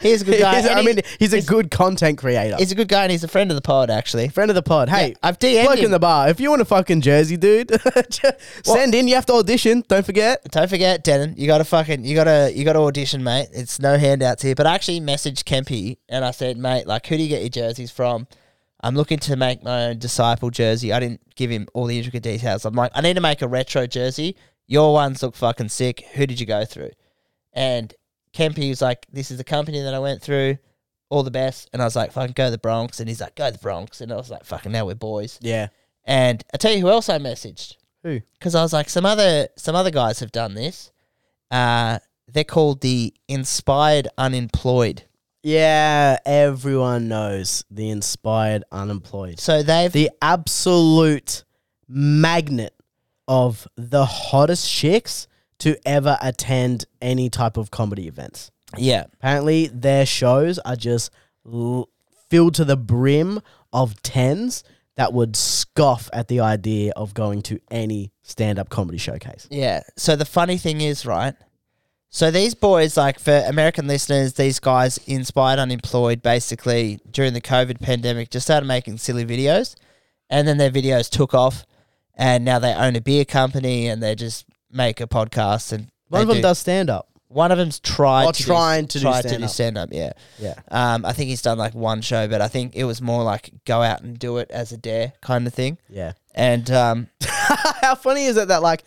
Speaker 2: he's a good guy.
Speaker 3: He's- I
Speaker 2: and he-
Speaker 3: mean, he's a good content creator.
Speaker 2: he's a good guy and he's a friend of the pod actually.
Speaker 3: Friend of the pod. Hey,
Speaker 2: Yeah, I've DM'd
Speaker 3: bloke
Speaker 2: him.
Speaker 3: in the bar. If you want a fucking jersey, dude, (laughs) send in. You have to audition. Don't forget.
Speaker 2: Don't forget, Denon, you gotta fucking you gotta you gotta audition, mate. It's no handouts here. But I actually messaged Kempy and I said, mate, like who do you get your jerseys from? I'm looking to make my own disciple jersey. I didn't give him all the intricate details. I'm like, I need to make a retro jersey. Your ones look fucking sick. Who did you go through? And Kempy was like, This is the company that I went through, all the best. And I was like, fucking go to the Bronx. And he's like, Go to the Bronx. And I was like, fucking now we're boys.
Speaker 3: Yeah.
Speaker 2: And I tell you who else I messaged
Speaker 3: Who?
Speaker 2: because I was like, some other some other guys have done this. Uh, they're called the Inspired Unemployed.
Speaker 3: Yeah. Everyone knows the inspired unemployed.
Speaker 2: So they've
Speaker 3: the absolute magnet of the hottest chicks to ever attend any type of comedy events.
Speaker 2: yeah
Speaker 3: Apparently, their shows are just l- filled to the brim of tens that would scoff at the idea of going to any stand-up comedy showcase.
Speaker 2: yeah. So the funny thing is, right? So these boys, like for American listeners, these guys Inspired Unemployed, basically during the COVID pandemic, just started making silly videos, and then their videos took off, and now they own a beer company and they just make a podcast and
Speaker 3: One
Speaker 2: they
Speaker 3: of them
Speaker 2: do-
Speaker 3: does stand-up.
Speaker 2: One of them's tried
Speaker 3: Oh,
Speaker 2: to
Speaker 3: trying
Speaker 2: do,
Speaker 3: to do
Speaker 2: tried to do
Speaker 3: stand-up.
Speaker 2: stand up. Yeah.
Speaker 3: Yeah.
Speaker 2: Um, I think he's done like one show, but I think it was more like go out and do it as a dare kind of thing.
Speaker 3: Yeah. (laughs)
Speaker 2: And um,
Speaker 3: How funny is it that like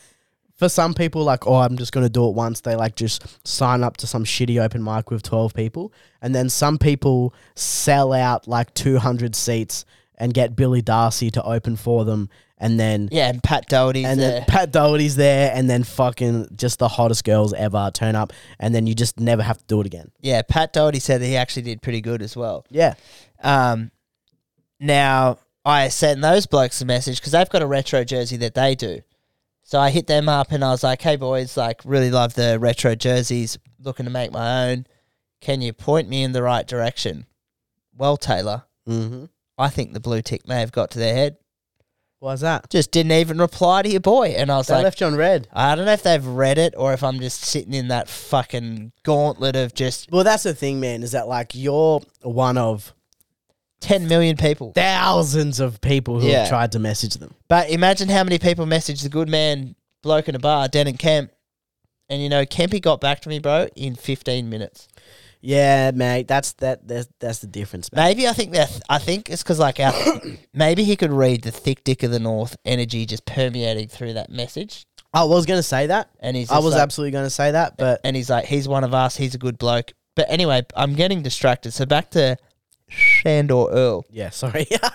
Speaker 3: for some people like oh I'm just going to do it once they like just sign up to some shitty open mic with 12 people and then some people sell out like 200 seats and get Billy Darcy to open for them and then
Speaker 2: yeah, and Pat Doherty's
Speaker 3: and
Speaker 2: there.
Speaker 3: then Pat Doherty's there and then fucking just the hottest girls ever turn up and then you just never have to do it again.
Speaker 2: yeah, Pat Doherty said that he actually did pretty good as well.
Speaker 3: Yeah.
Speaker 2: Um, now I sent those blokes a message because they've got a retro jersey that they do. So I hit them up and I was like, "Hey boys, like really love the retro jerseys. Looking to make my own. Can you point me in the right direction?" Well, Taylor,
Speaker 3: Mhm.
Speaker 2: I think the blue tick may have got to their head.
Speaker 3: Why's that?
Speaker 2: just didn't even reply to your boy. And I was
Speaker 3: They
Speaker 2: like,
Speaker 3: left you on red.
Speaker 2: I don't know if they've read it or if I'm just sitting in that fucking gauntlet of just
Speaker 3: Well, that's the thing, man, is that like you're one of
Speaker 2: 10 million people.
Speaker 3: thousands of people who
Speaker 2: Yeah.
Speaker 3: have tried to message them.
Speaker 2: But imagine how many people messaged the good man, bloke in a bar, Dan and Kemp. And you know, Kempy got back to me, bro, in 15 minutes.
Speaker 3: Yeah, mate, that's that that's, that's the difference, mate.
Speaker 2: Maybe I think that, I think it's because, like, our, (coughs) maybe he could read the thick dick of the North energy just permeating through that message.
Speaker 3: I was gonna say that.
Speaker 2: And he's
Speaker 3: I
Speaker 2: just
Speaker 3: was
Speaker 2: like-
Speaker 3: absolutely gonna say that, but
Speaker 2: and he's like, he's one of us. He's a good bloke. But anyway, I'm getting distracted. So back to Shandor Earl.
Speaker 3: yeah, sorry. (laughs) yeah,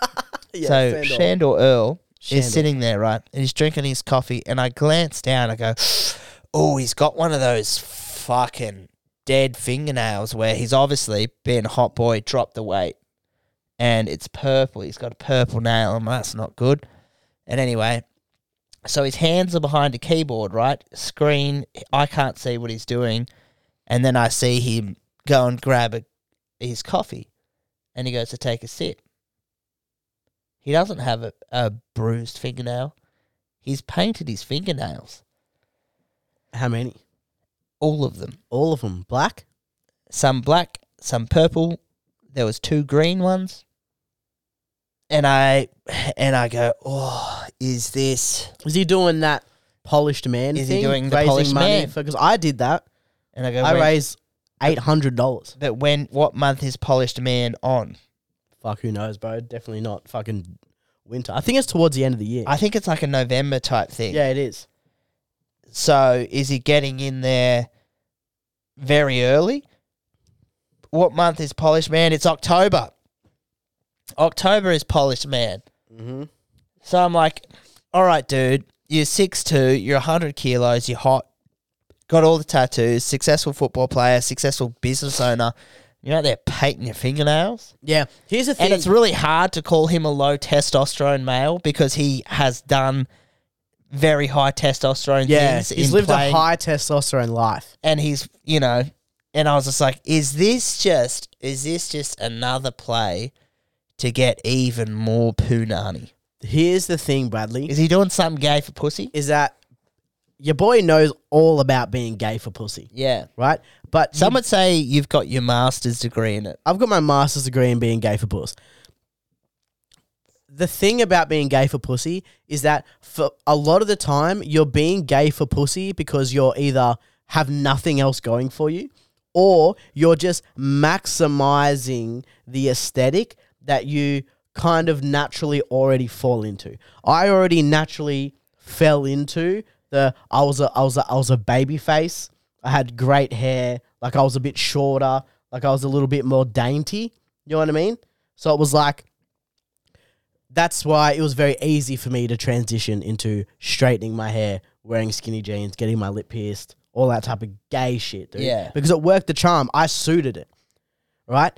Speaker 2: so
Speaker 3: Sandor.
Speaker 2: Shandor Earl
Speaker 3: Shandor.
Speaker 2: is sitting there, right? And he's drinking his coffee. And I glance down. I go, (gasps) oh, he's got one of those fucking dead fingernails where he's obviously been a hot boy, dropped the weight. And it's purple. He's got a purple nail. I'm like, that's not good. And anyway, so his hands are behind a keyboard, right? Screen. I can't see what he's doing. And then I see him go and grab a, his coffee. And he goes to take a sip. He doesn't have a, a bruised fingernail. He's painted his fingernails,
Speaker 3: how many?
Speaker 2: all of them.
Speaker 3: All of them black?
Speaker 2: Some black, some purple. There was two green ones. And I and I go, "Oh, is this?"
Speaker 3: Is he doing that polished man
Speaker 2: Is he
Speaker 3: thing?
Speaker 2: doing the polished man?
Speaker 3: Because I did that.
Speaker 2: And I go,
Speaker 3: I
Speaker 2: "When-
Speaker 3: raised eight hundred dollars.
Speaker 2: "But when what month is polished man on?"
Speaker 3: Fuck, who knows, bro? Definitely not fucking winter. I think it's towards the end of the year.
Speaker 2: I think it's like a November type thing.
Speaker 3: yeah, it is.
Speaker 2: So is he getting in there very early? What month is Polish Man? It's October. October is Polish Man.
Speaker 3: Mm-hmm.
Speaker 2: So I'm like, all right, dude, you're 6'2, you're 100 kilos, you're hot, got all the tattoos, successful football player, successful business owner. You're out there painting your fingernails.
Speaker 3: Yeah. Here's the thing.
Speaker 2: And it's really hard to call him a low testosterone male because he has done very high testosterone
Speaker 3: yeah.
Speaker 2: things.
Speaker 3: He's
Speaker 2: in
Speaker 3: lived
Speaker 2: playing
Speaker 3: a high testosterone life.
Speaker 2: and he's you know and i was just like is this just is this just another play to get even more punani
Speaker 3: Here's the thing, Bradley,
Speaker 2: is he doing something gay for pussy
Speaker 3: is that your boy knows all about being gay for pussy,
Speaker 2: yeah
Speaker 3: right? But
Speaker 2: some would say you've got your master's degree in it
Speaker 3: I've got my master's degree in being gay for puss. The thing about being gay for pussy is that for a lot of the time you're being gay for pussy because you're either have nothing else going for you or you're just maximizing the aesthetic that you kind of naturally already fall into. I already naturally fell into the I was a I was a I was a baby face. I had great hair, like I was a bit shorter, like I was a little bit more dainty. You know what I mean? So it was like that's why it was very easy for me to transition into straightening my hair, wearing skinny jeans, getting my lip pierced, all that type of gay shit, dude.
Speaker 2: Yeah.
Speaker 3: Because it worked the charm. I suited it. Right?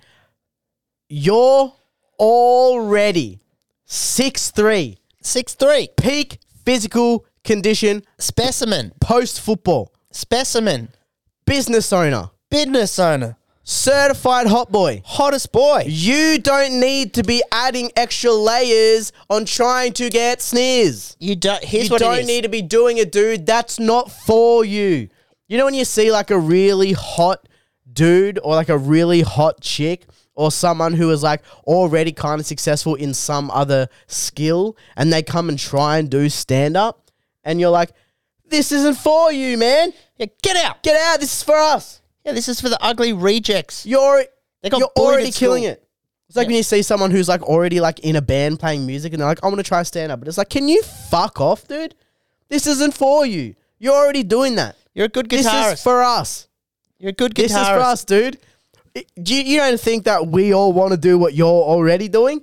Speaker 3: You're already six three,
Speaker 2: six three
Speaker 3: peak physical condition
Speaker 2: specimen
Speaker 3: post football,
Speaker 2: specimen
Speaker 3: business owner,
Speaker 2: business owner
Speaker 3: certified hot boy.
Speaker 2: hottest boy
Speaker 3: You don't need to be adding extra layers on trying to get sneers.
Speaker 2: you don't here's
Speaker 3: you
Speaker 2: what
Speaker 3: don't
Speaker 2: it is.
Speaker 3: need to be doing it, dude. That's not for you. You know when you see like a really hot dude or like a really hot chick or someone who is like already kind of successful in some other skill and they come and try and do stand up and you're like, this isn't for you, man.
Speaker 2: Yeah, get out
Speaker 3: Get out. This is for us.
Speaker 2: yeah this is for the ugly rejects
Speaker 3: You're
Speaker 2: They got
Speaker 3: you're
Speaker 2: bullied
Speaker 3: already
Speaker 2: at
Speaker 3: killing
Speaker 2: school.
Speaker 3: it. It's like when you see someone who's like already like in a band playing music and they're like, I want to try stand up. But it's like, can you fuck off, dude? This isn't for you. You're already doing that.
Speaker 2: you're a good
Speaker 3: This
Speaker 2: guitarist
Speaker 3: is for us.
Speaker 2: you're a good guitarist
Speaker 3: This is for us, dude. It- do you, you don't think that we all want to do what you're already doing?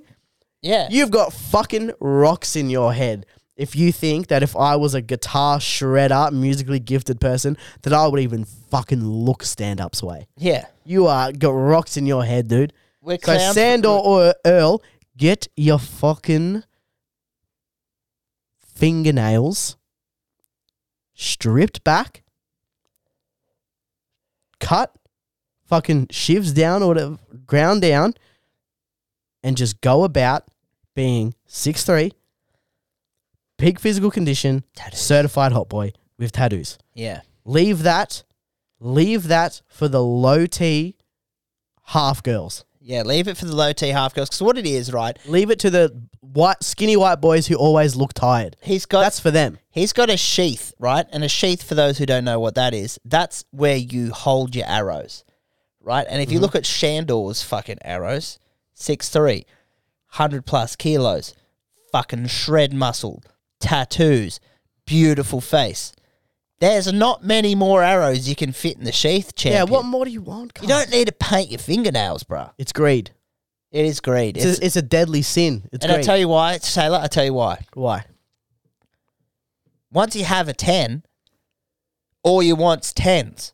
Speaker 2: yeah
Speaker 3: You've got fucking rocks in your head. If you think that if I was a guitar shredder, musically gifted person, that I would even fucking look stand up's way.
Speaker 2: yeah
Speaker 3: You are got rocks in your head, dude.
Speaker 2: we're
Speaker 3: So
Speaker 2: clowns-
Speaker 3: Sandor or Earl, get your fucking fingernails stripped back, cut, fucking shivs down or whatever, ground down, and just go about being six three, peak physical condition, certified hot boy with tattoos
Speaker 2: yeah
Speaker 3: leave that leave that for the low t half girls
Speaker 2: Yeah, leave it for the low T half girls. Because what it is, right?
Speaker 3: leave it to the white skinny white boys who always look tired
Speaker 2: He's got
Speaker 3: that's for them
Speaker 2: he's got a sheath, right? And a sheath, for those who don't know what that is, that's where you hold your arrows, right? And if
Speaker 3: Mm-hmm.
Speaker 2: you look at Shandor's fucking arrows, 6'3", 100 plus kilos, fucking shred muscle, tattoos, beautiful face. There's not many more arrows you can fit in the sheath,
Speaker 3: yeah
Speaker 2: champion.
Speaker 3: what more do you want
Speaker 2: you
Speaker 3: cunt?
Speaker 2: don't need to paint your fingernails, bruh.
Speaker 3: it's greed
Speaker 2: It is greed.
Speaker 3: it's,
Speaker 2: It's-
Speaker 3: a, it's a deadly sin it's
Speaker 2: and I
Speaker 3: greed
Speaker 2: tell you why, Taylor. I tell you why.
Speaker 3: why
Speaker 2: once you have a 10, all you want's tens.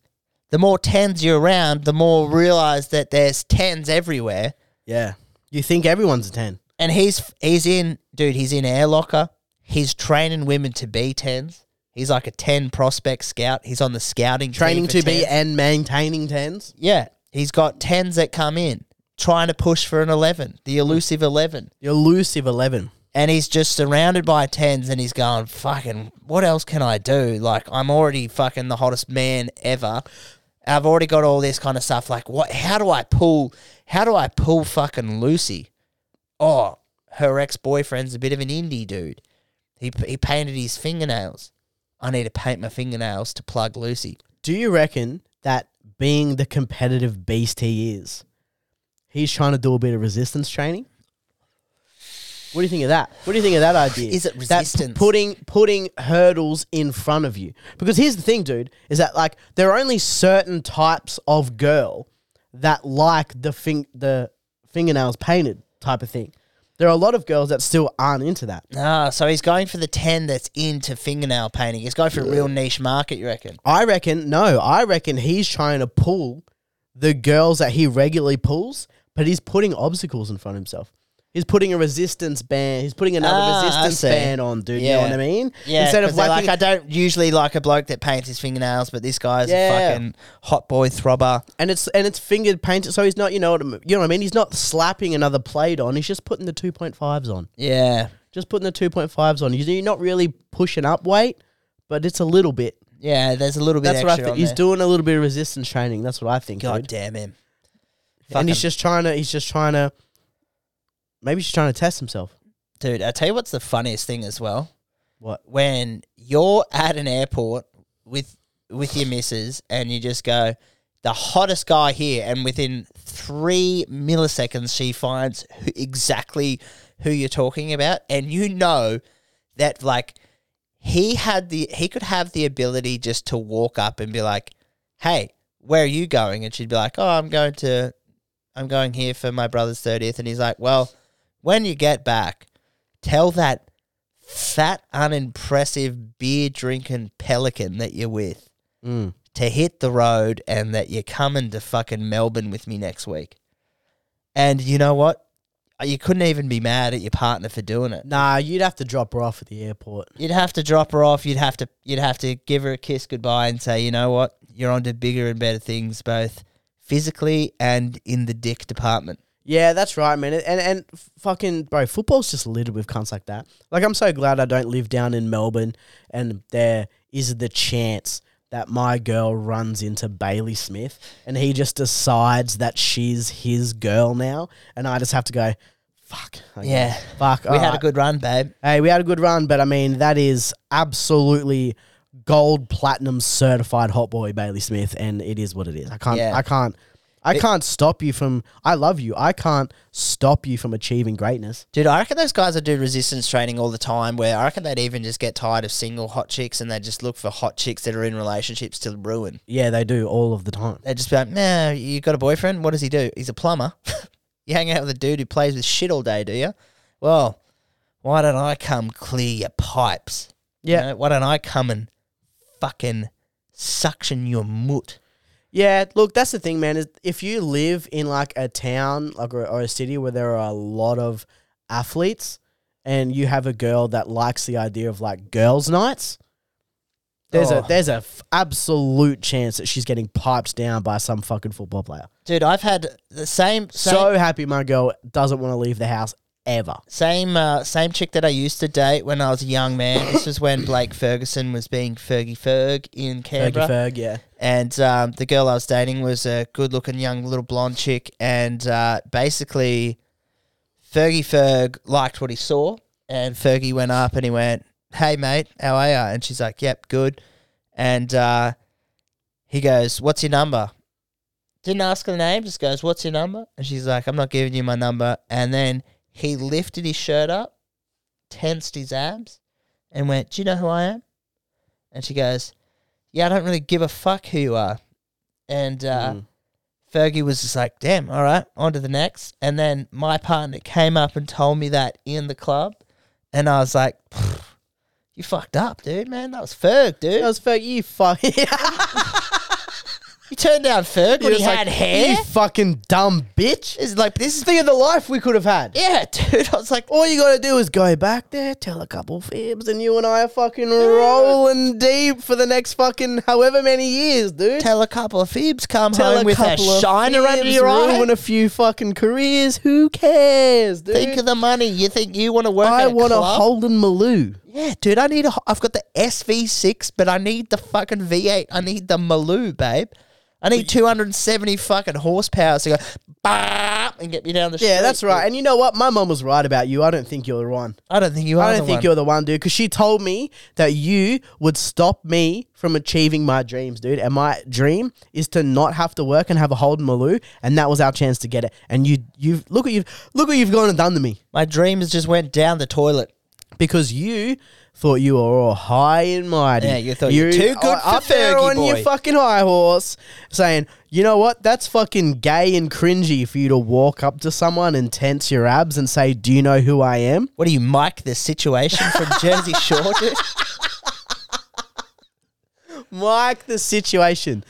Speaker 2: The more tens you're around, the more realize that there's tens everywhere.
Speaker 3: yeah you think everyone's a 10
Speaker 2: And he's he's in, dude. He's in air locker. He's training women to be tens. He's like a ten prospect scout. He's on the scouting team
Speaker 3: training
Speaker 2: for
Speaker 3: to be
Speaker 2: 10s.
Speaker 3: and maintaining 10s
Speaker 2: yeah. He's got tens that come in, trying to push for an eleven, the elusive eleven.
Speaker 3: the elusive 11
Speaker 2: and he's just surrounded by tens and he's going fucking what else can i do like i'm already fucking the hottest man ever i've already got all this kind of stuff like what how do i pull how do i pull fucking lucy oh her ex-boyfriend's a bit of an indie dude he, he painted his fingernails i need to paint my fingernails to plug lucy
Speaker 3: do you reckon that being the competitive beast he is he's trying to do a bit of resistance training What do you think of that? What do you think of that idea?
Speaker 2: Is it
Speaker 3: That
Speaker 2: resistance?
Speaker 3: putting putting hurdles in front of you. Because here's the thing, dude, is that like there are only certain types of girl that like the fing- the fingernails painted type of thing. There are a lot of girls that still aren't into that.
Speaker 2: Ah, so he's going for the 10 that's into fingernail painting. He's going for a real niche market, you reckon?
Speaker 3: I reckon, no, I reckon he's trying to pull the girls that he regularly pulls, but he's putting obstacles in front of himself. He's putting a resistance band. He's putting another
Speaker 2: Ah, I
Speaker 3: resistance
Speaker 2: see.
Speaker 3: band on, dude. You know what I mean?
Speaker 2: Yeah.
Speaker 3: Instead of
Speaker 2: like,
Speaker 3: whacking,
Speaker 2: like, I don't usually like a bloke that paints his fingernails, but this guy's
Speaker 3: Yeah.
Speaker 2: a fucking hot boy throbber.
Speaker 3: and it's and it's fingered painted, so he's not. You know what? I m- You know what I mean? He's not slapping another plate on. He's just putting the two point fives on.
Speaker 2: Yeah.
Speaker 3: Just putting the two point fives on. You- You're not really pushing up weight, but it's a little bit.
Speaker 2: Yeah, there's a little bit
Speaker 3: That's what I
Speaker 2: extra
Speaker 3: think.
Speaker 2: on
Speaker 3: He's
Speaker 2: there.
Speaker 3: doing a little bit of resistance training. That's what I think. dude.
Speaker 2: God damn him.
Speaker 3: and he's
Speaker 2: Fucking-
Speaker 3: just trying to he's just trying to maybe he's trying to test himself
Speaker 2: Dude, I tell you what's the funniest thing as well.
Speaker 3: What?
Speaker 2: When you're at an airport with with your missus and you just go, the hottest guy here, and within three milliseconds she finds who, exactly who you're talking about, and you know that like he had the he could have the ability just to walk up and be like, "Hey, where are you going?" And she'd be like, "Oh, I'm going to, I'm going here for my brother's 30th." And he's like, "Well, when you get back, tell that fat, unimpressive beer drinking pelican that you're with
Speaker 3: Mm.
Speaker 2: to hit the road and that you're coming to fucking Melbourne with me next week." And you know what? You couldn't even be mad at your partner for doing it.
Speaker 3: nah you'd have to drop her off at the airport
Speaker 2: You'd have to drop her off. You'd have to you'd have to give her a kiss goodbye and say, you know what, you're on to bigger and better things, both physically and in the dick department.
Speaker 3: yeah that's right man and and f- fucking bro football's just littered with cunts like that like i'm so glad i don't live down in melbourne and there is the chance that my girl runs into Bailey Smith and he just decides that she's his girl now and I just have to go fuck okay,
Speaker 2: Yeah.
Speaker 3: fuck
Speaker 2: We had a good run, babe.
Speaker 3: Hey, we had a good run, but I mean that is absolutely gold platinum certified hot boy Bailey Smith, and it is what it is. I can't,
Speaker 2: Yeah.
Speaker 3: I can't, I can't stop you from. I love you. I can't stop you from achieving greatness.
Speaker 2: Dude, I reckon those guys that do resistance training all the time where I reckon they'd even just get tired of single hot chicks and they just look for hot chicks that are in relationships to ruin.
Speaker 3: Yeah, they do all of the time.
Speaker 2: They'd just be like, nah, you got a boyfriend? What does he do? He's a plumber. (laughs) you hang out with a dude who plays with shit all day, do you? Well, why don't I come clear your pipes? You
Speaker 3: Yeah.
Speaker 2: know, why don't I come and fucking suction your moot?
Speaker 3: Yeah, look, that's the thing, man. Is if you live in like a town, like or, or a city where there are a lot of athletes, and you have a girl that likes the idea of like girls' nights, there's
Speaker 2: Oh.
Speaker 3: a there's a f- absolute chance that she's getting piped down by some fucking football player.
Speaker 2: Dude, I've had the same same
Speaker 3: So happy my girl doesn't want to leave the house ever.
Speaker 2: same, uh, same chick that I used to date when I was a young man. this was when Blake Ferguson was being Fergie Ferg in
Speaker 3: Fergie
Speaker 2: Canberra.
Speaker 3: Ferg, yeah.
Speaker 2: and um, the girl I was dating was a good-looking young little blonde chick, and uh, basically, Fergie Ferg liked what he saw, and Fergie went up and he went, "Hey mate, how are ya?" And she's like, "Yep, good." And uh, he goes, "What's your number?" Didn't ask her the name, just goes, "What's your number?" And she's like, "I'm not giving you my number." And then he lifted his shirt up, tensed his abs, and went, "Do you know who I am?" And she goes, yeah, I don't really give a fuck who you are. And uh,
Speaker 3: Hmm.
Speaker 2: Fergie was just like, damn, all right, on to the next. And then my partner came up and told me that in the club. And I was like, "Pfft, you fucked up, dude, man. That was Ferg, dude.
Speaker 3: That was Ferg.
Speaker 2: (laughs)
Speaker 3: You fuck. (laughs)
Speaker 2: you turned down Ferg when he had hair.
Speaker 3: You fucking dumb bitch.
Speaker 2: It's like, this is,
Speaker 3: Think of the life we could have had.
Speaker 2: yeah, (laughs) dude. I was like,
Speaker 3: All you gotta do is go back there, tell a couple fibs, and you and I are fucking rolling deep for the next fucking however many years, dude.
Speaker 2: tell a couple of fibs, come
Speaker 3: Tell
Speaker 2: home with a
Speaker 3: couple of
Speaker 2: shiner under
Speaker 3: fibs,
Speaker 2: your
Speaker 3: ruin
Speaker 2: eye.
Speaker 3: a few fucking careers. Who cares, dude?
Speaker 2: Think of the money. You think you want to work
Speaker 3: I
Speaker 2: at a
Speaker 3: want a
Speaker 2: club?
Speaker 3: Holden Maloo.
Speaker 2: Yeah, dude, I need a. I've got the SV6, but I need the fucking V8. I need the Maloo, babe. I need 270 fucking horsepower to go bah, and get me down the street.
Speaker 3: Yeah, that's right. And you know what? My mum was right about you. I don't think you're the one.
Speaker 2: I don't think you are.
Speaker 3: I don't
Speaker 2: the
Speaker 3: think
Speaker 2: one.
Speaker 3: you're the one, dude, because she told me that you would stop me from achieving my dreams, dude. And my dream is to not have to work and have a Holden Maloo, and that was our chance to get it. And you, you look what you've look what you've gone and done to me.
Speaker 2: My dreams just went down the toilet.
Speaker 3: because you thought you were all high and mighty.
Speaker 2: Yeah, you thought you were too good
Speaker 3: are
Speaker 2: for
Speaker 3: up there
Speaker 2: Fergie
Speaker 3: on your
Speaker 2: boy.
Speaker 3: fucking high horse, saying, "You know what? That's fucking gay and cringy for you to walk up to someone and tense your abs and say, "Do you know who I am?"
Speaker 2: What do you, Mike? The situation
Speaker 3: (laughs)
Speaker 2: from Jersey Shore? dude?
Speaker 3: Mike, the situation.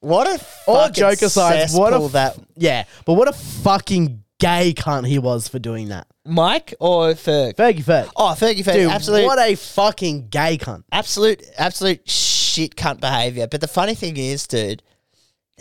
Speaker 2: What a
Speaker 3: All
Speaker 2: fucking
Speaker 3: joke aside, what a
Speaker 2: cesspool that
Speaker 3: yeah, but what a fucking gay cunt he was for doing that.
Speaker 2: Mike or Ferg?
Speaker 3: Fergie Ferg.
Speaker 2: Oh, Fergie, Ferg,
Speaker 3: Dude,
Speaker 2: absolute,
Speaker 3: what a fucking gay cunt.
Speaker 2: absolute, absolute shit cunt behavior. But the funny thing is, dude,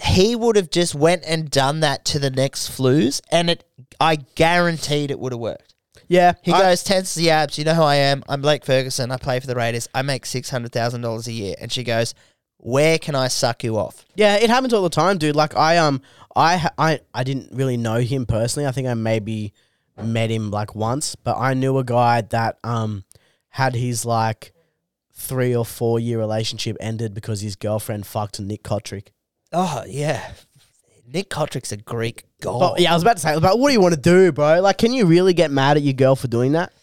Speaker 2: he would have just went and done that to the next flues, and it, I guaranteed it would have worked.
Speaker 3: Yeah,
Speaker 2: He
Speaker 3: I-
Speaker 2: goes, tense the abs. You know who I am. I'm Blake Ferguson. I play for the Raiders. I make six hundred thousand dollars a year. And she goes, where can I suck you off?
Speaker 3: Yeah, it happens all the time, dude. Like I um I ha- I I didn't really know him personally. I think I maybe met him like once, but I knew a guy that um had his like three or four year relationship ended because his girlfriend fucked Nick Kotrick.
Speaker 2: Oh yeah, Nick Kotrick's a Greek god.
Speaker 3: Oh. yeah, I was about to say, but what do you want to do, bro? Like, can you really get mad at your girl for doing that?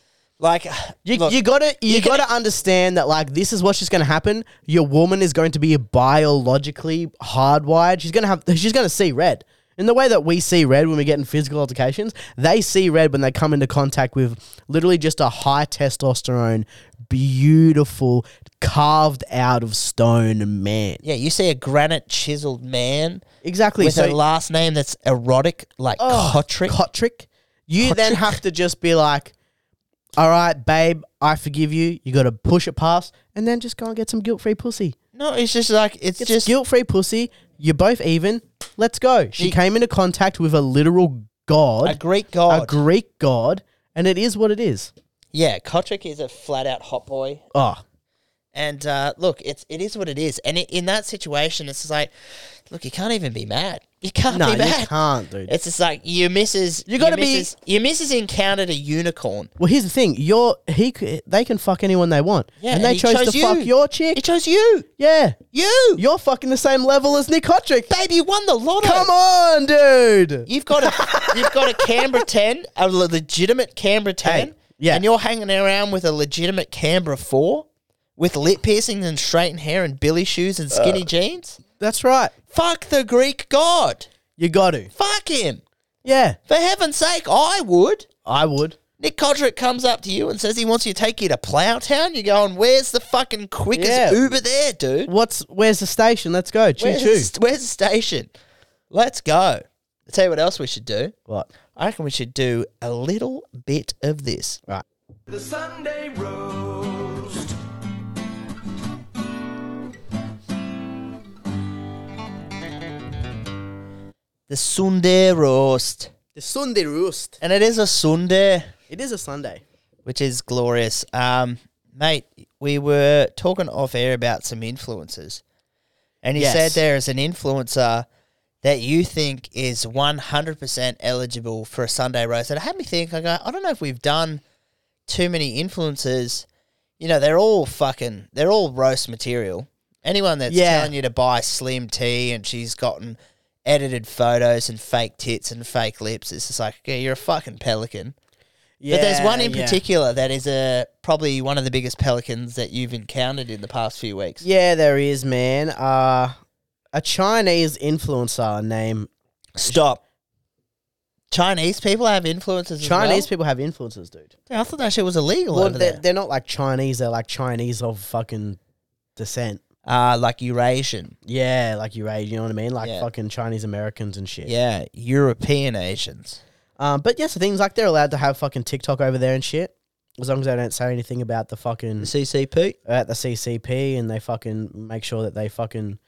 Speaker 2: Like
Speaker 3: You,
Speaker 2: look,
Speaker 3: you gotta you,
Speaker 2: you can-
Speaker 3: gotta understand that like this is what's just gonna happen. Your woman is going to be biologically hardwired. She's gonna have (laughs) she's gonna see red. In the way that we see red when we get in physical altercations, they see red when they come into contact with literally just a high testosterone, beautiful, carved out of stone man.
Speaker 2: yeah, you see a granite chiseled man
Speaker 3: Exactly.
Speaker 2: with
Speaker 3: so
Speaker 2: a last name that's erotic, like Kotrick.
Speaker 3: Kotrick. You then
Speaker 2: Kotrick.
Speaker 3: have to just be like, all right, babe, I forgive you. You got to push it past and then just go and get some guilt free pussy.
Speaker 2: no, it's just like it's
Speaker 3: It's
Speaker 2: just
Speaker 3: guilt free pussy. You're both even. Let's go. She
Speaker 2: You-
Speaker 3: came into contact with a literal
Speaker 2: a
Speaker 3: god,
Speaker 2: Greek
Speaker 3: a,
Speaker 2: god.
Speaker 3: Greek god, and it is what it is.
Speaker 2: yeah, Kotrick is a flat out hot boy.
Speaker 3: Oh,
Speaker 2: And uh, look, it's it is what it is. And i in that situation, it's just like, look, you can't even be mad. You can't
Speaker 3: no,
Speaker 2: be mad.
Speaker 3: you can't, dude.
Speaker 2: It's just like your missus. You
Speaker 3: gotta be-
Speaker 2: be your missus encountered a unicorn.
Speaker 3: well, here's the thing. You're he. c- They can fuck anyone they want,
Speaker 2: Yeah,
Speaker 3: and
Speaker 2: and
Speaker 3: they
Speaker 2: he
Speaker 3: chose,
Speaker 2: chose
Speaker 3: to
Speaker 2: you.
Speaker 3: fuck your chick.
Speaker 2: It chose you,
Speaker 3: yeah,
Speaker 2: you,
Speaker 3: you're fucking the same level as Nick Kotrick.
Speaker 2: baby. You won the lotto.
Speaker 3: Come on, dude.
Speaker 2: You've got a you've got a Canberra ten, a le- legitimate Canberra ten,
Speaker 3: yeah.
Speaker 2: and you're hanging around with a legitimate Canberra four, with lip piercings and straightened hair and billy shoes and skinny jeans.
Speaker 3: That's right.
Speaker 2: Fuck the Greek god.
Speaker 3: You got to.
Speaker 2: Fuck him.
Speaker 3: Yeah,
Speaker 2: For heaven's sake, I would.
Speaker 3: I would.
Speaker 2: Nick Kodrick comes up to you and says he wants you to take you to Plowtown. You're going, where's the fucking quickest
Speaker 3: Yeah.
Speaker 2: Uber there, dude?
Speaker 3: What's where's the station? Let's go. Choo
Speaker 2: Where's,
Speaker 3: choo.
Speaker 2: the st- where's the station? Let's go. I'll tell you what else we should do.
Speaker 3: what?
Speaker 2: I reckon we should do a little bit of this.
Speaker 3: Right.
Speaker 4: The Sunday roast.
Speaker 2: The Sunday roast.
Speaker 3: The Sunday roost.
Speaker 2: And it is a Sunday,
Speaker 3: It is a Sunday.
Speaker 2: which is glorious. Um, mate, we were talking off air about some influencers. And you
Speaker 3: Yes.
Speaker 2: said there is an influencer that you think is 100% eligible for a Sunday roast. And it had me think, I go, I don't know if we've done too many influencers. You know, they're all fucking, they're all roast material. Anyone that's
Speaker 3: Yeah.
Speaker 2: telling you to buy slim tea and she's gotten edited photos and fake tits and fake lips, it's just like, okay, you're a fucking pelican.
Speaker 3: Yeah,
Speaker 2: but there's one in
Speaker 3: yeah.
Speaker 2: particular that is a, probably one of the biggest pelicans that you've encountered in the past few weeks.
Speaker 3: Yeah, there is, man. Uh a Chinese influencer name.
Speaker 2: Stop. Chinese people have influences.
Speaker 3: Chinese
Speaker 2: as
Speaker 3: people have influencers, dude.
Speaker 2: people. I thought that shit was illegal
Speaker 3: Well,
Speaker 2: over
Speaker 3: they're,
Speaker 2: there.
Speaker 3: they're not like Chinese. They're like Chinese of fucking descent.
Speaker 2: Uh, like Eurasian.
Speaker 3: Yeah, like Eurasian. You know what I mean? Like
Speaker 2: Yeah.
Speaker 3: fucking Chinese Americans and shit.
Speaker 2: Yeah, European Asians.
Speaker 3: Um, but yes, the things like they're allowed to have fucking TikTok over there and shit, as long as they don't say anything about the fucking
Speaker 2: The CCP.
Speaker 3: at the CCP and they fucking make sure that they fucking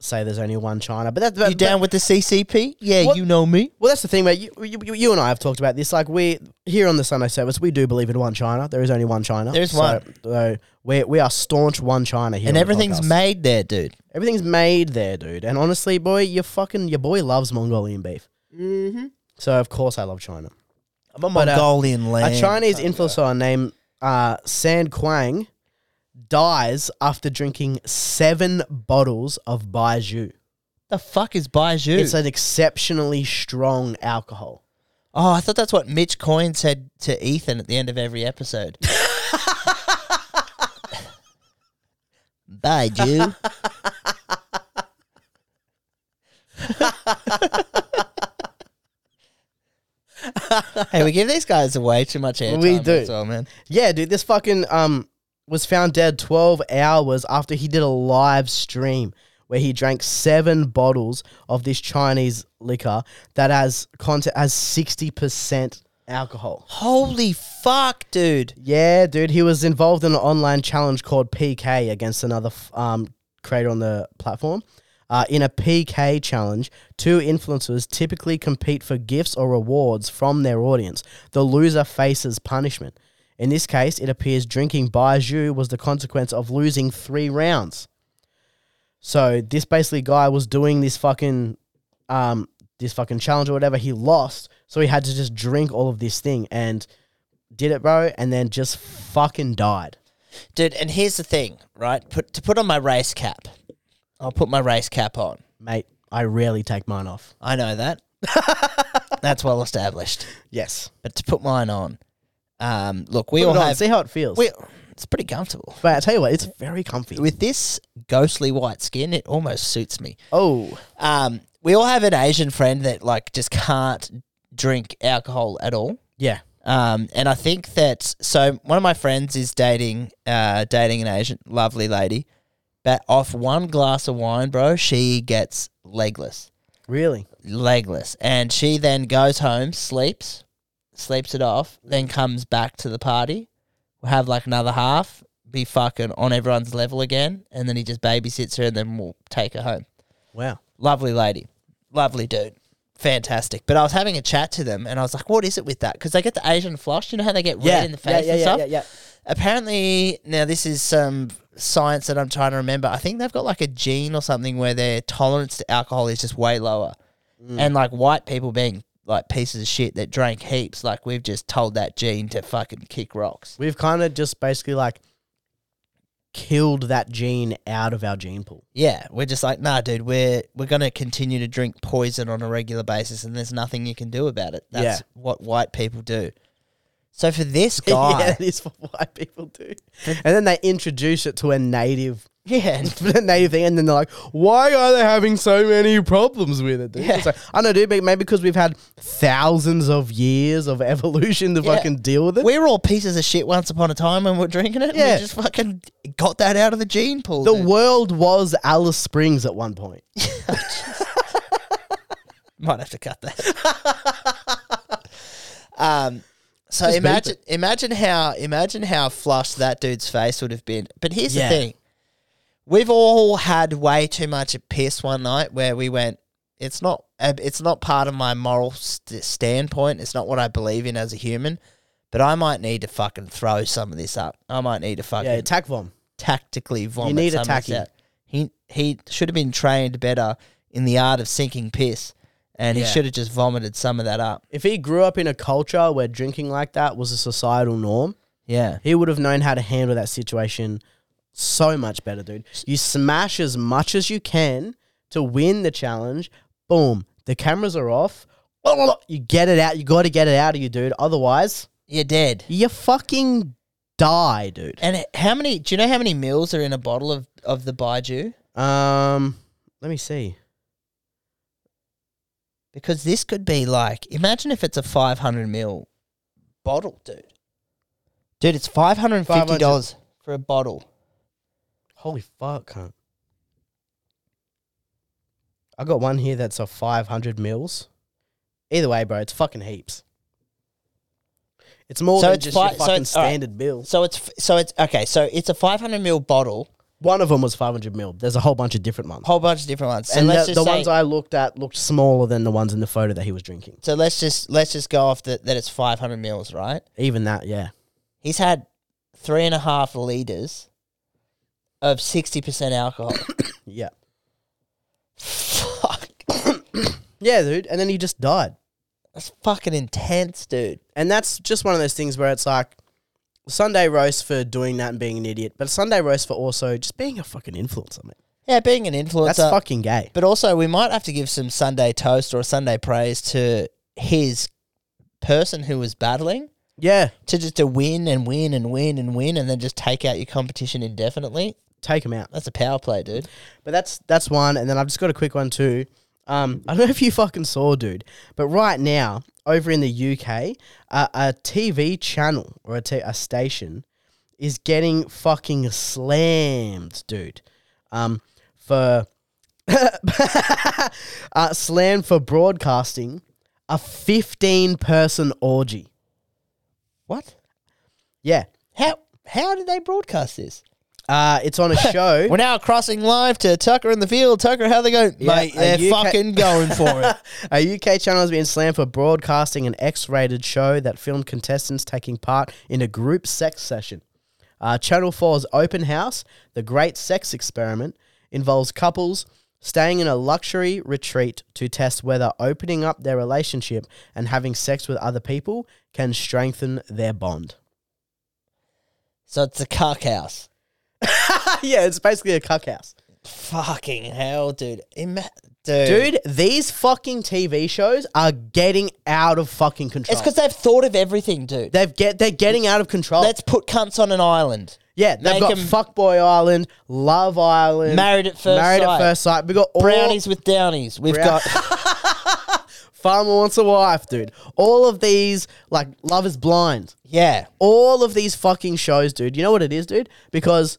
Speaker 3: say there's only one China. But that's but,
Speaker 2: You down
Speaker 3: but-
Speaker 2: with the CCP? Yeah,
Speaker 3: What-
Speaker 2: you know me.
Speaker 3: well, that's the thing, mate. You, you, you- you and I have talked about this. Like we here on the Sunday service, we do believe in one China. There is only one China.
Speaker 2: There is
Speaker 3: So-
Speaker 2: one.
Speaker 3: So we we are staunch one China here,
Speaker 2: And
Speaker 3: on the
Speaker 2: everything's
Speaker 3: podcast.
Speaker 2: made there, dude.
Speaker 3: everything's made there, dude. And honestly, boy, your fucking your boy loves Mongolian beef. Mm-hmm. So of course I love China.
Speaker 2: I'm a
Speaker 3: But, uh,
Speaker 2: Mongolian land.
Speaker 3: A Chinese influencer named uh, San Quang dies after drinking seven bottles of baijiu.
Speaker 2: the fuck is Baijiu?
Speaker 3: It's an exceptionally strong alcohol.
Speaker 2: oh, I thought that's what Mitch Coyne said to Ethan at the end of every episode. Bye, Jew. hey, we give these guys way too much airtime.
Speaker 3: We do.
Speaker 2: as well, man.
Speaker 3: Yeah, dude, this fucking um was found dead 12 hours after he did a live stream where he drank seven bottles of this Chinese liquor that has content has 60% alcohol.
Speaker 2: Holy fuck, dude!
Speaker 3: Yeah, dude, he was involved in an online challenge called PK against another f- um creator on the platform. Uh, in a PK challenge, two influencers typically compete for gifts or rewards from their audience. The loser faces punishment. In this case, it appears drinking Baiju was the consequence of losing three rounds. So this basically guy was doing this fucking um this fucking challenge or whatever. He lost, so he had to just drink all of this thing and did it, bro, and then just fucking died.
Speaker 2: Dude, and here's the thing, right? Put, to put on my race cap, I'll put my race cap on.
Speaker 3: Mate, I rarely take mine off.
Speaker 2: I know that. (laughs) That's well established.
Speaker 3: Yes.
Speaker 2: But to put mine on, um, look, we
Speaker 3: Put it
Speaker 2: all
Speaker 3: on,
Speaker 2: have.
Speaker 3: see how it feels.
Speaker 2: We, it's pretty comfortable.
Speaker 3: but I tell you what, it's very comfy.
Speaker 2: With this ghostly white skin, it almost suits me.
Speaker 3: oh,
Speaker 2: Um, we all have an Asian friend that like just can't drink alcohol at all.
Speaker 3: yeah.
Speaker 2: Um, and I think that so one of my friends is dating uh, dating an Asian lovely lady, but off one glass of wine, bro, she gets legless,
Speaker 3: Really?
Speaker 2: legless, and she then goes home, sleeps, sleeps it off, then comes back to the party, we'll have like another half, be fucking on everyone's level again, and then he just babysits her, and then we'll take her home
Speaker 3: Wow.
Speaker 2: lovely lady, lovely dude, fantastic. But I was having a chat to them, and I was like, "What is it with that?" Because they get the Asian flush. You know how they get red in the face
Speaker 3: yeah,
Speaker 2: and
Speaker 3: yeah,
Speaker 2: stuff.
Speaker 3: yeah, yeah.
Speaker 2: Apparently, now this is some science that I'm trying to remember. I think they've got like a gene or something where their tolerance to alcohol is just way lower,
Speaker 3: Mm.
Speaker 2: and like white people being like pieces of shit that drank heaps, like we've just told that gene to fucking kick rocks.
Speaker 3: We've kind of just basically like killed that gene out of our gene pool.
Speaker 2: Yeah, we're just like, nah, dude, we're we're gonna continue to drink poison on a regular basis, and there's nothing you can do about it. That's
Speaker 3: Yeah.
Speaker 2: what white people do. So for this guy,
Speaker 3: (laughs) yeah, it is what white people do. and then they introduce it to a native (laughs)
Speaker 2: yeah,
Speaker 3: native thing, and then they're like, "Why are they having so many problems with it?" Dude?
Speaker 2: Yeah.
Speaker 3: It's like, I know, dude. but Maybe because we've had thousands of years of (laughs) evolution to
Speaker 2: Yeah.
Speaker 3: fucking deal with it.
Speaker 2: we were all pieces of shit once upon a time when we we're drinking it. Yeah,
Speaker 3: Yeah.
Speaker 2: we just fucking got that out of the gene pool.
Speaker 3: the
Speaker 2: dude.
Speaker 3: world was Alice Springs at one point.
Speaker 2: Might have to cut that. (laughs) um, so
Speaker 3: Just beep
Speaker 2: imagine, imagine how, imagine how flushed that dude's face would have been. But here's
Speaker 3: Yeah.
Speaker 2: the thing: we've all had way too much piss one night where we went. It's not, uh, it's not part of my moral st- standpoint. It's not what I believe in as a human. But I might need to fucking throw some of this up. I might need to fucking
Speaker 3: Yeah, attack bomb.
Speaker 2: tactically vomit.
Speaker 3: need a
Speaker 2: some of this
Speaker 3: tacky.
Speaker 2: out. He he should have been trained better in the art of sinking piss, and
Speaker 3: Yeah.
Speaker 2: he should have just vomited some of that up.
Speaker 3: If he grew up in a culture where drinking like that was a societal norm,
Speaker 2: Yeah,
Speaker 3: he would have known how to handle that situation so much better, dude. You smash as much as you can to win the challenge. Boom, the cameras are off. You get it out. You got to get it out of you, dude. Otherwise,
Speaker 2: you're dead.
Speaker 3: you fucking die, dude.
Speaker 2: And how many? Do you know how many mils are in a bottle of of the baijiu?
Speaker 3: Um, let me see.
Speaker 2: Because this could be like, imagine if it's a five hundred mil bottle, dude. Dude, it's five hundred and fifty dollars for a bottle.
Speaker 3: Holy fuck, cunt. I got one here that's a 500 mils. Either way, bro, it's fucking heaps. It's more
Speaker 2: So
Speaker 3: than
Speaker 2: it's
Speaker 3: just
Speaker 2: fi-
Speaker 3: your
Speaker 2: so
Speaker 3: fucking
Speaker 2: it's- all right.
Speaker 3: standard bill.
Speaker 2: So it's f- so it's okay. So it's a five hundred mil bottle,
Speaker 3: One of them was 500 mil. There's a whole bunch of different ones.
Speaker 2: whole bunch of different ones. So
Speaker 3: and
Speaker 2: let's
Speaker 3: the,
Speaker 2: just
Speaker 3: the
Speaker 2: say-
Speaker 3: ones I looked at looked smaller than the ones in the photo that he was drinking.
Speaker 2: So let's just let's just go off that that it's five hundred mils, right?
Speaker 3: Even that, yeah.
Speaker 2: He's had three and a half liters of sixty percent alcohol.
Speaker 3: Yeah.
Speaker 2: Fuck,
Speaker 3: Yeah, dude. And then he just died.
Speaker 2: that's fucking intense, dude.
Speaker 3: And that's just one of those things where it's like Sunday roast for doing that and being an idiot, but Sunday roast for also just being a fucking influencer, man.
Speaker 2: Yeah, being an influencer,
Speaker 3: That's fucking gay.
Speaker 2: but also we might have to give some Sunday toast or Sunday praise to his person who was battling
Speaker 3: Yeah,
Speaker 2: to just to win and win and win and win and then just take out your competition indefinitely.
Speaker 3: take him out.
Speaker 2: That's a power play, dude.
Speaker 3: But that's that's one, and then I've just got a quick one too. Um, I don't know if you fucking saw, dude, but right now over in the UK, uh, a TV channel or a, t- a station is getting fucking slammed, dude. Um, for (laughs) uh, slammed for broadcasting a fifteen-person orgy.
Speaker 2: What?
Speaker 3: Yeah,
Speaker 2: How how did they broadcast this?
Speaker 3: uh, it's on a
Speaker 2: We're
Speaker 3: show.
Speaker 2: now crossing live to Tucker in the field. Tucker, how they going?
Speaker 3: Yeah,
Speaker 2: Mate,
Speaker 3: are
Speaker 2: they're
Speaker 3: you ca-
Speaker 2: fucking going for it.
Speaker 3: A UK channel has been slammed for broadcasting an X-rated show that filmed contestants taking part in a group sex session. Uh, Channel 4's Open House, the Great Sex Experiment, involves couples staying in a luxury retreat to test whether opening up their relationship and having sex with other people can strengthen their bond.
Speaker 2: (laughs)
Speaker 3: (laughs)
Speaker 2: So it's a cuck house.
Speaker 3: yeah, it's basically a cuck house.
Speaker 2: Fucking hell, dude. Ima- dude.
Speaker 3: Dude, these fucking TV shows are getting out of fucking control.
Speaker 2: It's because they've thought of everything, dude.
Speaker 3: They've get they're getting out of control.
Speaker 2: Let's put cunts on an island.
Speaker 3: Yeah, they've
Speaker 2: Make
Speaker 3: got
Speaker 2: 'em-
Speaker 3: Fuckboy Island, Love Island,
Speaker 2: Married at first
Speaker 3: Married
Speaker 2: sight.
Speaker 3: at First Sight. We got all
Speaker 2: Brownies with downies. We've
Speaker 3: Brown-
Speaker 2: got
Speaker 3: (laughs) Farmer Wants a Wife, dude. All of these, like Love is Blind.
Speaker 2: yeah.
Speaker 3: All of these fucking shows, dude. You know what it is, dude? Because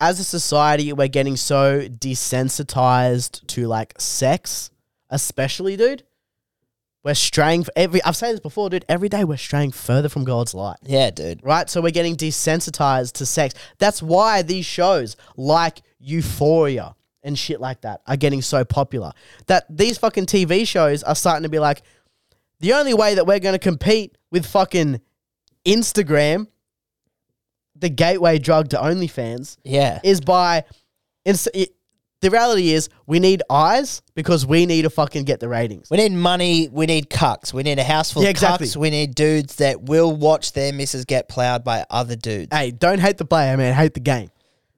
Speaker 3: as a society, we're getting so desensitized to like sex, especially, dude. We're straying f- every. I've said this before, dude. Every day we're straying further from God's light.
Speaker 2: Yeah, dude.
Speaker 3: right? So we're getting desensitized to sex. That's why these shows like Euphoria and shit like that are getting so popular. That these fucking TV shows are starting to be like, the only way that we're going to compete with fucking Instagram, the gateway drug to OnlyFans,
Speaker 2: Yeah.
Speaker 3: is by. Ins- it, the reality is, we need eyes because we need to fucking get the ratings.
Speaker 2: We need money. We need cucks. We need a house full
Speaker 3: Yeah,
Speaker 2: of
Speaker 3: exactly.
Speaker 2: cucks. We need dudes that will watch their misses get plowed by other dudes.
Speaker 3: Hey, don't hate the player, man. Hate the game.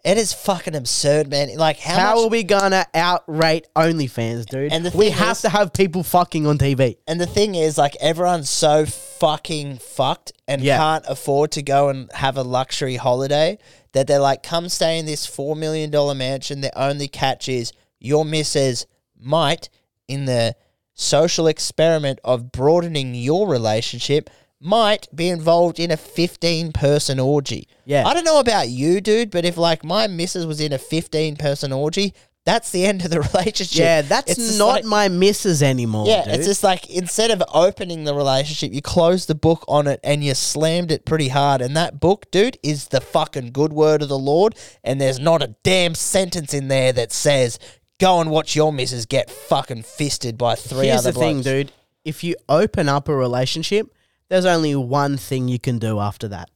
Speaker 2: It is fucking absurd, man. Like how,
Speaker 3: How
Speaker 2: much?
Speaker 3: are we gonna outrate OnlyFans, dude?
Speaker 2: And the
Speaker 3: we
Speaker 2: thing
Speaker 3: have
Speaker 2: is-
Speaker 3: to have people fucking on TV.
Speaker 2: and the thing is, like everyone's so fucking fucked and
Speaker 3: Yeah.
Speaker 2: can't afford to go and have a luxury holiday that they're like, come stay in this four million dollar mansion. The only catch is your missus might, in the social experiment of broadening your relationship, might be involved in a fifteen person orgy.
Speaker 3: Yeah.
Speaker 2: I don't know about you, dude, but if like my missus was in a fifteen person orgy. That's the end of the (laughs) relationship.
Speaker 3: Yeah, that's
Speaker 2: It's just
Speaker 3: not
Speaker 2: like-
Speaker 3: my missus anymore.
Speaker 2: yeah,
Speaker 3: Oh, dude.
Speaker 2: it's just like instead of opening the relationship, you closed the book on it and you slammed it pretty hard. And that book, dude, is the fucking good word of the Lord. And there's not a damn sentence in there that says, go and watch your missus get fucking fisted by three
Speaker 3: here's
Speaker 2: other
Speaker 3: the thing,
Speaker 2: blokes."
Speaker 3: dude. If you open up a relationship, there's only one thing you can do after that,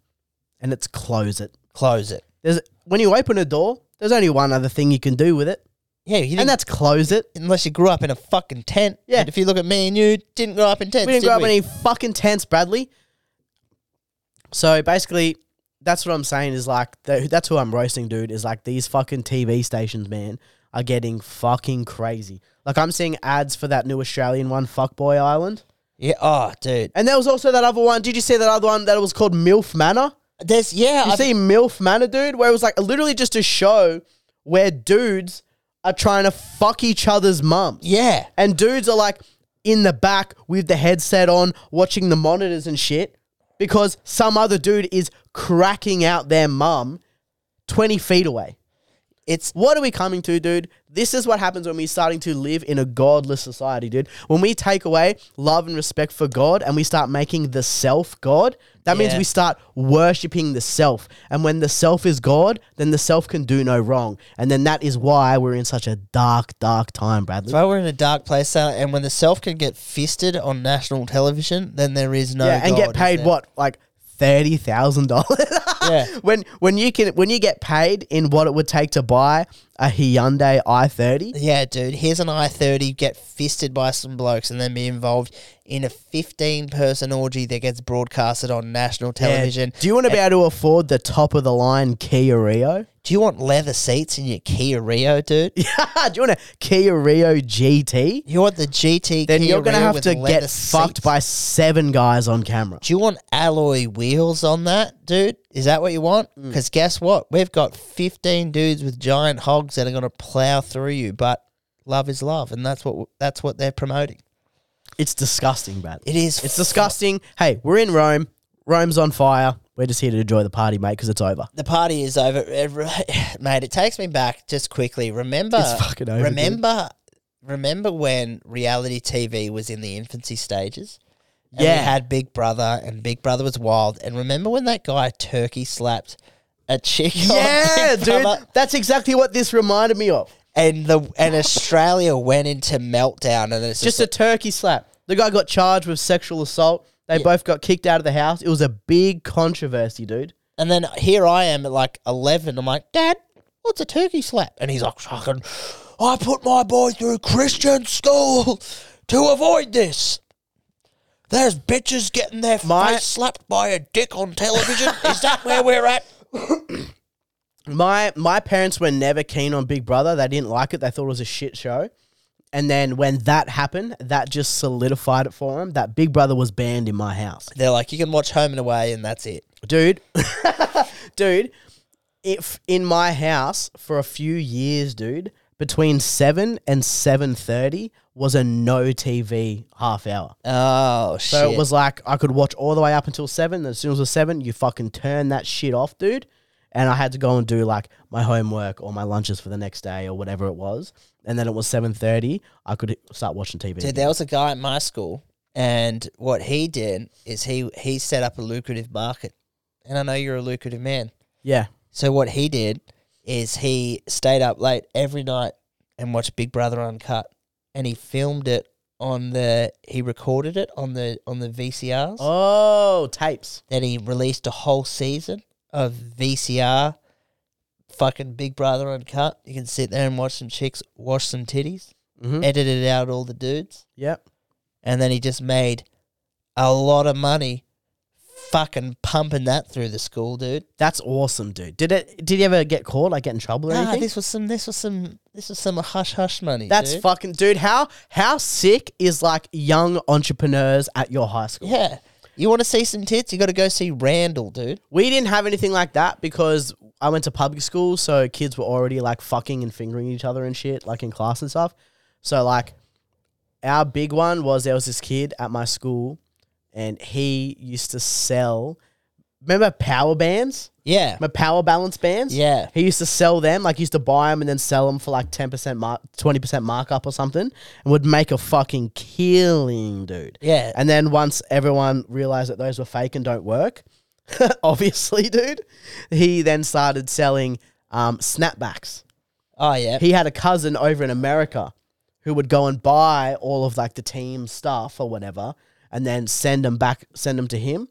Speaker 3: and it's close it.
Speaker 2: Close it.
Speaker 3: There's when you open a door, there's only one other thing you can do with it,
Speaker 2: Yeah, you
Speaker 3: and
Speaker 2: didn't,
Speaker 3: that's close it.
Speaker 2: (laughs) unless you grew up in a fucking tent.
Speaker 3: Yeah.
Speaker 2: And if you look at me and you, didn't grow up in tents.
Speaker 3: We didn't
Speaker 2: did
Speaker 3: grow up
Speaker 2: we?
Speaker 3: in any fucking tents, Bradley. So basically, that's what I'm saying is like th- that's who I'm roasting, dude. Is like these fucking TV stations, man, are getting fucking crazy. Like I'm seeing ads for that new Australian one, Fuckboy Island,
Speaker 2: Yeah, oh, dude.
Speaker 3: and there was also that other one. Did you see that other one that was called MILF Manor?
Speaker 2: There's, yeah.
Speaker 3: You
Speaker 2: I've-
Speaker 3: see MILF Manor, dude, where it was like literally just a show where dudes are trying to fuck each other's mums.
Speaker 2: yeah.
Speaker 3: And dudes are like in the back with the headset on, watching the monitors and shit, because some other dude is cracking out their mum 20 feet away.
Speaker 2: It's
Speaker 3: What are we coming to, dude? This is what happens when we're starting to live in a godless society, dude. When we take away love and respect for God and we start making the self God, that means
Speaker 2: Yeah.
Speaker 3: we start worshipping the self. And when the self is God, then the self can do no wrong. And then that is why we're in such a dark, dark time, Bradley.
Speaker 2: If I were in a dark place, Sal, and when the self can get fisted on national television, then there is no.
Speaker 3: yeah, and
Speaker 2: Oh, God,
Speaker 3: get
Speaker 2: is
Speaker 3: paid
Speaker 2: there?
Speaker 3: what like thirty thousand dollars. (laughs)
Speaker 2: Yeah.
Speaker 3: When when you can when you get paid in what it would take to buy a Hyundai i thirty.
Speaker 2: Yeah, dude. Here's an I thirty. Get fisted by some blokes, and then be involved in a fifteen person orgy that gets broadcasted on national television.
Speaker 3: Do you want to be able to afford the top of the line Kia Rio? (laughs)
Speaker 2: Do you want leather seats in your Kia Rio, dude?
Speaker 3: Yeah, do you want a Kia Rio GT?
Speaker 2: You want the GT?
Speaker 3: Then
Speaker 2: Kia
Speaker 3: you're gonna
Speaker 2: Rio
Speaker 3: have
Speaker 2: with
Speaker 3: to
Speaker 2: leather
Speaker 3: get fucked
Speaker 2: seats?
Speaker 3: by seven guys on camera.
Speaker 2: Do you want alloy wheels on that, dude? Is that what you want?
Speaker 3: Mm.
Speaker 2: Because guess what? We've got 15 dudes with giant hogs that are going to plow through you, but love is love, and that's what that's what they're promoting.
Speaker 3: It's disgusting, Brad.
Speaker 2: It is.
Speaker 3: It's disgusting. Hey, we're in Rome. Rome's on fire. We're just here to enjoy the party, mate, because it's over.
Speaker 2: the party is over, Every- (laughs) mate. It takes me back just quickly. Remember,
Speaker 3: It's fucking over, dude.
Speaker 2: remember, remember when reality TV was in the infancy stages. And
Speaker 3: Yeah.
Speaker 2: we had Big Brother, and Big Brother was wild. And remember when that guy turkey slapped a chick?
Speaker 3: (laughs)
Speaker 2: on (laughs)
Speaker 3: Yeah,
Speaker 2: Big
Speaker 3: dude.
Speaker 2: Brother?
Speaker 3: Oh, That's exactly what this reminded me of.
Speaker 2: and the and Australia went into meltdown, and it's just,
Speaker 3: Just a turkey slap. The guy got charged with sexual assault. They both got kicked out of the house. It was a big controversy, dude.
Speaker 2: like- and then here I am at like eleven. I'm like, Dad, what's a turkey slap? And he's like, fucking, I put my boy through Christian school to avoid this. There's bitches getting their
Speaker 3: My-
Speaker 2: face slapped by a dick on television. Is that where we're at?
Speaker 3: My my parents were never keen on Big Brother. They didn't like it. They thought it was a shit show. And then when that happened, that just solidified it for them. That Big Brother was banned in my house.
Speaker 2: (laughs) They're like, you can watch Home and Away, and that's it.
Speaker 3: dude (laughs) dude if in my house for a few years dude between 7 and 7.30 was a no tv half hour
Speaker 2: Oh shit!
Speaker 3: so it was like i could watch all the way up until 7 then as soon as it was 7 you fucking turn that shit off dude and i had to go and do like my homework or my lunches for the next day or whatever it was and then it was 7.30 i could start watching tv
Speaker 2: Dude, there was a guy at my school, and what he did is he he set up a lucrative market. And I know you're a lucrative man.
Speaker 3: yeah
Speaker 2: So what he did is he stayed up late every night and watched Big Brother uncut, and he filmed it on the he recorded it on the on the VCRs.
Speaker 3: oh tapes
Speaker 2: Then he released a whole season of VCR, fucking Big Brother uncut. You can sit there and watch some chicks wash some titties,
Speaker 3: Mhm.
Speaker 2: edited out all the dudes
Speaker 3: yep
Speaker 2: and then he just made a lot of money fucking pumping that through the school, dude.
Speaker 3: that's awesome dude did it did you ever get caught like get in trouble or
Speaker 2: Nah,
Speaker 3: anything
Speaker 2: this was some this was some this was some hush hush money.
Speaker 3: That's
Speaker 2: dude.
Speaker 3: fucking dude. How how sick is like young entrepreneurs at your high school?
Speaker 2: Yeah. You want to see some tits? You got to go see Randall, dude.
Speaker 3: We didn't have anything like that because I went to public school, so kids were already like fucking and fingering each other and shit, like in class and stuff. So like, our big one was there was this kid at my school, and he used to sell. Remember power bands?
Speaker 2: Yeah.
Speaker 3: My power balance bands.
Speaker 2: Yeah.
Speaker 3: He used to sell them, like he used to buy them and then sell them for like ten percent mark, twenty percent markup or something, and would make a fucking killing, dude.
Speaker 2: Yeah.
Speaker 3: And then once everyone realized that those were fake and don't work, (laughs) obviously, dude, he then started selling um, snapbacks.
Speaker 2: Oh yeah.
Speaker 3: He had a cousin over in America who would go and buy all of like the team stuff or whatever, and then send them back, send them to him,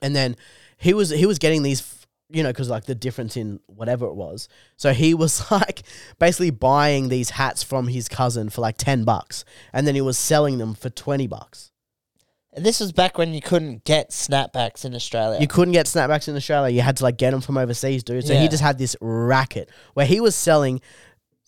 Speaker 3: and then he was he was getting these. f- You know, because like the difference in whatever it was. So he (laughs) was like basically buying these hats from his cousin for like 10 bucks. And then he was selling them for 20 bucks.
Speaker 2: and this was back when you couldn't get snapbacks in Australia.
Speaker 3: You couldn't get snapbacks in Australia. You had to like get them from overseas, dude. So
Speaker 2: Yeah.
Speaker 3: he just had this racket where he was selling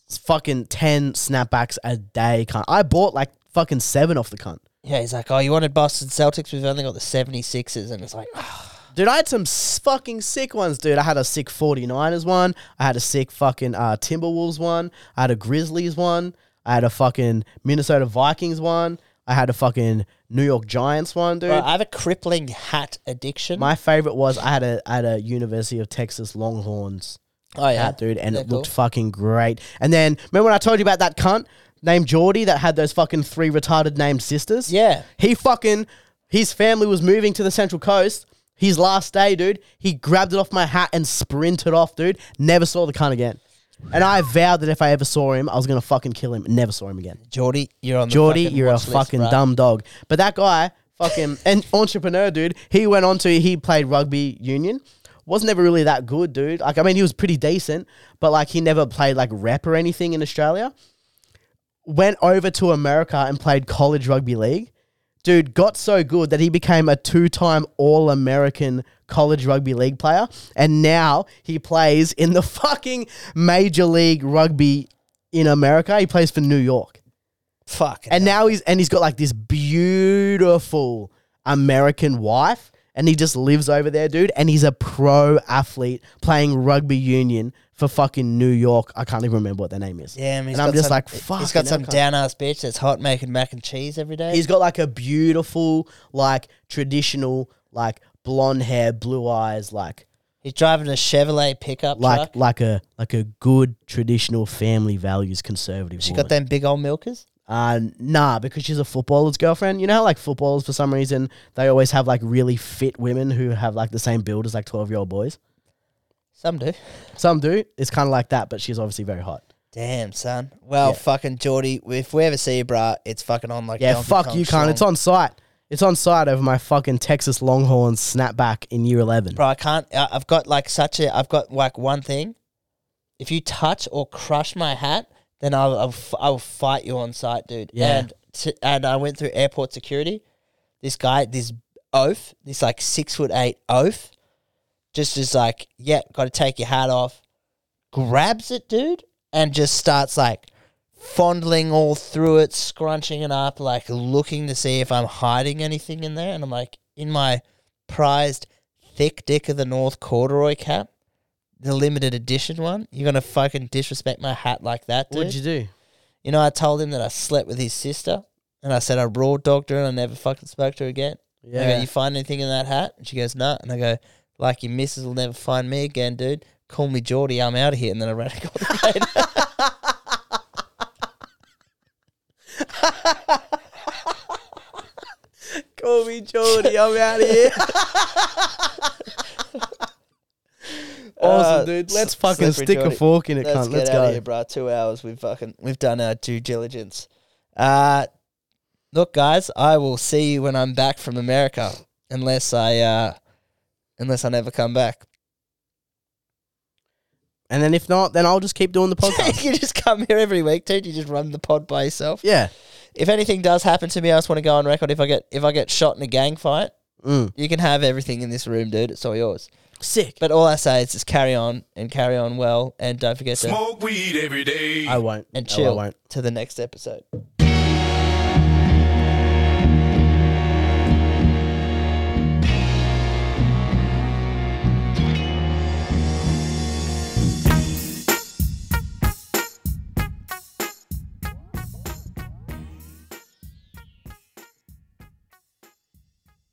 Speaker 3: s- fucking 10 snapbacks a day. Cunt. I bought like fucking seven off the cunt.
Speaker 2: yeah, he's like, "Oh, you wanted Boston Celtics? We've only got the 76ers." And it's like, "Oh,
Speaker 3: Dude, I had some s- fucking sick ones, dude. I had a sick 49ers one. I had a sick fucking uh, Timberwolves one. I had a Grizzlies one. I had a fucking Minnesota Vikings one. I had a fucking New York Giants one, dude.
Speaker 2: "Bro, I have a crippling hat addiction."
Speaker 3: My favorite was I had a I had a University of Texas Longhorns
Speaker 2: oh yeah,
Speaker 3: hat, dude, and
Speaker 2: They're
Speaker 3: it looked
Speaker 2: cool.
Speaker 3: fucking great. And then remember when I told you about that cunt named Geordie that had those fucking three retarded named sisters?
Speaker 2: Yeah.
Speaker 3: He fucking his family was moving to the Central Coast. His last day, dude, he grabbed it off my hat and sprinted off, dude. Never saw the cunt again. And I vowed that if I ever saw him, I was gonna fucking kill him. Never saw him again.
Speaker 2: Geordie, you're on.
Speaker 3: Geordie,
Speaker 2: the fucking
Speaker 3: you're a
Speaker 2: watch list,
Speaker 3: fucking
Speaker 2: bruh.
Speaker 3: dumb dog. But that guy, fucking (laughs) an entrepreneur, dude. He went on to he played rugby union. Was never really that good, dude. Like I mean, he was pretty decent, but like he never played like rep or anything in Australia. Went over to America and played college rugby league. Dude got so good that he became a two-time All-American college rugby league player, and now he plays in the (laughs) fucking major league rugby in America. He plays for New York,
Speaker 2: Fuck.
Speaker 3: and now he's and he's got like this beautiful American wife, and he just lives over there, dude. And he's a pro athlete playing rugby union for fucking New York. I can't even remember what their name is.
Speaker 2: yeah, I mean, he's
Speaker 3: and I'm
Speaker 2: got
Speaker 3: just
Speaker 2: some-
Speaker 3: like, fuck.
Speaker 2: He's got some down ass bitch that's hot making mac and cheese every day.
Speaker 3: He's got like a beautiful, like traditional, like blonde hair, blue eyes, like
Speaker 2: He's driving a Chevrolet pickup
Speaker 3: like
Speaker 2: truck.
Speaker 3: like a like a good traditional family values conservative.
Speaker 2: she
Speaker 3: woman.
Speaker 2: got them big old milkers.
Speaker 3: Uh, nah, because she's a footballer's girlfriend. You know how like footballers for some reason they always have like really fit women who have like the same build as like twelve year old boys.
Speaker 2: Some do.
Speaker 3: Some do. It's kind of like that, but she's obviously very hot.
Speaker 2: Damn, son. Well, fucking Geordie, if we ever see you, bruh, it's fucking on like
Speaker 3: Yeah,
Speaker 2: Donkey
Speaker 3: fuck
Speaker 2: Kong
Speaker 3: you, cunt.
Speaker 2: Strong.
Speaker 3: It's on site. It's on site over my fucking Texas Longhorns snapback in year eleven.
Speaker 2: bro. I can't. I- I've got like such a. I've got like one thing. If you touch or crush my hat, then I'll I'll, f- I'll fight you on site, dude.
Speaker 3: Yeah.
Speaker 2: And t- and I went through airport security. This guy, this oaf, this like six foot eight oaf, just is like, yeah, got to take your hat off. Grabs it, dude, and just starts like fondling all through it, scrunching it up, like looking to see if I'm hiding anything in there. And I'm like, in my prized thick dick of the North corduroy cap, the limited edition one, you're gonna fucking disrespect my hat like that, dude.
Speaker 3: What'd you do?
Speaker 2: You know, I told him that I slept with his sister, and I said I raw dogged her, and I never fucking spoke to her again. And I go,
Speaker 3: Yeah.
Speaker 2: you find anything in that hat? And she goes, no. And I go, like your missus will never find me again, dude. Call me Geordie, I'm out of here. And then I ran and got the plane.
Speaker 3: Call me Jordy. I'm out
Speaker 2: (laughs)
Speaker 3: of (laughs) here. awesome,
Speaker 2: Uh,
Speaker 3: dude.
Speaker 2: s-
Speaker 3: Let's fucking
Speaker 2: slippery
Speaker 3: stick
Speaker 2: Geordie.
Speaker 3: a fork in it,
Speaker 2: Let's
Speaker 3: cunt.
Speaker 2: get
Speaker 3: Let's
Speaker 2: out
Speaker 3: go.
Speaker 2: of here, bro. Two hours. We've fucking we've done our due diligence. Uh look, guys, I will see you when I'm back from America, unless I uh unless I never come back. (laughs)
Speaker 3: And then if not, then I'll just keep doing the
Speaker 2: (laughs)
Speaker 3: podcast.
Speaker 2: you just come here every week, dude. You just run the pod by yourself.
Speaker 3: yeah.
Speaker 2: If anything does happen to me, I just want to go on record. If I get if I get shot in a gang fight,
Speaker 3: Mm.
Speaker 2: you can have everything in this room, dude. It's all yours.
Speaker 3: Sick.
Speaker 2: But all I say is just carry on and carry on well, and don't forget to
Speaker 4: Smoke weed every day.
Speaker 3: I won't.
Speaker 2: and
Speaker 3: No,
Speaker 2: chill
Speaker 3: I won't.
Speaker 2: to the next episode.